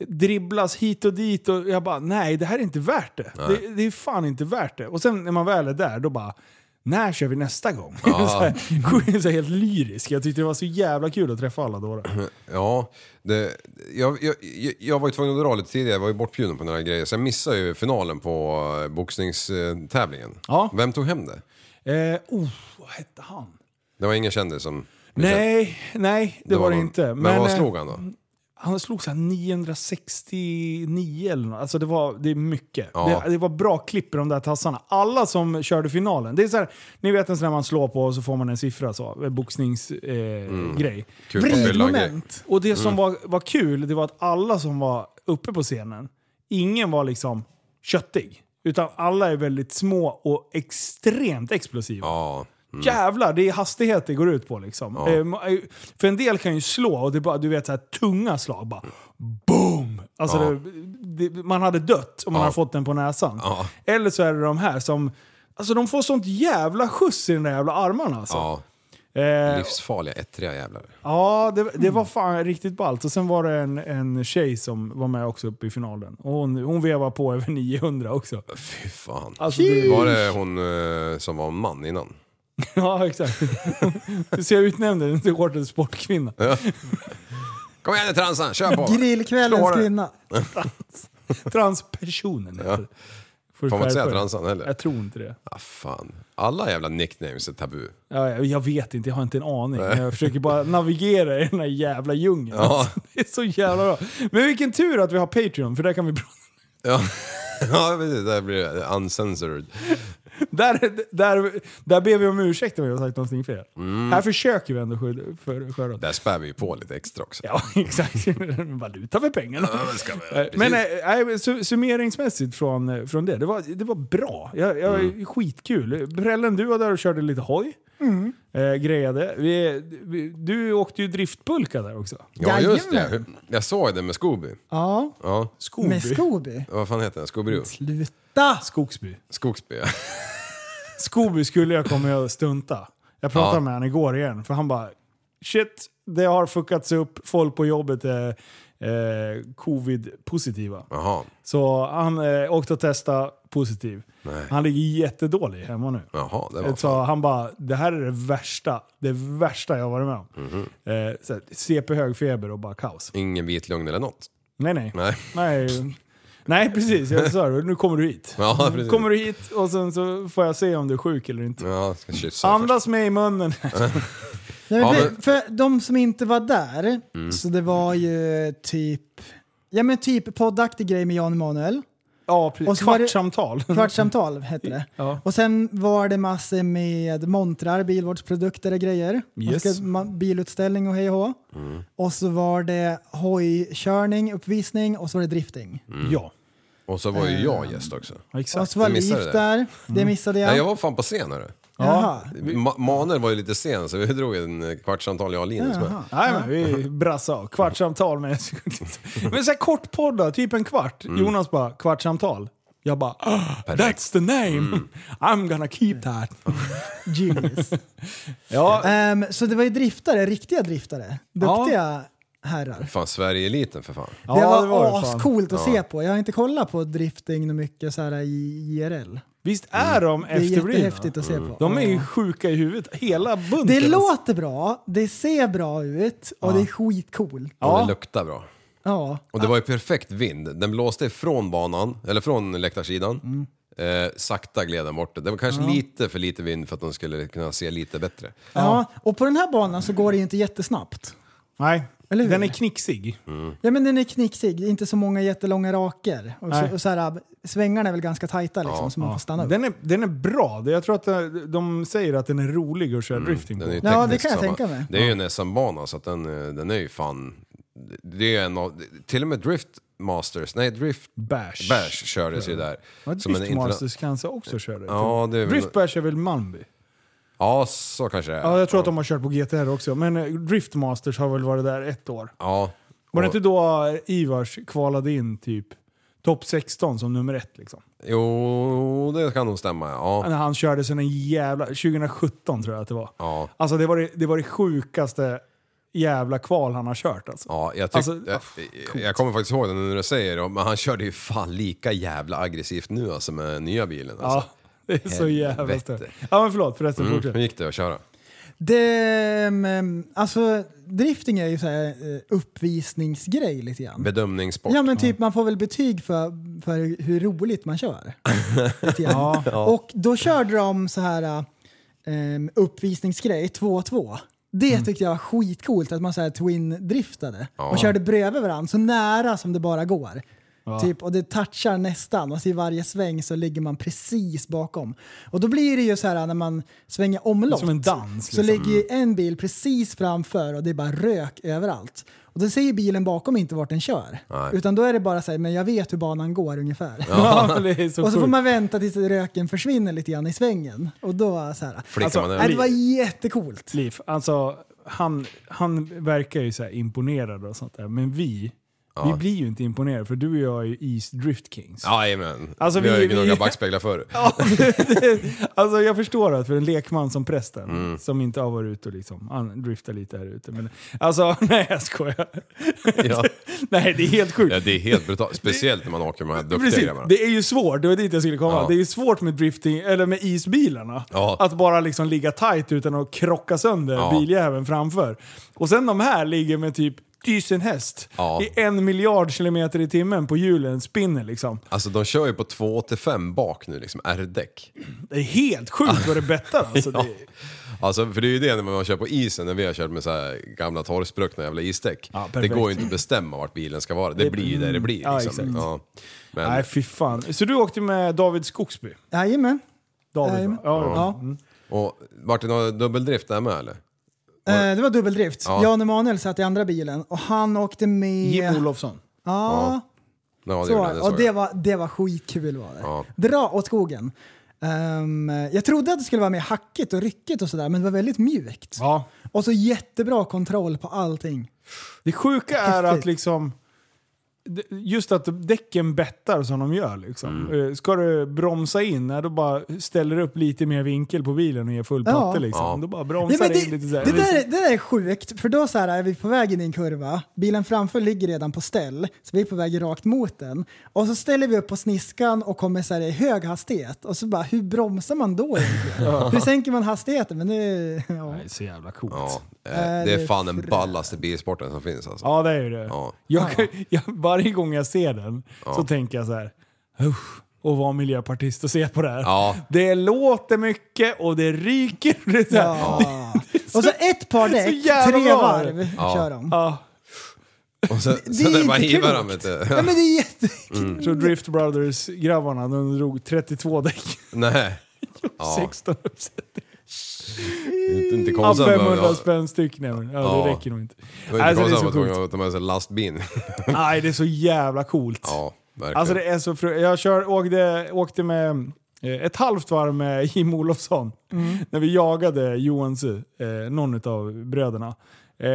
Speaker 5: dribblas hit och dit och jag bara nej det här är inte värt det. det. Det är fan inte värt det. Och sen när man väl är där då bara när kör vi nästa gång? (laughs) så här, så här, helt lyrisk. Jag tyckte det var så jävla kul att träffa alla
Speaker 7: Mm.
Speaker 5: dårar.
Speaker 7: ja det, jag, jag, jag- jag var ju tvungen att dra lite tidigare, jag var ju bortbjuden på några grejer. Så jag missade ju finalen på eh, boxningstävlingen.
Speaker 5: Ja.
Speaker 7: Vem tog hem det?
Speaker 5: Eh, oh, vad hette han?
Speaker 7: Det var ingen kändis som...
Speaker 5: Nej, nej det,
Speaker 7: Det
Speaker 5: var, det
Speaker 7: någon-
Speaker 5: inte.
Speaker 7: Men, vad
Speaker 5: eh,
Speaker 7: slog han då?
Speaker 5: han slog så här 969 eller något. Alltså det var det är mycket.
Speaker 7: Ja.
Speaker 5: Det, det var bra klipp i de där tassarna. Alla som körde finalen. Det är så här, ni vet en sån där man slår på och så får man en siffra så. Boxningsgrej. Eh, grej.
Speaker 7: Mm. Kul på fyllan grej. Mm.
Speaker 6: Vridmoment.
Speaker 5: Och det som var, var kul, det var att alla som var uppe på scenen, ingen var liksom köttig. Utan alla är väldigt små och extremt explosiva.
Speaker 7: Ja.
Speaker 5: Mm. Jävlar, det är hastighet det går ut på liksom. Eh, För en del kan ju slå och det är bara, du vet, så här, tunga slag. Bara, boom! Alltså, det, det, man hade dött om man hade fått den på näsan. Eller så är det de här som... Alltså de får sånt jävla skjuts i de där jävla armarna alltså.
Speaker 7: ja.
Speaker 5: Eh,
Speaker 7: Livsfarliga, ettriga jävlar.
Speaker 5: Ja, det, det var fan riktigt ballt. Och sen var det en, en tjej som var med också uppe i finalen. Och hon, hon vevade på över 900 också.
Speaker 7: Fy fan.
Speaker 5: Alltså, det,
Speaker 7: Var det hon eh, som var man innan?
Speaker 5: ja, exakt. (laughs) Du ser utnämnd den till årets sportkvinna.
Speaker 7: Kom igen nu transan, kör på!
Speaker 6: Grillkvällens
Speaker 7: Slå det.
Speaker 6: kvinna.
Speaker 5: Transpersonen heter det. Får du
Speaker 7: Får man inte säga
Speaker 5: skärpa dig.
Speaker 7: transan heller?
Speaker 5: Jag tror inte det.
Speaker 7: Ah, fan. Alla jävla nicknames är tabu.
Speaker 5: Ja, jag, jag vet inte, jag har inte en aning. Men Jag försöker
Speaker 7: (laughs)
Speaker 5: bara navigera i den här jävla djungeln. Alltså, (laughs) det är så jävla bra. Men vilken tur att vi har Patreon, för där kan vi prata.
Speaker 7: Ja, (laughs) ja precis. Där blir det uncensored.
Speaker 5: Där, där, där ber vi om ursäkt om vi har sagt någonting fel. Här försöker vi ändå skydda- för- skära åt.
Speaker 7: Mm. Där spär vi ju på lite extra också.
Speaker 5: Ja, (laughs) exakt. Valuta för
Speaker 7: (laughs)
Speaker 5: pengarna.
Speaker 7: Ja, det ska vi.
Speaker 5: Eh, Men eh, eh, su- summeringsmässigt från, eh, från det, det var, det var bra. Jag, jag,
Speaker 7: Mm.
Speaker 5: Skitkul. Brällen, du var där och körde lite hoj.
Speaker 7: Mm.
Speaker 5: Eh, grejade. Vi, vi, du åkte ju driftbulka där också.
Speaker 7: Ja, just det.
Speaker 6: Jajamän.
Speaker 7: Jag såg det med Scooby.
Speaker 6: Ja,
Speaker 7: Ja.
Speaker 6: med Scooby.
Speaker 7: Vad fan heter den? Scooby-Doo?
Speaker 6: Sluta!
Speaker 5: Skogsby.
Speaker 7: Skogsby, ja.
Speaker 5: Scooby skulle jag komma att stunta. Jag pratade
Speaker 7: Ja.
Speaker 5: med honom igår igen, för han bara shit, det har fuckats upp, folk på jobbet är eh, covid-positiva.
Speaker 7: Jaha.
Speaker 5: Så han eh, åkte och testade positiv. Han ligger jättedålig hemma nu.
Speaker 7: Jaha, det var
Speaker 5: så han bara, det här är det värsta, det värsta jag har varit med om. Eh, så här, CP hög feber och bara kaos.
Speaker 7: Ingen vit lugn eller något.
Speaker 5: Nej, nej.
Speaker 7: Nej.
Speaker 5: Nej, nej precis. Jag sa det, nu kommer du hit.
Speaker 7: Ja,
Speaker 5: Nu
Speaker 7: precis.
Speaker 5: kommer du hit och sen så får jag se om du är sjuk eller inte.
Speaker 7: Ja, ska kyssa dig
Speaker 5: Andas med i munnen.
Speaker 6: Nej,
Speaker 7: Ja,
Speaker 6: men för,
Speaker 7: men- Mm.
Speaker 6: för de som inte var där, så det var ju typ, ja men typ poddaktig grej med Jan Emanuel.
Speaker 7: Mm.
Speaker 5: Ja, precis.
Speaker 6: Och så var det-
Speaker 5: Kvartssamtal.
Speaker 6: Kvartssamtal hette det.
Speaker 5: Ja.
Speaker 6: Och sen var det massor med montrar, bilvårdsprodukter och grejer. Man
Speaker 5: Yes.
Speaker 6: ska- man- bilutställning och hej och hå.
Speaker 7: Mm.
Speaker 6: Och så var det hojkörning, uppvisning och så var det drifting.
Speaker 5: Ja,
Speaker 7: Och så var ju
Speaker 5: Eh,
Speaker 7: jag gäst också.
Speaker 6: Och
Speaker 5: exakt.
Speaker 6: så var
Speaker 7: jag
Speaker 6: Liv
Speaker 7: missade det.
Speaker 6: där, det missade jag.
Speaker 7: Nej, jag var fan på scen hörru.
Speaker 6: Jaha.
Speaker 7: Ma- Maner var ju lite sen så vi drog en eh, kvartssamtal jag och Linus med.
Speaker 5: Nej, men vi brassade. Kvartssamtal med Men så här kortpoddar, typ en kvart. Jonas bara, kvartssamtal. Jag bara, "Ah, that's the name! I'm gonna keep that.
Speaker 6: Genius.
Speaker 5: Ja,
Speaker 6: Ehm, så det var ju driftare, riktiga driftare. Duktiga herrar.
Speaker 7: Fan, Sverige-eliten för fan.
Speaker 5: ja,
Speaker 6: Det var,
Speaker 5: det fan.
Speaker 6: ascoolt att se på. Jag har inte kollat på drifting och mycket så här i IRL.
Speaker 5: Visst är de
Speaker 6: Mm. Det är
Speaker 5: efterblivna?
Speaker 6: jättehäftigt att se på.
Speaker 5: De är ju sjuka i huvudet, hela bunten.
Speaker 6: Det låter bra, det ser bra ut och det är skitcoolt.
Speaker 7: Och det
Speaker 5: Ja,
Speaker 7: luktar bra.
Speaker 6: Ja.
Speaker 7: Och det var ju perfekt vind. Den blåste från banan, eller från läktarsidan. Eh, sakta gled den bort. Det var kanske lite för lite vind för att de skulle kunna se lite bättre.
Speaker 6: Ja. Och på den här banan så går det ju inte jättesnabbt.
Speaker 5: nej.
Speaker 6: Eller hur?
Speaker 5: Den är knixig.
Speaker 7: Mm.
Speaker 6: Ja men den är knixig, inte så många jättelånga raker. Och,
Speaker 5: Nej.
Speaker 6: så, och så här, svängarna är väl ganska tajta liksom så man får stanna upp.
Speaker 5: Den är, den är bra. Det- Jag tror att de- de säger att den är rolig att köra drifting på.
Speaker 7: Mm, Den är ju
Speaker 6: Ja, det
Speaker 7: tekniskt
Speaker 6: kan jag
Speaker 7: samma-
Speaker 6: tänka mig.
Speaker 7: Det är ju en SM-bana så att den, eh, den är ju fan... Det är en av... Till och med Drift Masters, nej Drift
Speaker 5: Bash.
Speaker 7: Bash kördes ju där.
Speaker 5: Ja,
Speaker 7: Som en interna-
Speaker 5: Driftmasters kanske också kör det.
Speaker 7: Ja, det är väl-
Speaker 5: Driftbash är väl Malmby?
Speaker 7: Ja, så kanske det är.
Speaker 5: Ja, jag tror att de har kört på GTR också. Men eh, Driftmasters har väl varit där ett år.
Speaker 7: Ja.
Speaker 5: Var det
Speaker 7: Och-
Speaker 5: inte då eh, Ivars kvalade in typ topp 16 som nummer ett? Liksom?
Speaker 7: Jo, det kan nog stämma. Ja.
Speaker 5: När han körde sen en jävla... 2017 tror jag att det var.
Speaker 7: Ja.
Speaker 5: Alltså det var det, det var det sjukaste jävla kval han har kört. Alltså.
Speaker 7: Ja, jag, tyck,
Speaker 5: Alltså,
Speaker 7: jag, jag, jag kommer faktiskt ihåg det nu när du säger det, men han körde ju fan lika jävla aggressivt nu alltså med nya bilen.
Speaker 5: Ja,
Speaker 7: Alltså.
Speaker 5: det är så jävla
Speaker 7: Helvete.
Speaker 5: stört. Ja men förlåt förresten,
Speaker 7: Mm. Hur
Speaker 5: fortsätt.
Speaker 7: gick det att köra?
Speaker 6: Det, ehm, alltså, drifting är ju så här, eh, uppvisningsgrej lite grann.
Speaker 7: Bedömningssport.
Speaker 6: Ja men typ man får väl betyg för, för hur roligt man kör. Lite grann. Och då körde de så här um, uppvisningsgrej 2-2. Det tyckte jag var skitcoolt att man så här twin-driftade. Och körde bredvid varandra så nära som det bara går. Typ, och det touchar nästan. Och så i varje sväng så ligger man precis bakom. Och då blir det ju så här när man svänger omlott.
Speaker 5: Som en dans,
Speaker 6: Så
Speaker 5: liksom.
Speaker 6: ligger ju en bil precis framför och det är bara rök överallt. Och då ser ju bilen bakom inte vart den kör. Utan då är det bara så här, men jag vet hur banan går
Speaker 5: (laughs)
Speaker 6: ungefär. (laughs)
Speaker 5: Ja, men det är så
Speaker 6: och så får
Speaker 5: sjukt.
Speaker 6: man vänta tills röken försvinner lite grann i svängen. Och då så här.
Speaker 7: Flickar
Speaker 5: alltså,
Speaker 7: man
Speaker 6: Nej,
Speaker 7: över.
Speaker 6: det var jättecoolt.
Speaker 5: Liv, alltså han, han verkar ju så här imponerad och sånt där, men vi Vi blir ju inte imponerade för du och jag är ju East Drift Kings.
Speaker 7: Jajamän.
Speaker 5: Alltså,
Speaker 7: vi,
Speaker 5: vi-
Speaker 7: har ju
Speaker 5: vi-
Speaker 7: gnuggat backspeglar förr.
Speaker 5: (laughs) Ja, det- alltså jag förstår att för en lekman som prästen,
Speaker 7: Mm.
Speaker 5: som inte har varit ute och liksom an- driftat lite här ute. Men, alltså, (laughs) nej jag skojar.
Speaker 7: Ja.
Speaker 5: nej, det är helt sjukt.
Speaker 7: Ja, det är helt brutalt. Speciellt när man åker med de här duktiga
Speaker 5: Precis,
Speaker 7: grabbarna.
Speaker 5: det är ju svårt, det var dit jag skulle komma.
Speaker 7: Ja.
Speaker 5: Det är ju svårt med drifting, eller med isbilarna.
Speaker 7: Ja.
Speaker 5: Att bara liksom ligga tight utan att krocka sönder
Speaker 7: Ja.
Speaker 5: biljäveln framför. Och sen de här ligger med typ tusen häst
Speaker 7: Ja.
Speaker 5: i en miljard kilometer i timmen på hjulen, spinner liksom.
Speaker 7: Alltså de kör ju på 2-5 bak nu liksom, R-däck.
Speaker 5: Det är helt sjukt vad det bettar
Speaker 7: (laughs)
Speaker 5: alltså.
Speaker 7: Ja.
Speaker 5: Det,
Speaker 7: Alltså för det är ju det när man kör på isen, när vi har kört med så här gamla torrspruckna jävla isdäck.
Speaker 5: Ja,
Speaker 7: det
Speaker 5: perfekt.
Speaker 7: går ju inte att bestämma vart bilen ska vara, det, blir ju där det blir.
Speaker 5: Ja,
Speaker 7: Liksom.
Speaker 5: exakt.
Speaker 7: Ja. Men,
Speaker 5: nej fy fan. Så du åkte med David Skogsby?
Speaker 6: Jajamän.
Speaker 5: David, va?
Speaker 6: Jajamän.
Speaker 5: ja, ja.
Speaker 6: Ja.
Speaker 7: och, vart det någon dubbeldrift där med eller?
Speaker 6: Eh, Det var dubbeldrift.
Speaker 7: Ja.
Speaker 6: Jan Emanuel satt i andra bilen och han åkte med...
Speaker 5: Jim Olofsson.
Speaker 6: Ja,
Speaker 7: Ja,
Speaker 6: så
Speaker 7: gjorde
Speaker 6: var
Speaker 7: jag,
Speaker 6: det.
Speaker 7: såg
Speaker 6: Och det
Speaker 7: jag.
Speaker 6: var, det var skitkul var det.
Speaker 7: Ja.
Speaker 6: Dra åt skogen. Ehm, jag trodde att det skulle vara mer hackigt och ryckigt och sådär, men det var väldigt mjukt.
Speaker 5: Ja.
Speaker 6: Och så jättebra kontroll på allting.
Speaker 5: Det sjuka är
Speaker 6: Häftigt.
Speaker 5: att liksom... d- Just att däcken bettar som de gör. Liksom. Eh, Ska du bromsa in, när då bara ställer du upp lite mer vinkel på bilen och ger full
Speaker 6: Ja.
Speaker 5: patte. Liksom.
Speaker 7: Ja.
Speaker 5: Då bara
Speaker 6: Ja,
Speaker 5: bromsar
Speaker 6: men
Speaker 5: du
Speaker 6: det,
Speaker 5: in lite så här.
Speaker 6: det, där, det där är sjukt, för då så här är vi på väg in i en kurva, bilen framför ligger redan på ställ, så vi är på väg rakt mot den. Och så ställer vi upp på sniskan och kommer så här i hög hastighet. Och så bara, hur bromsar man då egentligen? Hur sänker man hastigheten? Men det, ja.
Speaker 5: Det är så jävla coolt.
Speaker 7: Ja.
Speaker 5: Ja,
Speaker 7: Eh, Det
Speaker 6: det
Speaker 7: är
Speaker 6: är
Speaker 7: fan den ballaste bilsporten som finns alltså.
Speaker 5: det är ju det.
Speaker 7: Ja.
Speaker 5: Jag, (laughs) jag, varje gång jag ser den så tänker jag så här. Usch, och vara miljöpartist och se på det här.
Speaker 7: Ja.
Speaker 5: Det låter mycket och det ryker. (laughs) Det är så här. (laughs)
Speaker 6: Ja. Och så ett par däck,
Speaker 5: jävla
Speaker 6: tre
Speaker 5: bra.
Speaker 6: varv
Speaker 7: Ja.
Speaker 6: kör de.
Speaker 5: Ja.
Speaker 7: Och sen,
Speaker 6: Det
Speaker 7: sen är
Speaker 6: är
Speaker 7: det bara
Speaker 6: inte
Speaker 7: hivar
Speaker 6: klokt.
Speaker 7: dem inte.
Speaker 6: Ja, men det är jätte...
Speaker 5: Så Drift Brothers-grabbarna, de drog 32 däck.
Speaker 7: (laughs) Nej.
Speaker 5: 16 uppsättningar.
Speaker 7: Inte, inte
Speaker 5: Ja,
Speaker 7: konstigt. att man-
Speaker 5: 500 spänn styck nej, men, ja,
Speaker 7: Ja.
Speaker 5: det räcker nog inte.
Speaker 7: Det var
Speaker 5: Alltså,
Speaker 7: inte
Speaker 5: det är
Speaker 7: konstigt
Speaker 5: så
Speaker 7: att man var
Speaker 5: sjukt.
Speaker 7: tvungen att ta med sig lastbil. (laughs)
Speaker 5: Nej, det är så jävla coolt.
Speaker 7: Ja, verkligen.
Speaker 5: alltså det är så fru- Jag kör, åkte, åkte med eh, ett halvt varv med (laughs) Jim Olofsson när vi jagade Johansson, eh, någon av bröderna. Eh,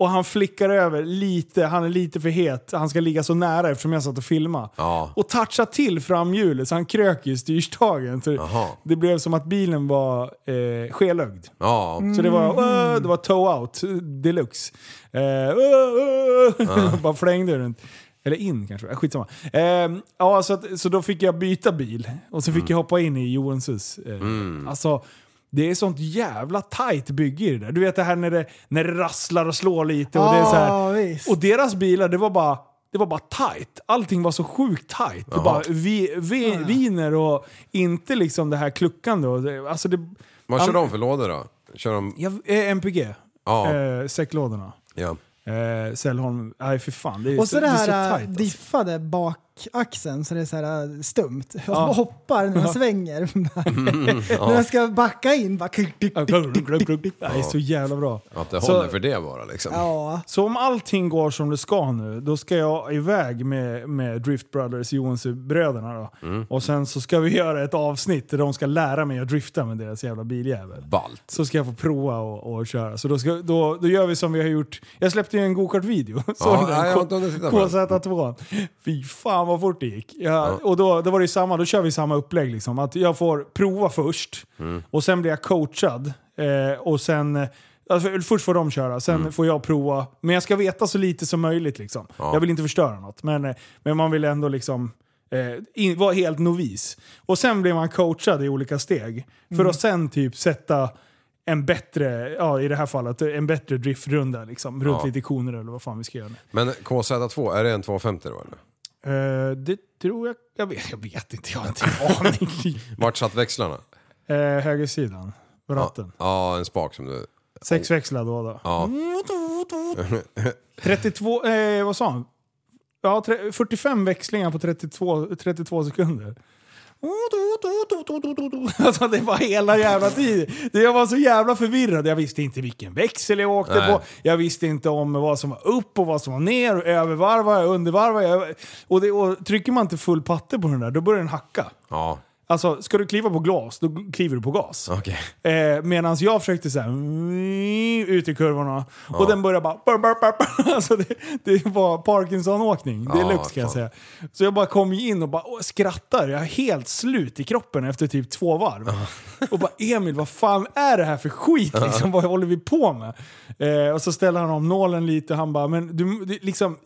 Speaker 5: och han flickar över lite, han är lite för het, han ska ligga så nära eftersom jag satt och filmade.
Speaker 7: Ja.
Speaker 5: Och touchar till framhjulet så han krök i styrstagen. Så
Speaker 7: Jaha.
Speaker 5: det blev som att bilen var eh, skelögd.
Speaker 7: Ja,
Speaker 5: Så det
Speaker 6: Mm.
Speaker 5: var, "Åh", det var toe-out deluxe. Eh, "Åh, åh", (laughs) bara flängde runt. Eller in kanske, Eh, skitsamma. Eh, ja, så, att, så då fick jag byta bil och så fick jag hoppa in i Johansus. Eh, Alltså, det är sånt jävla tight bygge i det där. Du vet det här när det, när det rasslar och slår lite. Och, det är så
Speaker 6: Ja,
Speaker 5: här.
Speaker 6: visst.
Speaker 5: och deras bilar, det var bara det var bara tight. Allting var så sjukt tight. Det bara vi, vi, viner och inte liksom det här kluckande. Och det, alltså det,
Speaker 7: vad kör
Speaker 5: An-
Speaker 7: de för lådor då? Kör de...
Speaker 5: jag, eh, MPG.
Speaker 7: Ja.
Speaker 5: Eh, säcklådorna.
Speaker 7: Ja.
Speaker 5: Eh, Sällholm. Nej för fan. Det är,
Speaker 6: Och så det
Speaker 5: det
Speaker 6: här
Speaker 5: är så
Speaker 6: äh,
Speaker 7: eh,
Speaker 5: tajt. Alltså.
Speaker 6: diffade bakaxeln så det är så här
Speaker 5: eh,
Speaker 6: äh, stumt. Och man hoppar när man
Speaker 5: (laughs)
Speaker 6: svänger. när man ska backa in. Bara...
Speaker 5: Ja, glug, glug, glug, glug. Det är så jävla bra.
Speaker 7: Att det
Speaker 5: Så-
Speaker 7: håller för det bara liksom.
Speaker 6: Ja.
Speaker 5: Så om allting går som det ska nu, då ska jag iväg med, med Drift Brothers, Johansson-bröderna då.
Speaker 7: Mm.
Speaker 5: Och sen så ska vi (laughs) göra ett avsnitt där de ska lära mig att drifta med deras jävla biljävel.
Speaker 7: Ballt.
Speaker 5: Så ska jag få prova och, och köra. Så då, ska, då, då gör vi som vi har gjort. Jag släppte ju en gokart-video. (laughs) Så
Speaker 7: Ja,
Speaker 5: den,
Speaker 7: nej, jag har
Speaker 5: K-
Speaker 7: inte hunnit titta på den.
Speaker 5: KZ2. Fy fan vad fort det gick. Ja, Och då, då var det ju samma, då kör vi samma upplägg. Liksom. Att jag får prova först och sen blir jag coachad. Eh, och sen, eh, alltså, först får de köra, sen får jag prova. Men jag ska veta så lite som möjligt. Liksom. Jag vill inte förstöra något. Men, eh, men man vill ändå liksom... Eh, in, var helt novis. Och sen blir man coachad i olika steg. För att sen typ sätta en bättre, ja i det här fallet, en bättre driftrunda liksom. Runt
Speaker 7: Ja.
Speaker 5: lite koner eller vad fan vi ska göra nu.
Speaker 7: Men KZ2, är det en 250 då eller?
Speaker 5: Eh, det tror jag... Jag vet, jag vet inte, jag har
Speaker 6: (laughs)
Speaker 5: inte en aning.
Speaker 7: Vart satt växlarna?
Speaker 5: Eh, högersidan. på Ratten.
Speaker 7: Ja, en spak som du...
Speaker 5: Sexväxlad då. då.
Speaker 7: Ja.
Speaker 5: 32... Eh, vad sa han? Ja, tre, 45 växlingar på 32, 32 sekunder. Alltså det var hela jävla tiden. Det- Jag var så jävla förvirrad. Jag visste inte vilken växel jag åkte
Speaker 7: Nej.
Speaker 5: på. Jag visste inte om vad som var upp och vad som var ner. Och övervarvar jag, undervarvar jag. Och, det, och trycker man inte full patte på den där, då börjar den hacka.
Speaker 7: ja.
Speaker 5: Alltså, ska du kliva på glas, då kliver du på gas.
Speaker 7: Okej.
Speaker 5: Eh, Medan jag försökte så här, mm, ut i kurvorna och den började bara... Burp, burp, burp. (laughs) Alltså det, det var Parkinson-åkning
Speaker 7: Ja,
Speaker 5: deluxe kan jag
Speaker 7: fan.
Speaker 5: säga. Så jag bara kom ju in och bara åh, skrattar. Jag är helt slut i kroppen efter typ två varv. Och bara Emil, vad fan är det här för skit? Liksom, vad håller vi på med? Eh, och så ställer han om nålen lite han bara, men du, det- liksom,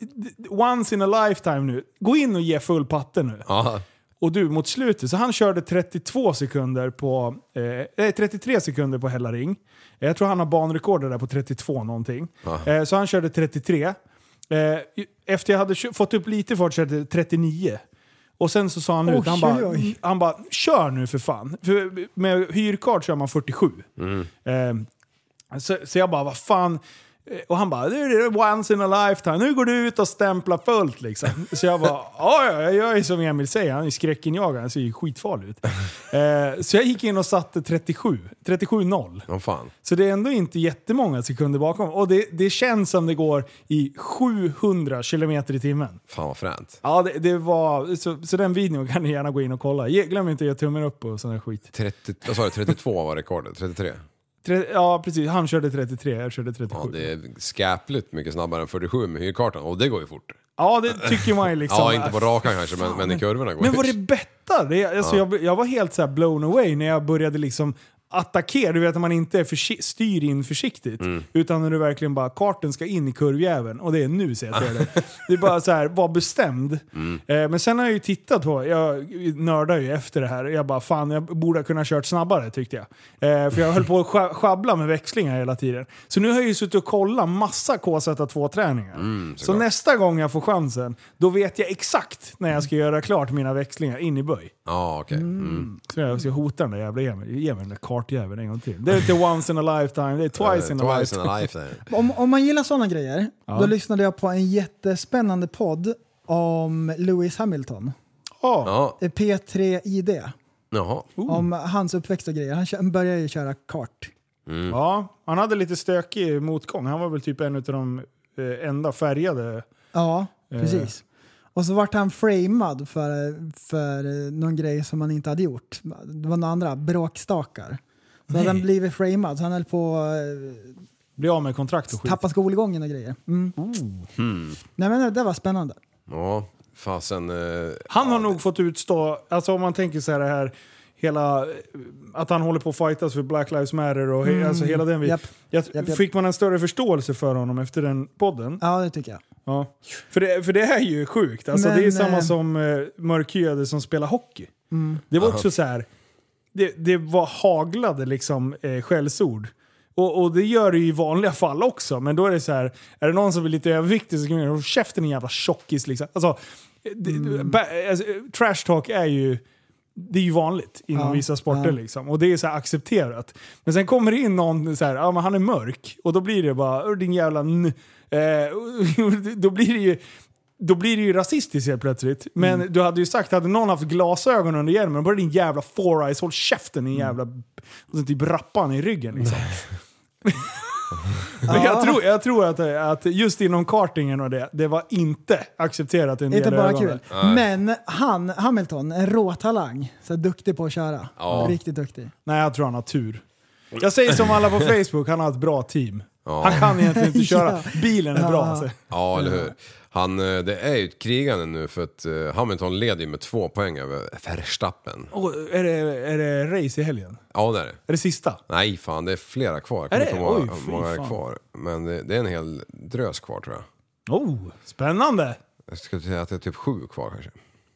Speaker 5: once in a lifetime nu. Gå in och ge full patte nu.
Speaker 7: Ja.
Speaker 5: Och du, mot slutet, så han körde 32 sekunder på, eh, nej, 33 sekunder på Hellaring. Eh, Jag tror han har banrekordet där på 32 någonting. Eh, så han körde 33. Eh, i- efter jag hade kö- fått upp lite fart körde jag 39. Och sen så sa han ut,
Speaker 6: Oj,
Speaker 5: han bara,
Speaker 6: oj.
Speaker 5: han bara kör nu för fan. För med hyrkart kör man 47.
Speaker 6: Mm.
Speaker 5: Eh, så, så jag bara, vad fan. Eh, Och han bara, "Det är once in a lifetime, nu går du ut och stämplar fullt liksom. (laughs) Så jag bara, ja ja, jag gör ju som Emil säger, han är skräckinjagare, han ser ju skitfarlig
Speaker 7: (laughs)
Speaker 5: ut. Eh, så jag gick in och satte 37, 37-0.
Speaker 7: Åh fan.
Speaker 5: Så det är ändå inte jättemånga sekunder bakom. Och det, det känns som det går i 700 kilometer i timmen.
Speaker 7: Fan vad fränt.
Speaker 5: Ja, det, det var... Så, så den videon kan ni gärna gå in och kolla. Ge, glöm inte att ge tummen upp och sån där skit.
Speaker 7: 30, vad sa du, 32 var rekordet? 33?
Speaker 5: Tre, ja, precis. Han körde 33, jag körde 37.
Speaker 7: Ja, det är skäpligt mycket snabbare än 47 med hyrkartan och det går ju fort.
Speaker 5: tycker
Speaker 7: (laughs)
Speaker 5: man ju liksom.
Speaker 7: ja, inte på rakan kanske men, men i kurvorna går
Speaker 5: Men
Speaker 7: det.
Speaker 5: var det betta? Det, alltså, jag, jag var helt så här blown away när jag började liksom attackera. Du vet när man inte är försi- styr in försiktigt. Utan när du verkligen bara, karten ska in i kurvjäveln. Och det är nu säger jag till dig. Det är bara så här, var bestämd. Eh, men sen har jag ju tittat på, jag nördar ju efter det här. Jag bara, fan jag borde ha kunnat kört snabbare tyckte jag. Eh, för jag höll på att scha- sjabbla med växlingar hela tiden. Så nu har jag ju suttit och kollat massa KZ2-träningar. så nästa gång jag får chansen, då vet jag exakt när jag ska göra klart mina växlingar in i böj.
Speaker 7: Ja, okej. Mm.
Speaker 5: Så jag ska hota den där jävla Emil. Ge mig den där kartjäveln en gång till. Det är inte once in a lifetime, det är Eh, twice in a
Speaker 7: Twice
Speaker 5: lifetime.
Speaker 7: in a lifetime.
Speaker 6: Om, om man gillar sådana grejer, då lyssnade jag på en jättespännande podd om Lewis Hamilton.
Speaker 5: (laughs) Ja,
Speaker 7: Ja,
Speaker 6: Eh, P3 ID.
Speaker 7: jaha.
Speaker 6: Om hans uppväxt och grejer. Han kö- började ju köra kart.
Speaker 5: ja, han hade lite stökig motgång. Han var väl typ en av de eh, enda färgade.
Speaker 6: Ja,
Speaker 5: Eh.
Speaker 6: precis. Och så vart han framad för, för någon grej som han inte hade gjort. Det var några andra bråkstakar. Så hade han blivit framad, så han höll på att
Speaker 5: Blev av med kontrakt och skit.
Speaker 6: tappa skolgången och grejer. Mm.
Speaker 7: Hmm.
Speaker 6: Nej men det där var spännande.
Speaker 7: Ja, fasen. eh,
Speaker 5: Han har nog fått utstå, alltså om man tänker så här, det här hela, eh, att han håller på att fightas för Black Lives Matter och he, alltså hela den
Speaker 6: Mm, Japp.
Speaker 5: biten. Jag-
Speaker 6: Japp, japp.
Speaker 5: Fick man en större förståelse för honom efter den podden?
Speaker 6: Ja, det tycker jag.
Speaker 5: Ja. För, det, för det är ju sjukt. Alltså, det är
Speaker 6: Men,
Speaker 5: samma
Speaker 6: eh, Mm.
Speaker 5: som eh, mörkhyade som spelar hockey. Det var också så här. Det, det var haglade liksom eh, skällsord. Och, och det gör det ju i vanliga fall också. Men då är det så här. Är det någon som är lite överviktig så kan man hålla käften en jävla tjockis liksom. Alltså, det,
Speaker 6: Mm.
Speaker 5: ba, alltså, eh, trash talk är ju... Det är ju vanligt inom
Speaker 6: Ja,
Speaker 5: vissa sporter
Speaker 6: ja.
Speaker 5: liksom. Och det är så här accepterat. Men sen kommer det in någon så här, ja men han är mörk. Och då blir det bara, "Ur, din jävla n... Eh, (laughs) då blir det ju... Då blir det ju rasistiskt helt plötsligt. Men
Speaker 6: Mm.
Speaker 5: du hade ju sagt, hade någon haft glasögon under hjälmen, då bara din jävla four eyes, håll käften
Speaker 6: Mm.
Speaker 5: din jävla... Och så typ rappan i ryggen liksom. (laughs) Men jag tror, jag tror att, att just inom kartingen och det, det var inte accepterat i en del
Speaker 6: Inte bara
Speaker 5: ögonvärld.
Speaker 6: kul. Men han, Hamilton, en råtalang. Så duktig på att köra. Riktigt duktig.
Speaker 5: Nej, jag tror han har tur. Jag säger som alla på Facebook, han har ett bra team. Han kan egentligen inte köra.
Speaker 7: (laughs)
Speaker 6: Ja.
Speaker 5: Bilen är bra. Alltså.
Speaker 7: Ja, eller hur. Han, eh, det är ju ett krigande nu för att eh, Hamilton leder ju med två poäng över Verstappen.
Speaker 5: Och är, det, är det race i helgen?
Speaker 7: Ja, det är det.
Speaker 5: Är det sista?
Speaker 7: Nej, fan det är flera kvar.
Speaker 5: Är
Speaker 7: Jag
Speaker 5: det?
Speaker 7: kommer inte
Speaker 5: Oj,
Speaker 7: ihåg
Speaker 5: fy
Speaker 7: hur många det är
Speaker 5: fan.
Speaker 7: kvar. Men det, det är en hel drös kvar tror jag.
Speaker 5: Oh, spännande!
Speaker 7: Jag skulle säga att det är typ sju kvar kanske.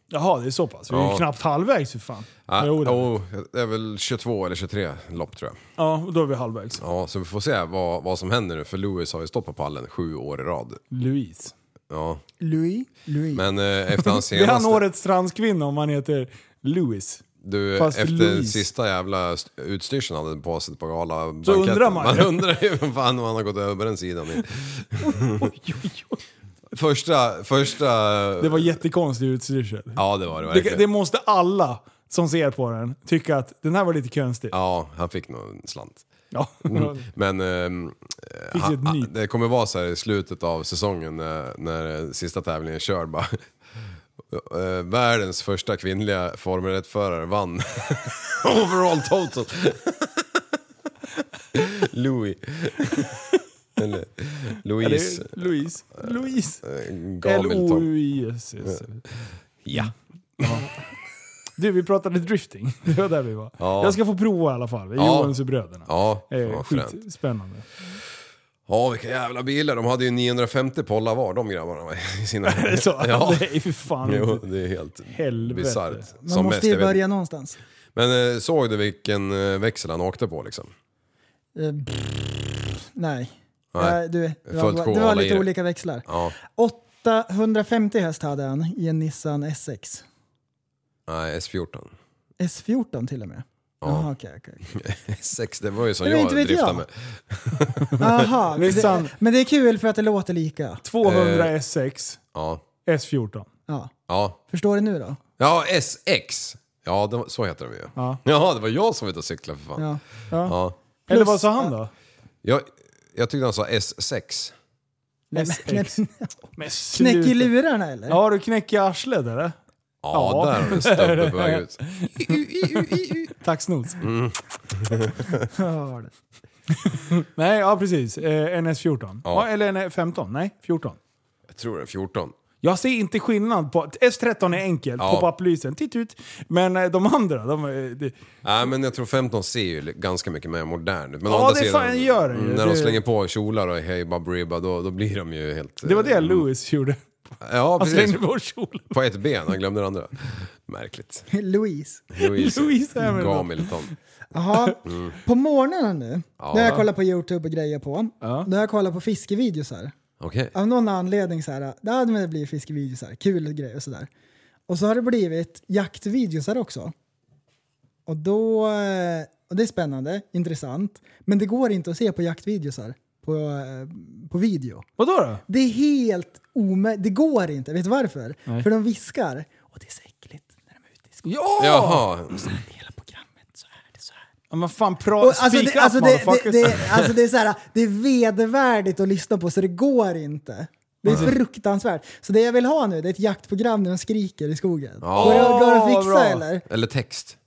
Speaker 5: Jaha, det är så pass. Vi är ju
Speaker 7: Ja.
Speaker 5: knappt halvvägs för fan.
Speaker 7: Ah,
Speaker 5: Jo, det-
Speaker 7: oh, det är väl 22 eller 23 lopp tror jag.
Speaker 5: Ja, och då är vi halvvägs.
Speaker 7: Ja, så vi får se vad, vad som händer nu för Lewis har ju stått på pallen sju år i rad.
Speaker 5: Louise.
Speaker 7: Ja,
Speaker 6: Louis. Louis.
Speaker 7: men eh, efter
Speaker 5: (laughs)
Speaker 7: hans
Speaker 5: Det är han
Speaker 7: senaste...
Speaker 5: årets transkvinna om han heter Louis.
Speaker 7: Du,
Speaker 5: Fast
Speaker 7: efter
Speaker 5: Louise.
Speaker 7: sista jävla st- utstyrseln hade på sig på gala
Speaker 5: Så undrar man ju.
Speaker 7: undrar ju vad fan om han har gått över den sidan. i. första, första...
Speaker 5: Det var jättekonstig utstyrsel.
Speaker 7: Ja, det var det
Speaker 5: det,
Speaker 7: verkligen.
Speaker 5: det måste alla som ser på den tycka att den här var lite konstig.
Speaker 7: Ja, han fick nog en slant.
Speaker 5: Ja.
Speaker 7: Mm. Men ehm,
Speaker 5: Fick
Speaker 7: ha-
Speaker 5: ett nytt.
Speaker 7: det kommer vara så här i slutet av säsongen när, när sista tävlingen är körd bara. (laughs) eh, världens första kvinnliga Formel 1-förare vann (laughs) overall total. (laughs) Louis. (laughs) Eller Louise
Speaker 5: Eller Louise. Louise.
Speaker 7: eh, Gabelton.
Speaker 5: L-O-U-I-S.
Speaker 7: Ja.
Speaker 5: Du, vi pratade drifting. (laughs) Det var där vi var.
Speaker 7: Ja.
Speaker 5: Jag ska få prova i alla fall.
Speaker 7: Ja.
Speaker 5: Johans och bröderna.
Speaker 7: Ja, fan
Speaker 5: Eh,
Speaker 7: vad fränt. (laughs)
Speaker 5: skitspännande.
Speaker 7: Ja, vilka jävla bilar. De hade ju 950 pollar var, de grabbarna. va, I
Speaker 5: (laughs)
Speaker 7: sina...
Speaker 5: Är det så?
Speaker 7: Ja.
Speaker 5: Det är ju för fan
Speaker 7: Jo,
Speaker 5: inte...
Speaker 7: det är helt
Speaker 5: Helvete.
Speaker 7: bisarrt.
Speaker 6: Man
Speaker 7: Som mest,
Speaker 6: måste ju
Speaker 7: jag vet
Speaker 6: börja någonstans.
Speaker 7: Men eh, såg du vilken eh, växel han åkte på liksom?
Speaker 6: Eh, pff, nej.
Speaker 7: Nej.
Speaker 6: Eh, du, det var,
Speaker 7: Fullt sjå
Speaker 6: det var
Speaker 7: alla i
Speaker 6: lite
Speaker 7: det.
Speaker 6: olika växlar.
Speaker 7: Ja,
Speaker 6: 850 häst hade han i en Nissan S6.
Speaker 7: nej S14. (laughs)
Speaker 6: S14 till och med. Jaha, okej. okej, okej.
Speaker 7: S6, det var ju som
Speaker 6: Men
Speaker 7: jag
Speaker 6: inte vet
Speaker 7: driftade
Speaker 6: jag.
Speaker 7: med.
Speaker 6: Aha,
Speaker 5: (laughs)
Speaker 6: men,
Speaker 5: Nissan.
Speaker 6: det, men det är kul för att det låter lika.
Speaker 7: Eh.
Speaker 5: 200 S6,
Speaker 7: Ja,
Speaker 5: S14.
Speaker 6: Ja.
Speaker 7: ja.
Speaker 6: Förstår du nu då?
Speaker 7: ja SX. Ja, de, så heter de ju.
Speaker 5: Ja.
Speaker 7: Jaha, det var jag som var ute och cyklade för fan. Ja.
Speaker 5: (laughs)
Speaker 6: Ja.
Speaker 5: Eller vad sa han då?
Speaker 7: Jag, jag tyckte han sa S6.
Speaker 5: S6. Men
Speaker 6: Knäck i
Speaker 5: sluta.
Speaker 6: lurarna eller?
Speaker 5: Ja, har du knäck i arslet eller?
Speaker 7: Ja,
Speaker 5: Ja.
Speaker 7: där har du en stubbe på väg
Speaker 5: (laughs)
Speaker 7: ut.
Speaker 5: Tack snots.
Speaker 7: Mm.
Speaker 6: Ja, det. (laughs)
Speaker 5: Nej, ja precis. Eh, NS14. Ja.
Speaker 7: Ja.
Speaker 5: eller NS15. Nej, 14.
Speaker 7: Jag tror det är 14.
Speaker 5: Jag ser inte skillnad på... S13 är enkelt,
Speaker 7: Ja.
Speaker 5: pop-up-lysen, titt ut. Men eh, de andra, de... är- det-
Speaker 7: Nej, men jag tror 15 ser ju li- ganska mycket mer modern ut. Men
Speaker 5: Ja,
Speaker 7: å andra
Speaker 5: det fan gör det ju.
Speaker 7: mm, När de
Speaker 5: Det-
Speaker 7: slänger på kjolar och hej baberiba, då, då blir de ju helt...
Speaker 5: Det var
Speaker 7: eh,
Speaker 5: det Lewis gjorde.
Speaker 7: Ja,
Speaker 5: Han
Speaker 7: precis.
Speaker 5: slängde bort kjolen.
Speaker 7: På ett ben, han glömde det andra. Märkligt.
Speaker 6: Louise.
Speaker 7: Louise,
Speaker 5: Louise Hamilton.
Speaker 7: Gamilton.
Speaker 6: Jaha.
Speaker 7: Mm.
Speaker 6: På morgonen nu, när jag kollar på YouTube och grejer på, när jag kollar på fiskevideos här.
Speaker 7: Okej.
Speaker 5: Ah!
Speaker 6: Av någon anledning så här, ja men det blir fiskevideos här, kul grejer och sådär. Och så har det blivit jaktvideos här också. Och då, eh, och det är spännande, intressant. Men det går inte att se på jaktvideos här, på, eh, på video.
Speaker 5: Vadå då?
Speaker 6: Det är helt omöjligt, det går inte. Vet du varför? För de viskar. Och det är så äckligt när de är ute i skogen.
Speaker 7: Jaha.
Speaker 6: Hela programmet så är det så här.
Speaker 5: Ja, men fan, pra...
Speaker 6: Och
Speaker 5: speak
Speaker 6: alltså,
Speaker 5: up
Speaker 6: det, alltså, det, det,
Speaker 5: motherfuckers.
Speaker 6: det, alltså det är så här, det är vedervärdigt att lyssna på så det går inte. Det är fruktansvärt. Så det jag vill ha nu det är ett jaktprogram där de skriker i skogen.
Speaker 7: Ja.
Speaker 6: Går det- Går det
Speaker 5: Åh,
Speaker 6: att
Speaker 5: vad
Speaker 6: fixa
Speaker 5: bra.
Speaker 6: eller?
Speaker 7: Eller text.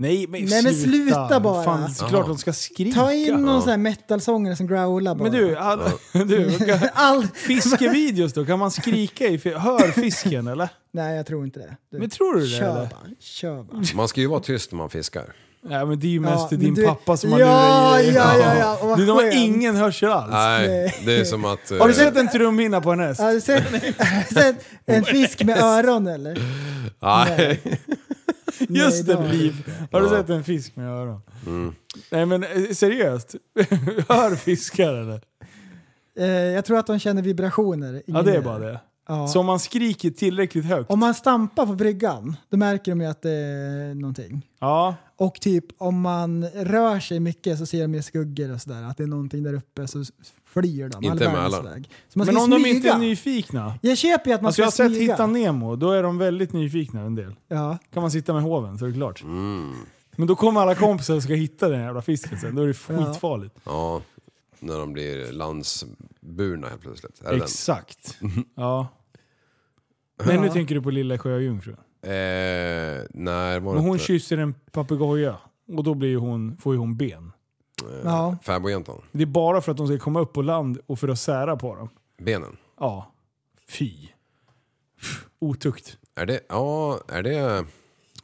Speaker 5: Nej men,
Speaker 6: Nej, men sluta bara.
Speaker 5: Fan, det är klart de ska skrika.
Speaker 6: Ta in någon sån här metalsångare som growlar bara.
Speaker 5: Men du, all, (laughs) du kan,
Speaker 6: (laughs) All...
Speaker 5: fiskevideos då? Kan man skrika i... fi- Hör fisken eller?
Speaker 6: Nej jag tror inte det. Du,
Speaker 5: Men tror du det,
Speaker 6: Kör
Speaker 5: eller?
Speaker 6: bara. Kör bara.
Speaker 7: Man ska ju vara tyst när man fiskar.
Speaker 5: Nej men det är ju mest
Speaker 6: Ja,
Speaker 5: din
Speaker 6: men du-
Speaker 5: pappa som har
Speaker 6: Ja,
Speaker 5: lurat i-
Speaker 6: ja, ja, ja, och vad
Speaker 5: Du, de
Speaker 6: skönt.
Speaker 5: har ingen hörsel alls.
Speaker 7: Nej, det är som att... eh,
Speaker 5: Har du sett en trumhinna på en häst?
Speaker 6: Har du sett, (laughs) har du sett en fisk med öron eller?
Speaker 7: eh, Nej.
Speaker 5: Just det,
Speaker 6: Nej, det har
Speaker 5: Liv. Har du sett en fisk med öron?
Speaker 7: Mm.
Speaker 5: Nej men eh, seriöst. (laughs) Hör fiskar eller?
Speaker 6: Eh, jag tror att de känner vibrationer.
Speaker 5: Ja
Speaker 6: Ingen
Speaker 5: det är
Speaker 6: mer.
Speaker 5: bara det.
Speaker 6: Ja.
Speaker 5: Så om man skriker tillräckligt högt.
Speaker 6: Om man stampar på bryggan, då märker de ju att det är någonting.
Speaker 5: Ja.
Speaker 6: Och typ om man rör sig mycket så ser de ju skuggor och sådär. Att det är någonting där uppe så flyr de.
Speaker 7: Inte
Speaker 6: all världens
Speaker 7: emellan.
Speaker 6: väg. Så man ska
Speaker 5: Men
Speaker 6: ju
Speaker 5: om de
Speaker 6: smyga.
Speaker 5: inte är nyfikna.
Speaker 6: Jag köper ju att man
Speaker 5: Alltså jag har
Speaker 6: ska
Speaker 5: sett
Speaker 6: smyga.
Speaker 5: Hitta Nemo, då är de väldigt nyfikna en del.
Speaker 6: ja.
Speaker 5: kan man sitta med hoven så är det klart.
Speaker 7: Mm.
Speaker 5: Men då kommer alla kompisar och ska hitta den jävla fisken sen. Då är det skitfarligt.
Speaker 7: Ja, när de blir landsburna helt plötsligt. Är det den?
Speaker 5: Exakt. (laughs) Ja. Men nu tänker du på lilla sjöjungfrun.
Speaker 7: Eh, nej, var det
Speaker 5: Men hon
Speaker 7: inte?
Speaker 5: kysser en papegoja och då blir ju hon, får ju hon ben.
Speaker 6: ja.
Speaker 7: Fäbodjäntan?
Speaker 5: Det är bara för att de ska komma upp på land och för att sära på dem.
Speaker 7: Benen?
Speaker 5: Ja. Fy. Otukt.
Speaker 7: Är det... Ja, är det...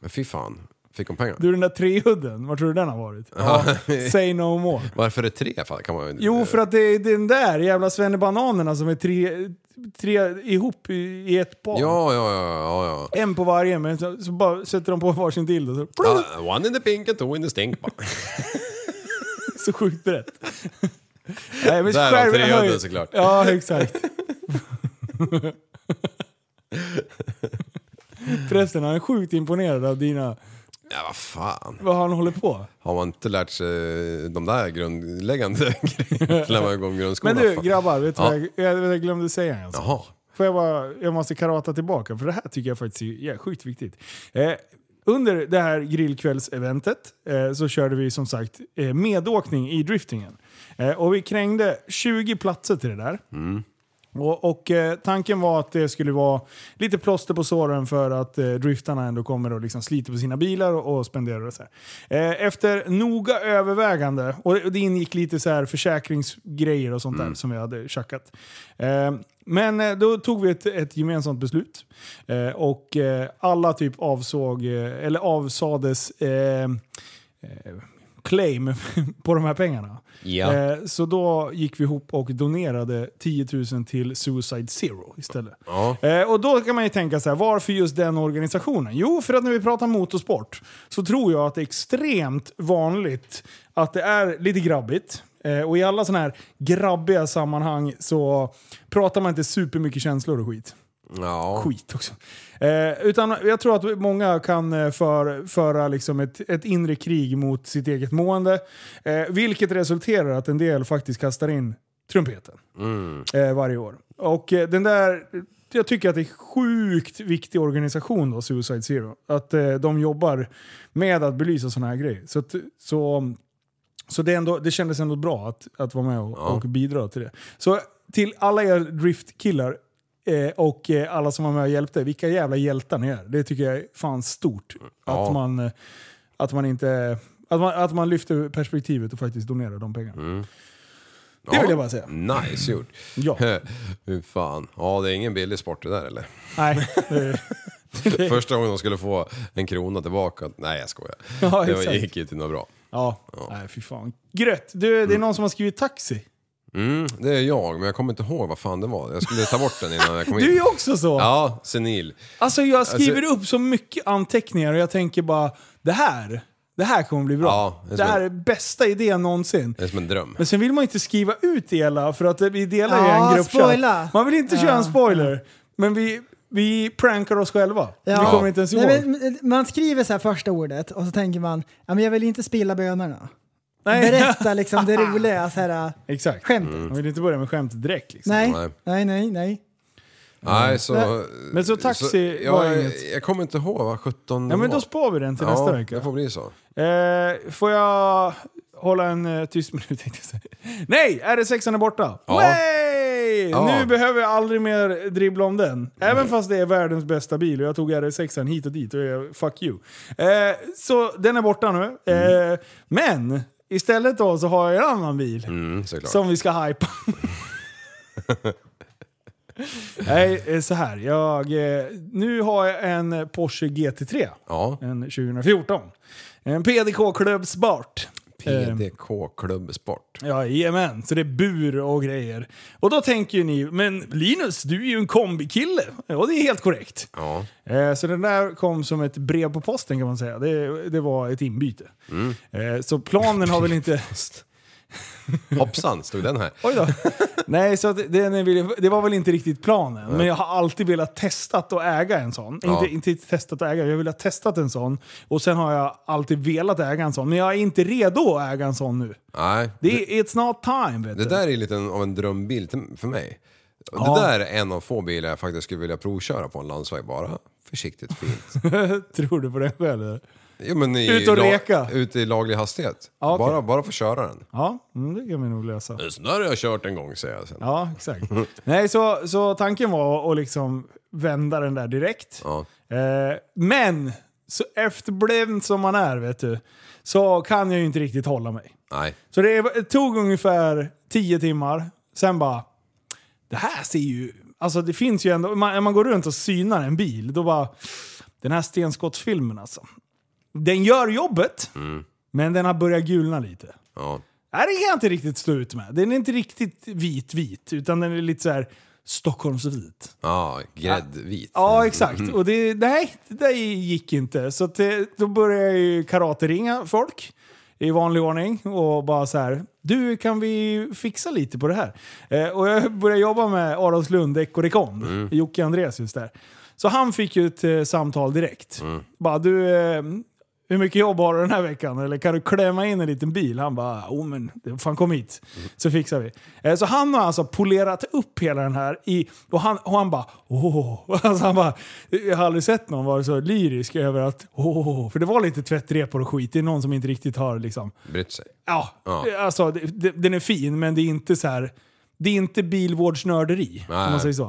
Speaker 7: Fy fan. Fick hon (laughs) pengar?
Speaker 5: Du den där trehudden, var tror du den har varit? Ja. Say no more.
Speaker 7: Varför är det tre? Fan, kan man,
Speaker 5: Jo, för att det är den där jävla svennebananerna som är tre, tre ihop i, i ett par.
Speaker 7: Ja, ja, ja, ja. ja.
Speaker 5: En på varje, men så, så bara sätter de på varsin dildo. Så,
Speaker 7: Ah, one in the pink and two in the stink. bara.
Speaker 5: (laughs) så sjukt brett. Nej, men
Speaker 7: Där har
Speaker 5: skärmen
Speaker 7: trehudden
Speaker 5: höjer-
Speaker 7: såklart.
Speaker 5: Ja, exakt. (laughs) Prästen, han är sjukt imponerad av dina...
Speaker 7: Ja, vad fan.
Speaker 5: Vad han håller på.
Speaker 7: Har man inte lärt sig de där grundläggande (laughs) grejerna när man går i grundskolan?
Speaker 5: Men du,
Speaker 7: Fan.
Speaker 5: grabbar. Vet du
Speaker 7: Ja.
Speaker 5: vad jag, jag, jag glömde säga en sak?
Speaker 7: Jaha.
Speaker 5: Får jag bara, jag måste karata tillbaka för det här tycker jag faktiskt är ja, sjukt viktigt. Eh, under det här grillkvällseventet eh, så körde vi som sagt eh, medåkning i driftingen. Eh, och vi krängde 20 platser till det där. Och, och eh, tanken var att det skulle vara lite plåster på såren för att eh, driftarna ändå kommer och liksom sliter på sina bilar och, och spenderar och så här. Eh, efter noga övervägande, och det- och det ingick lite så här försäkringsgrejer och sånt där som vi hade tjackat. Eh, men eh, då tog vi ett, ett gemensamt beslut eh, och eh, alla typ avsåg, eh, eller avsades eh, eh, claim (laughs) på de här pengarna.
Speaker 7: Ja.
Speaker 5: Eh, Så då gick vi ihop och donerade 10 000 till Suicide Zero istället.
Speaker 7: Ja.
Speaker 5: Eh, Och då kan man ju tänka så här, varför just den organisationen? Jo, för att när vi pratar motorsport så tror jag att det är extremt vanligt att det är lite grabbigt. Eh, Och i alla sådana här grabbiga sammanhang så pratar man inte supermycket känslor och skit
Speaker 7: Ja.
Speaker 5: skit också. Eh, utan jag tror att många kan eh, för, föra liksom ett, ett inre krig mot sitt eget mående. Eh, vilket resulterar att en del faktiskt kastar in trumpeten eh, varje år. Och eh, den där, jag tycker att det är sjukt viktig organisation då, Suicide Zero. Att eh, de jobbar med att belysa sådana här grejer. Så, att, så, så det, är ändå, det kändes ändå bra att, att vara med och, och bidra till det. Så till alla er driftkillar eh, och eh, alla som var med och hjälpte, vilka jävla hjältar ni är. Det tycker jag är fan stort.
Speaker 7: Ja.
Speaker 5: Att, man, eh, att man inte... Att man, att man lyfter perspektivet och faktiskt donerar de pengarna.
Speaker 7: Mm.
Speaker 5: Det vill jag bara säga.
Speaker 7: Nice gjort. (laughs)
Speaker 5: Ja.
Speaker 7: Hur fan. Ja, det är ingen billig sport det
Speaker 5: (laughs)
Speaker 7: där eller?
Speaker 5: Nej, det,
Speaker 7: Första gången de skulle få en krona tillbaka. Nej, jag skojar.
Speaker 5: (laughs) Ja,
Speaker 7: det
Speaker 5: exakt.
Speaker 7: gick ju till något bra.
Speaker 5: Ja, nej fy fan. Grött! Du, det är någon som har skrivit taxi.
Speaker 7: Mm, det är jag, men jag kommer inte ihåg vad fan det var. Jag skulle ta bort den innan jag kom in.
Speaker 5: Du är också så!
Speaker 7: Ja, senil.
Speaker 5: Alltså jag skriver upp så mycket anteckningar och jag tänker bara, det här, det här kommer bli bra.
Speaker 7: Ja, det är
Speaker 5: det,
Speaker 7: så.
Speaker 5: här är bästa idén någonsin.
Speaker 7: Det är som en dröm.
Speaker 5: Men sen vill man inte skriva ut det hela för att vi delar ju
Speaker 6: Ja,
Speaker 5: en gruppchatt.
Speaker 6: spoila.
Speaker 5: Man vill inte köra en spoiler. Men vi, vi prankar oss själva. Vi kommer inte ens ihåg.
Speaker 6: Nej, men, eh, man skriver så här första ordet och så tänker man, ja, men jag vill inte spilla bönorna.
Speaker 5: Nej.
Speaker 6: Berätta
Speaker 5: (laughs)
Speaker 6: liksom det roliga, så här,
Speaker 5: Exakt.
Speaker 6: skämtet.
Speaker 5: Man vill inte börja med skämt direkt liksom.
Speaker 6: Nej,
Speaker 7: Nej.
Speaker 6: nej, nej, nej.
Speaker 7: Nej, så...
Speaker 5: Men så taxi
Speaker 7: jag,
Speaker 5: var inget-
Speaker 7: Jag kommer inte ihåg vad 17
Speaker 5: Ja men
Speaker 7: det
Speaker 5: då
Speaker 7: var.
Speaker 5: spar vi den till nästa vecka.
Speaker 7: det får bli så.
Speaker 5: Eh, får jag hålla en eh, tyst minut tänkte jag säga. Nej! Är det sexan är borta?
Speaker 7: Ja.
Speaker 5: Way!
Speaker 7: Ja.
Speaker 5: Nu behöver jag aldrig mer dribbla om den. Även fast det är världens bästa bil och jag tog RS6an hit och dit och jag, fuck you. Eh, så den är borta nu.
Speaker 7: Mm.
Speaker 5: Eh, men istället då så har jag en annan bil
Speaker 7: Mm, såklart.
Speaker 5: som vi ska hypa. Nej, eh, så här. Jag, eh, nu har jag en Porsche GT3
Speaker 7: Ja.
Speaker 5: en 2014. En PDK-klubbsport. ehm,
Speaker 7: PDK-klubbsport.
Speaker 5: Jajamän, så det är bur och grejer. Och då tänker ju ni, men Linus, du är ju en kombikille. Och det är helt korrekt.
Speaker 7: Ja.
Speaker 5: Eh, så den där kom som ett brev på posten kan man säga. Det, det var ett inbyte.
Speaker 7: Mm.
Speaker 5: Eh, så planen har väl
Speaker 7: (laughs)
Speaker 5: inte...
Speaker 7: (laughs) Hoppsan, stod den här.
Speaker 5: Oj då. (laughs) Nej, så att det, den ville- det var väl inte riktigt planen. Men jag har alltid velat testat att äga en sån.
Speaker 7: Ja.
Speaker 5: Inte, inte testat att äga, jag har velat testat en sån. Och sen har jag alltid velat äga en sån. Men jag är inte redo att äga en sån nu.
Speaker 7: Nej.
Speaker 5: Det är, it's not time, vet
Speaker 7: Det
Speaker 5: du.
Speaker 7: där är lite en- av en drömbil till- för mig. Och
Speaker 5: Ja.
Speaker 7: Det där är en av få bilar jag faktiskt skulle vilja provköra på en landsväg bara. Försiktigt,
Speaker 5: (laughs)
Speaker 7: fint.
Speaker 5: Tror du på det själv? eller?
Speaker 7: Jo, men i
Speaker 5: Ut och
Speaker 7: la-
Speaker 5: leka.
Speaker 7: Ut i laglig hastighet.
Speaker 5: Ja, okej.
Speaker 7: bara, bara få köra den.
Speaker 5: Ja, mm, det kan vi nog lösa.
Speaker 7: Den där har jag kört en gång säger jag sen.
Speaker 5: Ja, exakt. Nej, så, så tanken var att liksom vända den där direkt.
Speaker 7: Ja.
Speaker 5: Eh, men, så efterbliven som man är, vet du, så kan jag ju inte riktigt hålla mig.
Speaker 7: Nej.
Speaker 5: Så det var- det tog ungefär 10 timmar, sen bara... Det här ser ju... Alltså det finns ju ändå... Man, när man går runt och synar en bil, då bara... Den här stenskottsfilmen alltså. Den gör jobbet, men den har börjat gulna lite.
Speaker 7: Ja.
Speaker 5: Nej, det kan jag inte riktigt stå ut med. Den är inte riktigt vit-vit, utan den är lite så här Stockholmsvit.
Speaker 7: Ja, gräddvit.
Speaker 5: Ja, exakt. Och det, nej, det där gick inte. Så att det, då började jag ju karateringa folk i vanlig ordning och bara så här. Du, kan vi fixa lite på det här? Eh, och jag började jobba med Adolfslund Däck och Rekond, Jocke Andreasius där. Så han fick ju ett eh, samtal direkt. Bara du, eh, hur mycket jobb har du den här veckan? Eller kan du klämma in en liten bil? Han bara, oh, men fan kom hit så fixar vi. Eh, Så han har alltså polerat upp hela den här i, och han, och han bara, åh. (laughs) Alltså han bara, jag har aldrig sett någon vara så lyrisk över att, åh. För det var lite tvättrepor och skit. Det är någon som inte riktigt har liksom,
Speaker 7: Brytt sig.
Speaker 5: ja,
Speaker 7: Ja.
Speaker 5: alltså det- det- den är fin men det är inte så här Det är inte bilvårdsnörderi,
Speaker 7: Nej.
Speaker 5: om man säger så.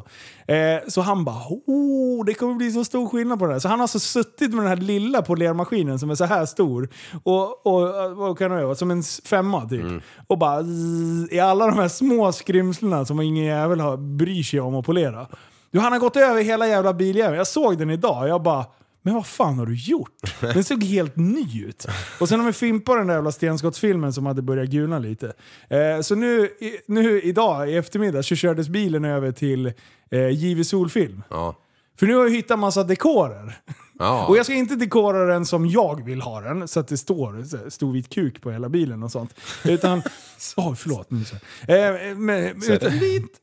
Speaker 5: Eh, så han bara, oh, det kommer bli så stor skillnad på det här. Så han har alltså suttit med den här lilla polermaskinen som är så här stor, och, och vad kan det vara, som en s- femma typ. Och bara, zzz, i alla de här små skrymslena som ingen jävel har, bryr sig om att polera. Du, han har gått över hela jävla biljäveln. Jag såg den idag och jag bara, men vad fan har du gjort? Den såg helt ny ut. Och sen har vi fimpat den där jävla stenskottsfilmen som hade börjat gulna lite. Eh, så nu, i, nu idag i eftermiddag så kördes bilen över till eh, JW Solfilm.
Speaker 7: Ja.
Speaker 5: För nu har jag hittat massa dekorer.
Speaker 7: Ja.
Speaker 5: Och jag ska inte dekora den som jag vill ha den, så att det står så här, stor vit kuk på hela bilen och sånt.
Speaker 7: (laughs)
Speaker 5: Utan... Åh, förlåt. Nu, så. Eh, men,
Speaker 7: Så är det.
Speaker 5: utan, vit.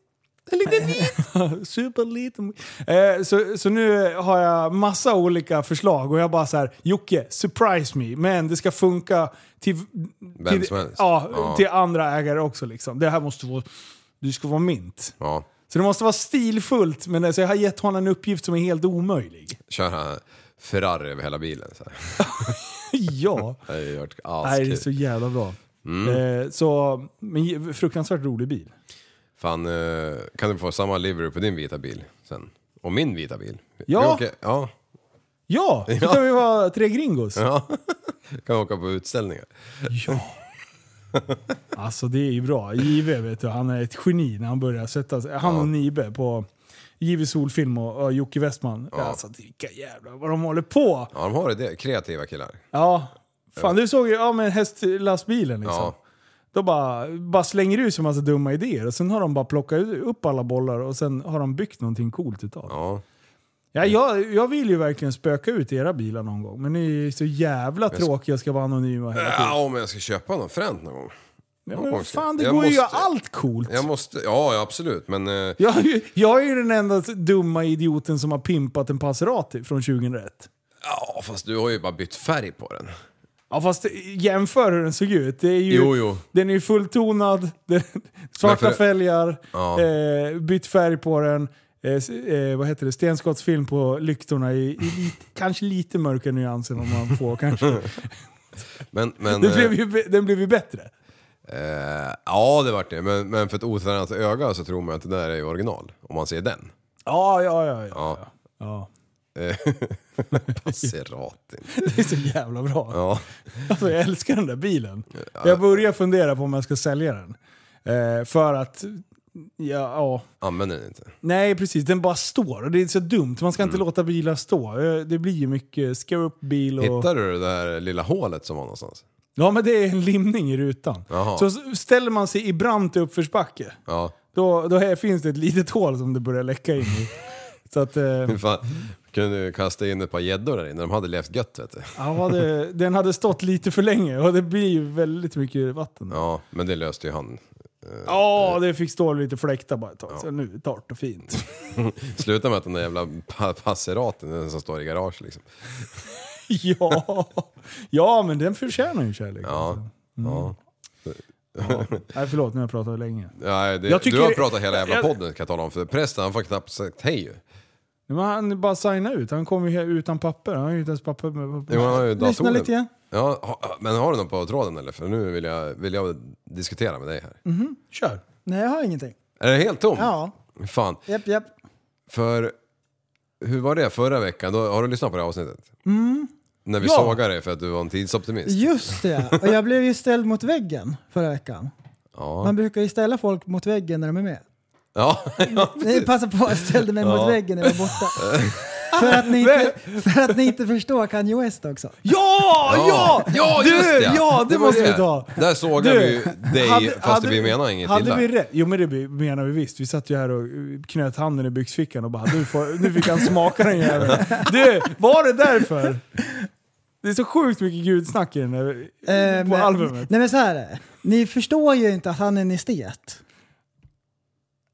Speaker 5: En liten
Speaker 7: (laughs)
Speaker 5: vit. Superliten. Eh, så, så nu har jag massa olika förslag och jag bara så här, Jocke, surprise me. Men det ska funka till...
Speaker 7: Vem
Speaker 5: till
Speaker 7: som helst.
Speaker 5: Ja,
Speaker 7: Ja.
Speaker 5: till andra ägare också liksom. Det här måste vara... Du ska vara mint.
Speaker 7: Ja,
Speaker 5: Så det måste vara stilfullt, men alltså, jag har gett honom en uppgift som är helt
Speaker 7: (laughs)
Speaker 5: omöjlig.
Speaker 7: kör han Ferrari över hela bilen. Så här.
Speaker 5: ja.
Speaker 7: Det har ju varit
Speaker 5: Nej, det är
Speaker 7: askul. Mm.
Speaker 5: så jävla bra. Eh, så, men ge- fruktansvärt rolig bil.
Speaker 7: Fan, eh, kan du få samma livery på din vita bil sen? Och min vita bil?
Speaker 5: Ja.
Speaker 7: Vi åker, ja. (laughs)
Speaker 5: Ja, då kan vi vara tre gringos.
Speaker 7: ja. kan åka på utställningar.
Speaker 5: Ja. Alltså det är ju bra. JW vet du, han är ett geni när han börjar sätta sig. Han och Nibe på JW Solfilm och, och Jocke Westman. Alltså vilka jävlar vad de håller på.
Speaker 7: Ja, de har det. det. Kreativa killar.
Speaker 5: Ja, fan du såg ju ja, men hästlastbilen liksom.
Speaker 7: Ja.
Speaker 5: Då bara, bara slänger du ut en massa dumma idéer och sen har de bara plockat ut- upp alla bollar och sen har de byggt någonting coolt utav det.
Speaker 7: Ja.
Speaker 5: Ja,
Speaker 7: Mm.
Speaker 5: jag, jag vill ju verkligen spöka ut era bilar någon gång, men ni är ju så jävla tråkiga och ska vara anonyma hela tiden.
Speaker 7: ja, om jag ska köpa något fränt någon gång.
Speaker 5: Ja, men fan, det
Speaker 7: Jag
Speaker 5: går ju
Speaker 7: måste-
Speaker 5: allt coolt!
Speaker 7: Jag måste, ja, ja absolut. Men eh,
Speaker 5: Jag, är ju- jag är ju den enda dumma idioten som har pimpat en Passerati från 2001.
Speaker 7: ja, fast du har ju bara bytt färg på den.
Speaker 5: Ja fast jämför hur den såg ut. Det är ju,
Speaker 7: Jo, jo.
Speaker 5: Den är ju fulltonad, (laughs) den, svarta
Speaker 7: Men för-
Speaker 5: fälgar,
Speaker 7: Ja.
Speaker 5: eh, bytt färg på den. Eh, s- eh, vad heter det? Stenskottsfilm på lyktorna i, i lit, kanske lite mörka nyanser om man får
Speaker 7: (laughs)
Speaker 5: kanske.
Speaker 7: Men,
Speaker 5: (laughs)
Speaker 7: men,
Speaker 5: Den blev
Speaker 7: eh,
Speaker 5: ju, be- den blev ju bättre.
Speaker 7: eh, ja, det vart det. Men, men för ett otränat öga så tror man att det där är ju original. Om man ser den.
Speaker 5: Ja, ja, ja. ja.
Speaker 7: Ja.
Speaker 5: ja. (laughs)
Speaker 7: Eh, (laughs) Passerati.
Speaker 5: Det är så jävla bra.
Speaker 7: Ja.
Speaker 5: Alltså, jag älskar den där bilen. Jag börjar fundera på om jag ska sälja den. Eh, för att, ja, ja.
Speaker 7: Använder den inte.
Speaker 5: Nej precis, den bara står. Och det är så dumt, man ska inte
Speaker 7: Mm.
Speaker 5: låta bilar stå. Eh, Det blir ju mycket skär upp bil och...
Speaker 7: Hittar du det där lilla hålet som var någonstans?
Speaker 5: Ja men det är en limning i rutan.
Speaker 7: Jaha.
Speaker 5: Så s- ställer man sig i brant uppförsbacke,
Speaker 7: Ja.
Speaker 5: då, då här finns det ett litet hål som det börjar läcka in
Speaker 7: (laughs)
Speaker 5: i. Så att, eh,
Speaker 7: Fan. Kunde du kasta in ett par gäddor där inne? De hade levt gött vet du.
Speaker 5: ja, det, den hade stått lite för länge och det blir ju väldigt mycket vatten.
Speaker 7: Ja, men det löste ju han. Eh.
Speaker 5: Ja, det fick stå lite fläktar bara ett tag. Så nu, torrt och
Speaker 7: (laughs)
Speaker 5: fint.
Speaker 7: Sluta med att den där jävla pa- Passeraten, den som står i garaget liksom.
Speaker 5: ja. ja, men den förtjänar ju kärlek.
Speaker 6: alltså.
Speaker 7: Ja.
Speaker 6: Mm.
Speaker 7: Ja.
Speaker 5: Nej, förlåt, nu har jag pratat länge.
Speaker 7: Nej, det,
Speaker 5: Jag tycker-
Speaker 7: du har pratat hela jävla
Speaker 5: jag-
Speaker 7: podden kan jag tala om, för prästen han får knappt sagt hej ju.
Speaker 5: Men han bara signa ut. Han kommer ju här utan papper. Han har ju inte ens papper med papper.
Speaker 7: Jo, han har ju
Speaker 6: Lyssna
Speaker 7: datorn.
Speaker 6: lite igen.
Speaker 7: Ja, ha- men har du någon på tråden eller? För nu vill jag, vill jag diskutera med dig här.
Speaker 5: Kör.
Speaker 6: Nej, jag har ingenting.
Speaker 7: Är det helt tom?
Speaker 6: Ja,
Speaker 7: Fan,
Speaker 6: japp, japp.
Speaker 7: för hur var det förra veckan? Då, har du lyssnat på det här avsnittet? Mm. När vi
Speaker 5: Ja.
Speaker 7: sågade dig för att du var en tidsoptimist?
Speaker 6: Just det, och jag blev ju ställd mot väggen förra veckan.
Speaker 7: Ja.
Speaker 6: Man brukar ju ställa folk mot väggen när de är med.
Speaker 7: ja.
Speaker 5: (laughs)
Speaker 7: ja.
Speaker 6: Ni passar på att ställde mig mot väggen när jag var borta. för, att ni inte, (laughs) för att ni inte förstår Kanye West också.
Speaker 5: Ja! Ah, Ja!
Speaker 7: ja
Speaker 5: Du,
Speaker 7: just det!
Speaker 5: ja, det
Speaker 7: var
Speaker 5: måste vi ta.
Speaker 7: Där sågade vi ju dig fast vi menade inget
Speaker 5: hade
Speaker 7: illa.
Speaker 5: vi rätt? Jo men det be- menar vi visst. Vi satt ju här och eh, knöt handen i byxfickan och bara nu, får, nu fick han smaka den jäveln. Du, var det därför? Det är så sjukt mycket gudsnack i den här,
Speaker 6: Eh,
Speaker 5: på
Speaker 6: men-
Speaker 5: albumet.
Speaker 6: Nej men så här är det. Ni förstår ju inte att han är en estet.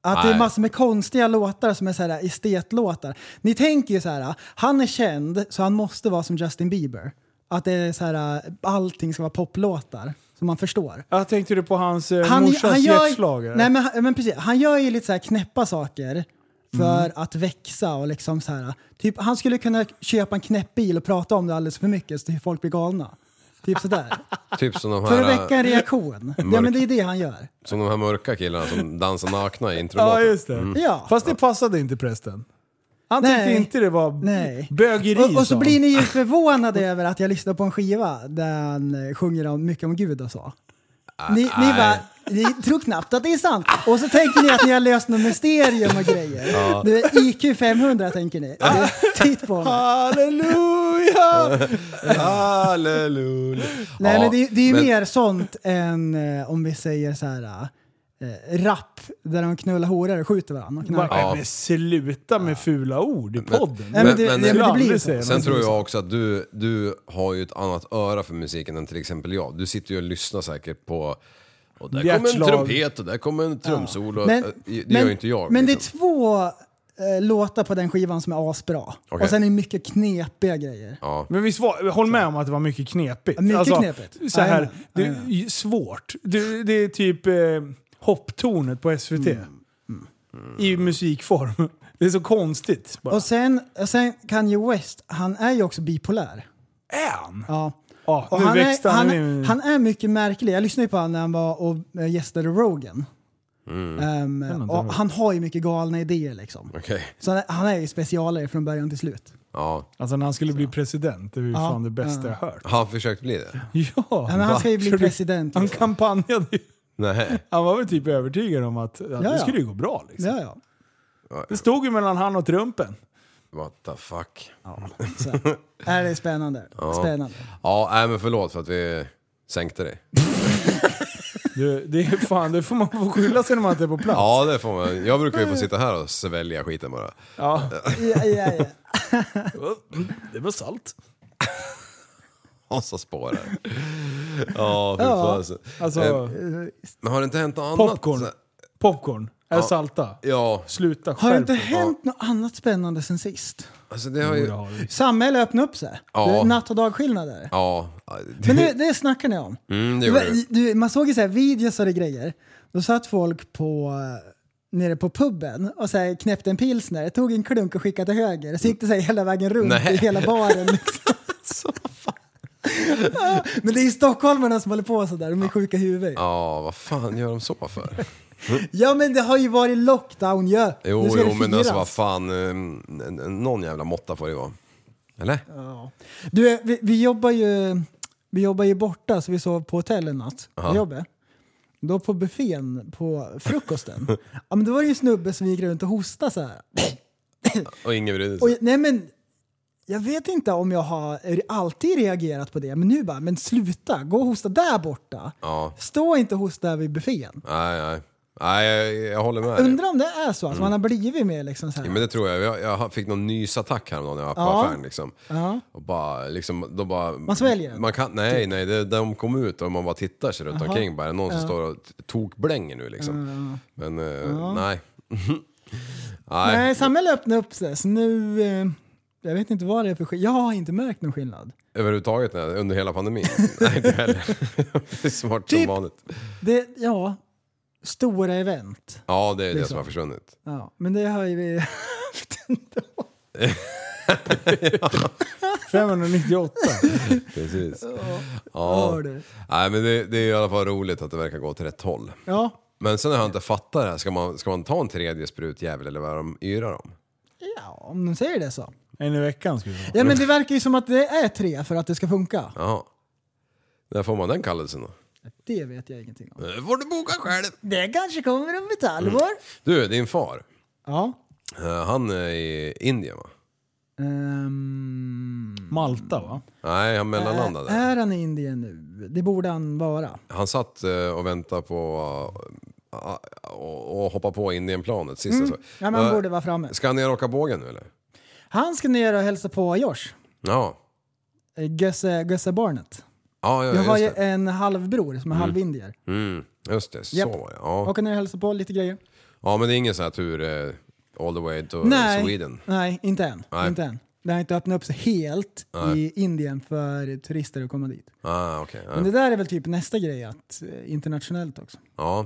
Speaker 6: Att det är
Speaker 7: Nej.
Speaker 6: massor med konstiga låtar som är så här estetlåtar. Ni tänker ju så här, han är känd så han måste vara som Justin Bieber. Att det är så här, allting ska vara poplåtar som man förstår.
Speaker 5: Jag tänkte du på hans eh,
Speaker 6: Han,
Speaker 5: morsas
Speaker 6: han,
Speaker 5: hjärtslagare?
Speaker 6: gör, nej, men, han- men precis, han gör ju lite så här knäppa saker för
Speaker 5: Mm.
Speaker 6: att växa och liksom så här. Typ, han skulle kunna köpa en knäpp bil och prata om det alldeles för mycket så att typ folk blir galna. Typ sådär.
Speaker 7: Typ som de
Speaker 6: För att
Speaker 7: här,
Speaker 6: väcka en reaktion. Ja men det är det han gör.
Speaker 7: som de här mörka killarna som dansar nakna i
Speaker 5: Ja,
Speaker 7: introlåten.
Speaker 5: just det.
Speaker 7: Mm.
Speaker 6: Ja.
Speaker 5: Fast det passade inte prästen. Han tyckte
Speaker 6: Nej.
Speaker 5: inte det var
Speaker 6: Nej.
Speaker 5: bögeri.
Speaker 6: Och, och
Speaker 5: sa
Speaker 6: så
Speaker 5: han.
Speaker 6: blir ni ju förvånade (laughs) över att jag lyssnar på en skiva där han eh, sjunger om, mycket om Gud och så. Ni, ni
Speaker 7: Ah, nej.
Speaker 6: bara, ni tror knappt att det är sant. Och så tänker ni att ni har löst något mysterium och grejer. Det är IQ 500 tänker ni. Det-
Speaker 7: (laughs)
Speaker 6: Titt på mig.
Speaker 5: Halleluja!
Speaker 7: Halleluja!
Speaker 6: Nej
Speaker 7: Ja,
Speaker 6: men det, det är ju
Speaker 7: men-
Speaker 6: mer sånt än eh, om vi säger så här eh, rap där de knullar horor och skjuter varandra. Och knarkar.
Speaker 5: Bara, Men sluta med fula ord i podden.
Speaker 6: Nej, men det,
Speaker 7: men-
Speaker 6: ja, men det blir ju
Speaker 5: Aldrig
Speaker 6: så.
Speaker 5: säga
Speaker 7: Sen
Speaker 5: något
Speaker 7: tror
Speaker 5: sånt.
Speaker 7: jag också att du, du har ju ett annat öra för musiken än till exempel jag. Du sitter ju och lyssnar säkert på... Och där kommer en
Speaker 5: Hjärtslag.
Speaker 7: trumpet och där kommer en trumsolo.
Speaker 6: Men-
Speaker 7: Eh, det
Speaker 6: men-
Speaker 7: gör ju inte jag.
Speaker 6: Men det är
Speaker 7: liksom.
Speaker 6: två eh, låtar på den skivan som är asbra.
Speaker 7: Okej.
Speaker 6: Och sen är det mycket knepiga grejer.
Speaker 7: ja.
Speaker 5: Men visst var, håll med om att det var mycket knepigt. Alltså,
Speaker 6: Mycket knepigt.
Speaker 5: Så här,
Speaker 6: Jajamän,
Speaker 5: det är
Speaker 6: jajamän.
Speaker 5: ju svårt. Det, det är typ eh, hopptornet på SVT. I musikform. Det är så konstigt. Bara.
Speaker 6: Mm. Och sen, och sen Kanye West, han är ju också bipolär.
Speaker 5: är han?
Speaker 6: Ja.
Speaker 5: Ja,
Speaker 6: Och
Speaker 5: nu
Speaker 6: han,
Speaker 5: växte
Speaker 6: är,
Speaker 5: han,
Speaker 6: han,
Speaker 5: in.
Speaker 6: han är mycket märklig. Jag lyssnade ju på honom när han var och eh, gästade Rogan. Ehm, och han har ju mycket galna idéer liksom.
Speaker 7: Mm. Okej.
Speaker 6: Så han, han är ju specialare från början till slut.
Speaker 7: Ja.
Speaker 5: Alltså när han skulle bli president, det är ju fan det bästa jag hört.
Speaker 7: Har han försökt bli det?
Speaker 5: Ja,
Speaker 6: men han ska ju
Speaker 5: va?
Speaker 6: bli
Speaker 5: För det-
Speaker 6: president,
Speaker 5: Han
Speaker 6: liksom.
Speaker 5: kampanjade ju.
Speaker 7: Nej.
Speaker 5: Han var väl typ övertygad om att, att
Speaker 6: ja.
Speaker 5: det skulle ju gå bra. Liksom.
Speaker 6: Ja, ja.
Speaker 5: Det stod ju mellan han och Trumpen.
Speaker 7: What the fuck.
Speaker 6: Så. är det är spännande. Spännande.
Speaker 7: Ja, nej men förlåt för att vi sänkte dig.
Speaker 5: Du, det är fan, det får man få skylla sig när man inte är på plats.
Speaker 7: Ja, det får man. Jag brukar ju få sitta här och svälja skiten bara. (laughs)
Speaker 5: Ja.
Speaker 6: Ja, ja, ja.
Speaker 5: Det var salt.
Speaker 7: Och så spårar Ja, fy fan.
Speaker 5: Alltså,
Speaker 7: Eh, Men har det inte hänt något annat?
Speaker 5: popcorn. Popcorn. Är salta.
Speaker 7: Ja,
Speaker 5: Sluta
Speaker 6: Har det
Speaker 5: skärp
Speaker 6: inte
Speaker 5: er.
Speaker 6: hänt något annat spännande sen sist?
Speaker 7: alltså det har ju...
Speaker 5: Ja, det-
Speaker 6: Samhälle öppnar upp sig.
Speaker 7: Ja.
Speaker 6: Det är natt och dagskillnader.
Speaker 7: Ja.
Speaker 6: Men det, det snackar ni om.
Speaker 7: Mm, det
Speaker 6: Det
Speaker 7: gjorde
Speaker 6: var-
Speaker 7: det.
Speaker 6: du, man såg ju så här videos och det grejer. Då satt folk på, eh, nere på puben och så här knäppte en pilsner, tog en klunk och skickade till höger. Så gick det så här hela vägen runt
Speaker 7: Nej.
Speaker 6: i hela
Speaker 7: (laughs)
Speaker 6: baren. Liksom. Så fan. Men det är ju stockholmarna som håller på så där, de är sjuka i huvudet. Ja.
Speaker 7: Ja, vad fan gör de så
Speaker 6: (laughs)
Speaker 7: för?
Speaker 6: men det har ju varit lockdown ju. Ja.
Speaker 7: Jo,
Speaker 6: Nu ska
Speaker 7: jo
Speaker 6: det
Speaker 7: men alltså
Speaker 6: firas.
Speaker 7: vad fan. eh, n- n- Någon jävla måtta får det vara. Eller?
Speaker 6: Du, eh, vi, vi, jobbar ju, vi jobbar ju borta så vi sov på hotell en natt på jobbet. Då på buffén på
Speaker 7: (laughs)
Speaker 6: frukosten. ja, men då var det ju en snubbe som gick runt och hostade så här.
Speaker 7: Och ingen brydde
Speaker 6: Och,
Speaker 7: sig.
Speaker 6: nej men, jag vet inte om jag har alltid reagerat på det, men nu bara, men sluta, gå och hosta där borta.
Speaker 7: Ja.
Speaker 6: Stå inte och hosta vid buffén.
Speaker 7: Nej, nej. Nej, jag, jag håller med dig.
Speaker 6: Undrar om det är så, att man har blivit mer liksom så här.
Speaker 7: Ja, men det tror jag. jag. Jag fick någon nysattack häromdagen när jag var på
Speaker 6: Ja.
Speaker 7: affären. Liksom. Och bara, liksom, då bara,
Speaker 6: Man sväljer Typ. den?
Speaker 7: man kan, Nej, nej. Det, de kom ut och man bara tittar sig runt omkring. Bara, är det någon som står och tokblänger nu liksom? Men eh, nej. (laughs) nej.
Speaker 6: Nej, samhället öppnar upp sig, så nu... Eh, jag vet inte vad det är för skillnad. Jag har inte märkt någon skillnad.
Speaker 7: Överhuvudtaget nej, under hela pandemin. (laughs) nej, inte heller. det är (laughs) smart som
Speaker 6: Typ.
Speaker 7: vanligt.
Speaker 6: Det, ja, stora event.
Speaker 7: Ja, det är det
Speaker 6: Liksom.
Speaker 7: som har försvunnit.
Speaker 6: Ja, men det har
Speaker 5: (laughs)
Speaker 6: ju vi haft ändå.
Speaker 5: 598.
Speaker 7: Precis.
Speaker 6: Hör
Speaker 7: Ja.
Speaker 6: du?
Speaker 7: Nej, men det, det är i alla fall roligt att det verkar gå åt rätt håll.
Speaker 6: Ja,
Speaker 7: Men sen har jag inte fattat det här. Ska man, ska man ta en tredje sprutjävel eller vad de yrar om?
Speaker 6: ja, om de säger det så.
Speaker 5: En i veckan skulle det vara.
Speaker 6: Ja, men det verkar ju som att det är tre för att det ska funka.
Speaker 7: Jaha. När får man den kallelsen då?
Speaker 6: Det vet jag ingenting om.
Speaker 7: Det får du boka själv.
Speaker 6: Det kanske kommer om ett halvår.
Speaker 5: Mm.
Speaker 7: Du, din far.
Speaker 6: Ja.
Speaker 7: eh, Han är i Indien va?
Speaker 6: Ehm,
Speaker 5: Malta va?
Speaker 7: Nej, han
Speaker 6: är,
Speaker 7: mellanlandade.
Speaker 6: är han i Indien nu? Det borde han vara.
Speaker 7: Han satt eh, och väntade på eh, och och hoppa på Indienplanet sist jag såg.
Speaker 6: Ja, men han
Speaker 7: Eh,
Speaker 6: borde vara framme.
Speaker 7: Ska han ner och åka bågen nu eller?
Speaker 6: Han ska ner och hälsa på Josh.
Speaker 7: Ja.
Speaker 6: eh, Gösse, Gösse Barnet.
Speaker 7: Ja, ja
Speaker 6: Jag har
Speaker 7: just
Speaker 6: ju
Speaker 7: det.
Speaker 6: en halvbror som är halvindier.
Speaker 7: Mm, just det, så
Speaker 6: Japp.
Speaker 7: var det. Ja.
Speaker 6: Åker ner och hälsar på lite grejer.
Speaker 7: ja, men det är ingen sån här tur eh, all the way to
Speaker 6: Nej,
Speaker 7: Sweden.
Speaker 6: nej inte än.
Speaker 7: Nej.
Speaker 6: Inte än. Det har inte öppnat upp sig helt i Indien för turister att komma dit.
Speaker 7: Ah, okej. ja.
Speaker 6: Men det där är väl typ nästa grej, att eh, internationellt också.
Speaker 7: Ja,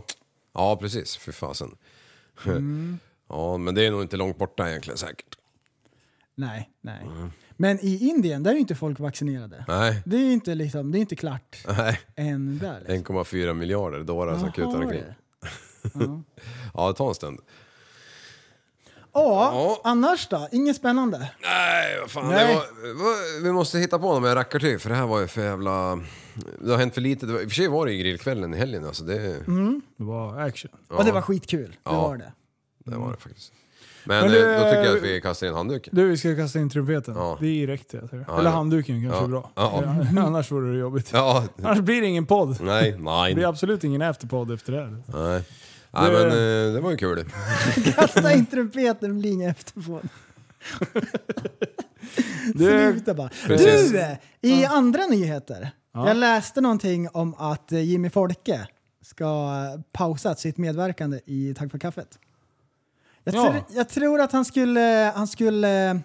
Speaker 7: ja precis. Fy fasen. (laughs)
Speaker 6: Mm.
Speaker 7: Ja, men det är nog inte långt borta egentligen säkert.
Speaker 6: Nej, nej. Men i Indien, där är ju inte folk vaccinerade.
Speaker 7: Mm. Nej,
Speaker 6: Det är ju inte, liksom, det är inte klart
Speaker 7: nej.
Speaker 6: än där. Liksom.
Speaker 7: 1,4 miljarder dårar som
Speaker 6: Jaha,
Speaker 7: kutar omkring.
Speaker 6: det.
Speaker 7: Ja, det tar en stund.
Speaker 6: Ja,
Speaker 7: Ja.
Speaker 6: annars då? Inget spännande?
Speaker 7: Nej, vad fan.
Speaker 6: Nej.
Speaker 7: Det var, va- vi måste hitta på något med rackartyg för det här var ju för jävla... Det har hänt för lite. Det var, I och för sig var det ju grillkvällen i helgen alltså. Det,
Speaker 6: Mm.
Speaker 5: Det var action.
Speaker 6: Och det var skitkul, det
Speaker 7: Ja.
Speaker 6: var det.
Speaker 7: det var det faktiskt. Men,
Speaker 5: Men
Speaker 7: eh,
Speaker 5: du,
Speaker 7: då tycker jag
Speaker 5: eh,
Speaker 7: att vi kastar in
Speaker 6: (laughs)
Speaker 7: handduken.
Speaker 5: Du, vi ska kasta in trumpeten.
Speaker 7: Ja.
Speaker 5: Det är direkt jag tror.
Speaker 7: Ja,
Speaker 5: Eller
Speaker 7: ja.
Speaker 5: handduken kanske
Speaker 7: Ja.
Speaker 5: är bra.
Speaker 7: Ja.
Speaker 5: Ja, (laughs) Annars vore det jobbigt.
Speaker 7: Ja,
Speaker 5: Annars blir det ingen podd. (laughs)
Speaker 7: nej,
Speaker 5: Det
Speaker 7: nej.
Speaker 5: blir absolut ingen efterpodd efter det här.
Speaker 7: nej.
Speaker 5: Det-
Speaker 7: Nej men eh, det var ju kul det.
Speaker 6: Kasta in trumpeten, det blir
Speaker 5: (laughs)
Speaker 6: inga efterfrån.
Speaker 5: Eh,
Speaker 6: Sluta bara.
Speaker 7: Precis.
Speaker 6: Du, i andra nyheter. Jag läste någonting om att eh, Jimmy Folke ska pausa sitt medverkande i Tack för kaffet. Jag,
Speaker 5: Ja.
Speaker 6: tror, jag tror att han skulle, han skulle eh,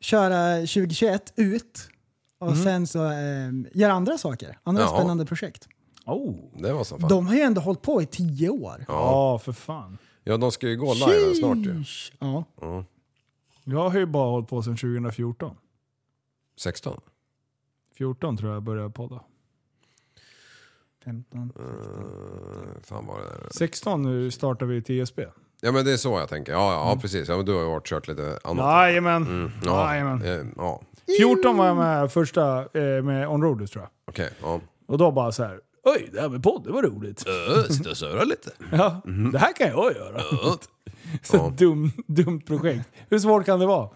Speaker 6: köra 2021 ut och
Speaker 5: Mm.
Speaker 6: sen så eh, göra andra saker. Andra
Speaker 7: Jaha.
Speaker 6: spännande projekt.
Speaker 5: Oh.
Speaker 7: Det var som fan.
Speaker 6: De har ju ändå hållit på i tio år.
Speaker 5: Ja, för fan.
Speaker 7: Ja, de ska ju gå live här snart ju.
Speaker 6: Sheesh. Ja.
Speaker 5: Jag har ju bara hållit på sedan 2014.
Speaker 7: 16.
Speaker 5: 14 tror jag jag började podda.
Speaker 6: 15.
Speaker 7: Eh, Fan var det där.
Speaker 5: 16 nu startar vi TSB.
Speaker 7: Ja men det är så jag tänker. Ja, ja
Speaker 5: Mm.
Speaker 7: precis. Ja, men du har ju varit kört lite annat. Mm,
Speaker 5: Jajamän.
Speaker 7: Ja,
Speaker 5: Jajamän.
Speaker 7: eh, ja.
Speaker 5: 14 var jag med första eh, med Onroaders tror jag.
Speaker 7: okej. ja.
Speaker 5: Och då bara så här. Oj, det här med podd, det var roligt.
Speaker 7: Sitta och surra lite. Mm.
Speaker 5: Ja, det här kan jag göra. Så
Speaker 7: Ja.
Speaker 5: dum, dumt projekt. Hur svårt kan det vara?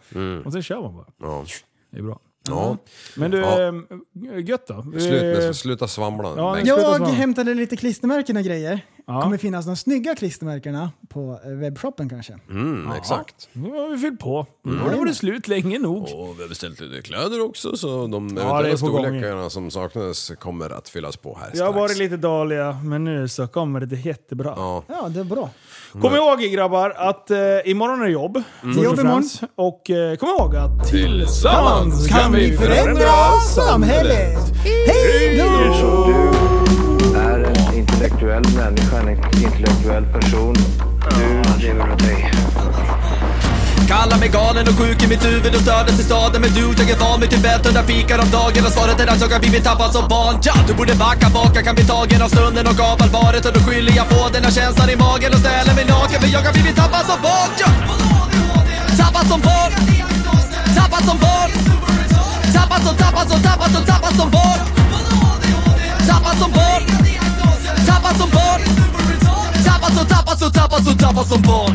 Speaker 5: Och sen kör man bara.
Speaker 7: Ja.
Speaker 5: Det är bra. Mm.
Speaker 7: ja.
Speaker 5: Men du,
Speaker 7: Ja.
Speaker 5: eh, gött då.
Speaker 7: Slut,
Speaker 5: Eh,
Speaker 7: nästan, sluta svamla.
Speaker 5: Ja,
Speaker 7: Nej.
Speaker 5: ja.
Speaker 6: Jag
Speaker 5: Sluta svamla.
Speaker 6: hämtade lite klistermärken och grejer.
Speaker 5: Ja.
Speaker 6: kommer finnas de snygga klistermärkena på eh, webbshoppen kanske.
Speaker 7: Mm, exakt.
Speaker 5: Nu har vi fyllt på. Nu har det varit slut länge nog.
Speaker 7: Och vi har beställt lite kläder också så de
Speaker 5: Ja, det är
Speaker 7: eventuella
Speaker 5: på
Speaker 7: storlekarna som saknas kommer att fyllas på här
Speaker 5: Jag har
Speaker 7: strax.
Speaker 5: varit lite dåliga, men nu så kommer det jättebra.
Speaker 7: Ja.
Speaker 6: Ja, det är bra.
Speaker 5: Kom ihåg grabbar att eh, imorgon är det jobb. Först
Speaker 6: Jobb
Speaker 5: och
Speaker 6: imorgon.
Speaker 5: främst. Och eh, kom ihåg att tillsammans kan vi
Speaker 6: Förändra samhället! Hej då!
Speaker 3: Så du är en intellektuell människa, en intellektuell person. Du lever av dig.
Speaker 1: Kallar mig galen och sjuk i mitt huvud och stördes i staden Men du, jag är van vid Tibet och där fikar om dagen Och svaret är att jag har blivit tappad som barn ja, Du borde backa bak, jag kan bli tagen av stunden och av allvaret Och då skyller jag på den här känslan i magen och ställer mig naken För jag har blivit tappad som barn ja. Tappad som barn Tappad som barn Tappad som, tappad som, tappad som, tappad som barn Tappad som barn Tappad som barn Tappad som, tappad som, tappad som, tappad som barn